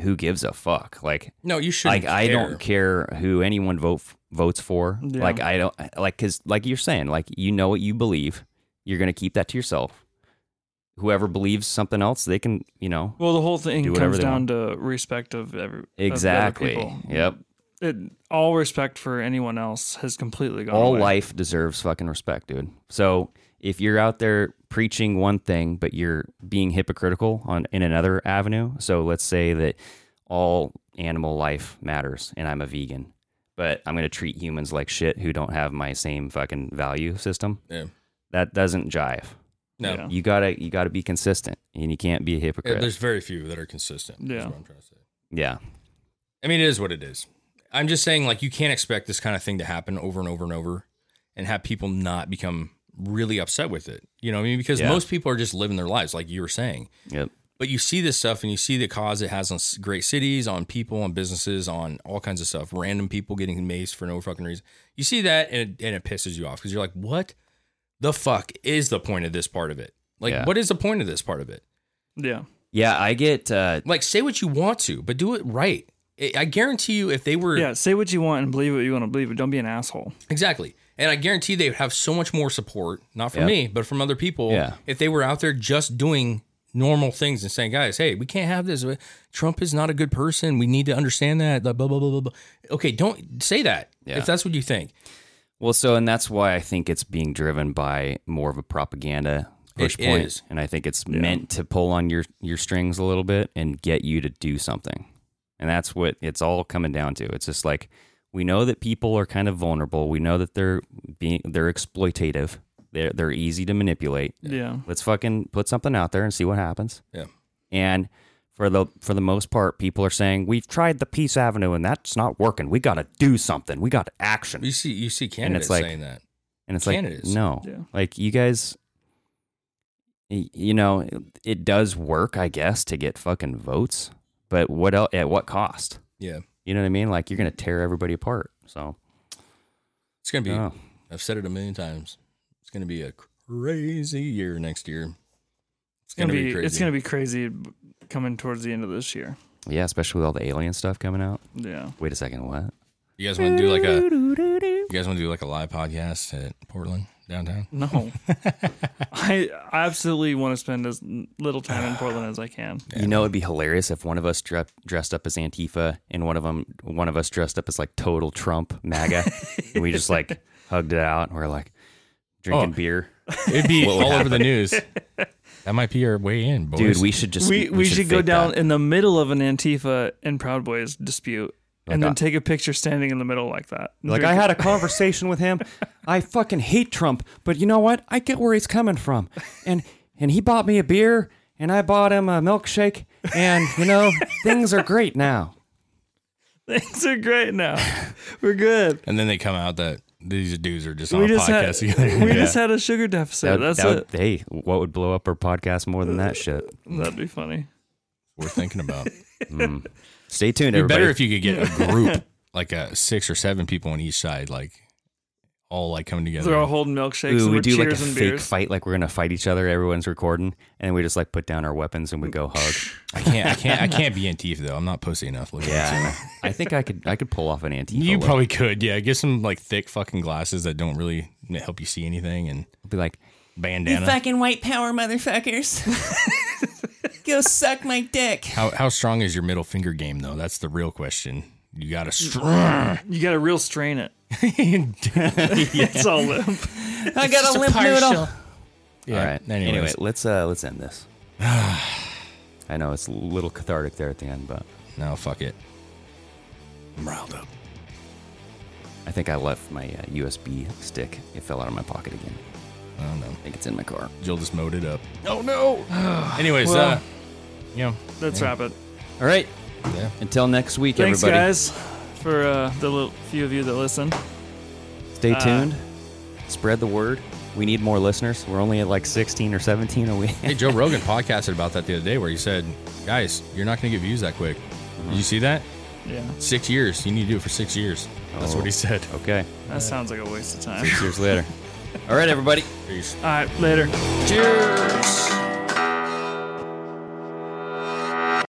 [SPEAKER 4] who gives a fuck. Like
[SPEAKER 2] no you should
[SPEAKER 4] like I don't care who anyone vote votes for.
[SPEAKER 5] Yeah.
[SPEAKER 4] Like I don't like because like you're saying, like you know what you believe. You're gonna keep that to yourself. Whoever believes something else, they can you know
[SPEAKER 5] well, the whole thing
[SPEAKER 4] Do whatever
[SPEAKER 5] comes
[SPEAKER 4] they
[SPEAKER 5] down to respect of every of the other
[SPEAKER 4] Exactly.
[SPEAKER 5] people.
[SPEAKER 4] Yep.
[SPEAKER 5] It, all respect for anyone else has completely gone
[SPEAKER 4] All
[SPEAKER 5] away.
[SPEAKER 4] life deserves fucking respect, dude. So if you're out there preaching one thing, but you're being hypocritical on in another avenue, so let's say that all animal life matters, and I'm a vegan, but I'm gonna treat humans like shit who don't have my same fucking value system.
[SPEAKER 2] Yeah.
[SPEAKER 4] That doesn't jive.
[SPEAKER 2] No,
[SPEAKER 5] Yeah.
[SPEAKER 4] You gotta you gotta be consistent, and you can't be a
[SPEAKER 2] Yeah,
[SPEAKER 4] hypocrite.
[SPEAKER 2] there's very few that are consistent. is
[SPEAKER 5] Yeah.
[SPEAKER 2] what I'm trying to say.
[SPEAKER 4] yeah.
[SPEAKER 2] I mean, it is what it is. I'm just saying, like, you can't expect this kind of thing to happen over and over and over and have people not become really upset with it. You know what I mean? Because
[SPEAKER 4] Yeah.
[SPEAKER 2] most people are just living their lives, like you were saying.
[SPEAKER 4] Yep.
[SPEAKER 2] But you see this stuff and you see the cause it has on s- great cities, on people, on businesses, on all kinds of stuff, random people getting maced for no fucking reason. You see that and it, and it pisses you off because you're like, what the fuck is the point of this part of it? Like,
[SPEAKER 4] Yeah.
[SPEAKER 2] what is the point of this part of it?
[SPEAKER 5] Yeah.
[SPEAKER 4] Yeah, I get. Uh,
[SPEAKER 2] Like, say what you want to, but do it right. I I guarantee you, if they were
[SPEAKER 5] Yeah. Say what you want and believe what you want to believe, but don't be an asshole.
[SPEAKER 2] Exactly. And I guarantee they would have so much more support, not from
[SPEAKER 4] Yep.
[SPEAKER 2] me, but from other people,
[SPEAKER 4] Yeah.
[SPEAKER 2] if they were out there just doing normal things and saying, guys, hey, we can't have this. Trump is not a good person. We need to understand that. Blah, blah, blah, blah, blah, blah. Okay, don't say that
[SPEAKER 4] Yeah.
[SPEAKER 2] if that's what you think.
[SPEAKER 4] well, so and that's why I think it's being driven by more of a propaganda push
[SPEAKER 2] It
[SPEAKER 4] point,
[SPEAKER 2] is.
[SPEAKER 4] and I think it's meant to pull on your your strings a little bit and get you to do something. And that's what it's all coming down to. It's just like we know that people are kind of vulnerable. We know that they're being they're exploitative. They're they're easy to manipulate.
[SPEAKER 5] Yeah.
[SPEAKER 4] Let's fucking put something out there and see what happens.
[SPEAKER 2] Yeah.
[SPEAKER 4] And for the for the most part, people are saying we've tried the Peace Avenue and that's not working. We got to do something. We got to action.
[SPEAKER 2] You see, you see candidates
[SPEAKER 4] like-
[SPEAKER 2] saying that.
[SPEAKER 4] And it's
[SPEAKER 2] candidates.
[SPEAKER 4] like no,
[SPEAKER 5] Yeah.
[SPEAKER 4] like you guys, y- you know, it, it does work, I guess, to get fucking votes. But what el At what cost?
[SPEAKER 2] Yeah.
[SPEAKER 4] You know what I mean? Like you're gonna tear everybody apart. So
[SPEAKER 2] It's going to be,
[SPEAKER 4] no.
[SPEAKER 2] I've said it a million times. It's going to be a crazy year next year. It's going to be, crazy.
[SPEAKER 5] It's gonna be crazy b- coming towards the end of this year.
[SPEAKER 4] yeah, especially with all the alien stuff coming out.
[SPEAKER 5] Yeah.
[SPEAKER 4] Wait a second, what?
[SPEAKER 2] you guys want to do like a, you guys want to do like a live podcast at Portland downtown?
[SPEAKER 5] No. I I absolutely want to spend as little time in Portland as I can.
[SPEAKER 4] You know, it'd be hilarious if one of us dre- dressed up as Antifa and one of them, one of us dressed up as like total Trump MAGA, and we just like hugged it out and we're like drinking
[SPEAKER 2] Oh.
[SPEAKER 4] beer.
[SPEAKER 2] It'd be all over the news. That might be our way in, boys.
[SPEAKER 4] Dude, we should just
[SPEAKER 5] Oh, We, we, should, go
[SPEAKER 4] fake
[SPEAKER 5] down
[SPEAKER 4] that.
[SPEAKER 5] in the middle of an Antifa and Proud Boys dispute and then
[SPEAKER 4] that.
[SPEAKER 5] take a picture standing in the middle like that.
[SPEAKER 4] Oh Like I had a conversation with him. I fucking hate Trump, but you know what? I get where he's coming from, and and he bought me a beer, and I bought him a milkshake, and you know things are great now.
[SPEAKER 5] Things are great now. We're good.
[SPEAKER 2] and then they come out that these dudes are just on
[SPEAKER 5] We
[SPEAKER 2] a
[SPEAKER 5] just had
[SPEAKER 2] podcast together.
[SPEAKER 5] we just had a sugar deficit.
[SPEAKER 4] That-
[SPEAKER 5] That's
[SPEAKER 4] that would-
[SPEAKER 5] it.
[SPEAKER 4] Hey, what would blow up our podcast more than that shit?
[SPEAKER 5] That'd be funny.
[SPEAKER 2] We're thinking about.
[SPEAKER 4] Stay tuned,
[SPEAKER 2] It'd be
[SPEAKER 4] everybody.
[SPEAKER 2] better if you could get a group, like a six or seven people on each side, like all like coming together.
[SPEAKER 5] They're all holding milkshakes.
[SPEAKER 4] Ooh,
[SPEAKER 5] and
[SPEAKER 4] we
[SPEAKER 5] we're
[SPEAKER 4] do like a
[SPEAKER 5] cheers and
[SPEAKER 4] fake
[SPEAKER 5] beers.
[SPEAKER 4] fight, like we're gonna fight each other. Everyone's recording, and we just like put down our weapons and we go hug.
[SPEAKER 2] I can't. I can't. I can't be Antifa though. I'm not pussy enough. Look at
[SPEAKER 4] yeah,
[SPEAKER 2] this.
[SPEAKER 4] I think I could. I could pull off an anti.
[SPEAKER 2] You probably could. Yeah, get some like thick fucking glasses that don't really help you see anything and
[SPEAKER 4] be like,
[SPEAKER 2] bandana.
[SPEAKER 7] Fucking white power motherfuckers. Go suck my dick.
[SPEAKER 2] how how strong is your middle finger game though? That's the real question. You
[SPEAKER 5] Mm.
[SPEAKER 2] got to strong.
[SPEAKER 5] You got to real strain it. It's all limp.
[SPEAKER 7] I got a limp noodle.
[SPEAKER 2] Yeah.
[SPEAKER 4] all right.
[SPEAKER 2] Anyways.
[SPEAKER 4] Anyway, let's uh, let's end this. I know it's a little cathartic there at the end, but
[SPEAKER 2] No, fuck it. I'm riled up.
[SPEAKER 4] I think I left my uh, USB stick. It fell out of my pocket again.
[SPEAKER 2] I don't know.
[SPEAKER 4] I think it's in my car.
[SPEAKER 2] Jill just mowed it up. Oh no. Anyways,
[SPEAKER 5] Well-
[SPEAKER 2] uh, you know,
[SPEAKER 5] Let's wrap it.
[SPEAKER 4] All right.
[SPEAKER 2] Yeah.
[SPEAKER 4] Until next week,
[SPEAKER 5] Thanks,
[SPEAKER 4] everybody.
[SPEAKER 5] guys, for uh, the little few of you that listen.
[SPEAKER 4] Stay tuned. Spread the word. We need more listeners. We're only at like 16 or 17 a week.
[SPEAKER 2] hey, Joe Rogan podcasted about that the other day, where he said, "Guys, you're not going to get views that quick." Did you see that?
[SPEAKER 5] Yeah,
[SPEAKER 2] Six years. You need to do it for six years. That's
[SPEAKER 4] Oh.
[SPEAKER 2] what he said.
[SPEAKER 4] okay.
[SPEAKER 5] that sounds like a waste of time.
[SPEAKER 4] Years later. All right, everybody.
[SPEAKER 2] Peace.
[SPEAKER 5] All right, later.
[SPEAKER 4] Cheers.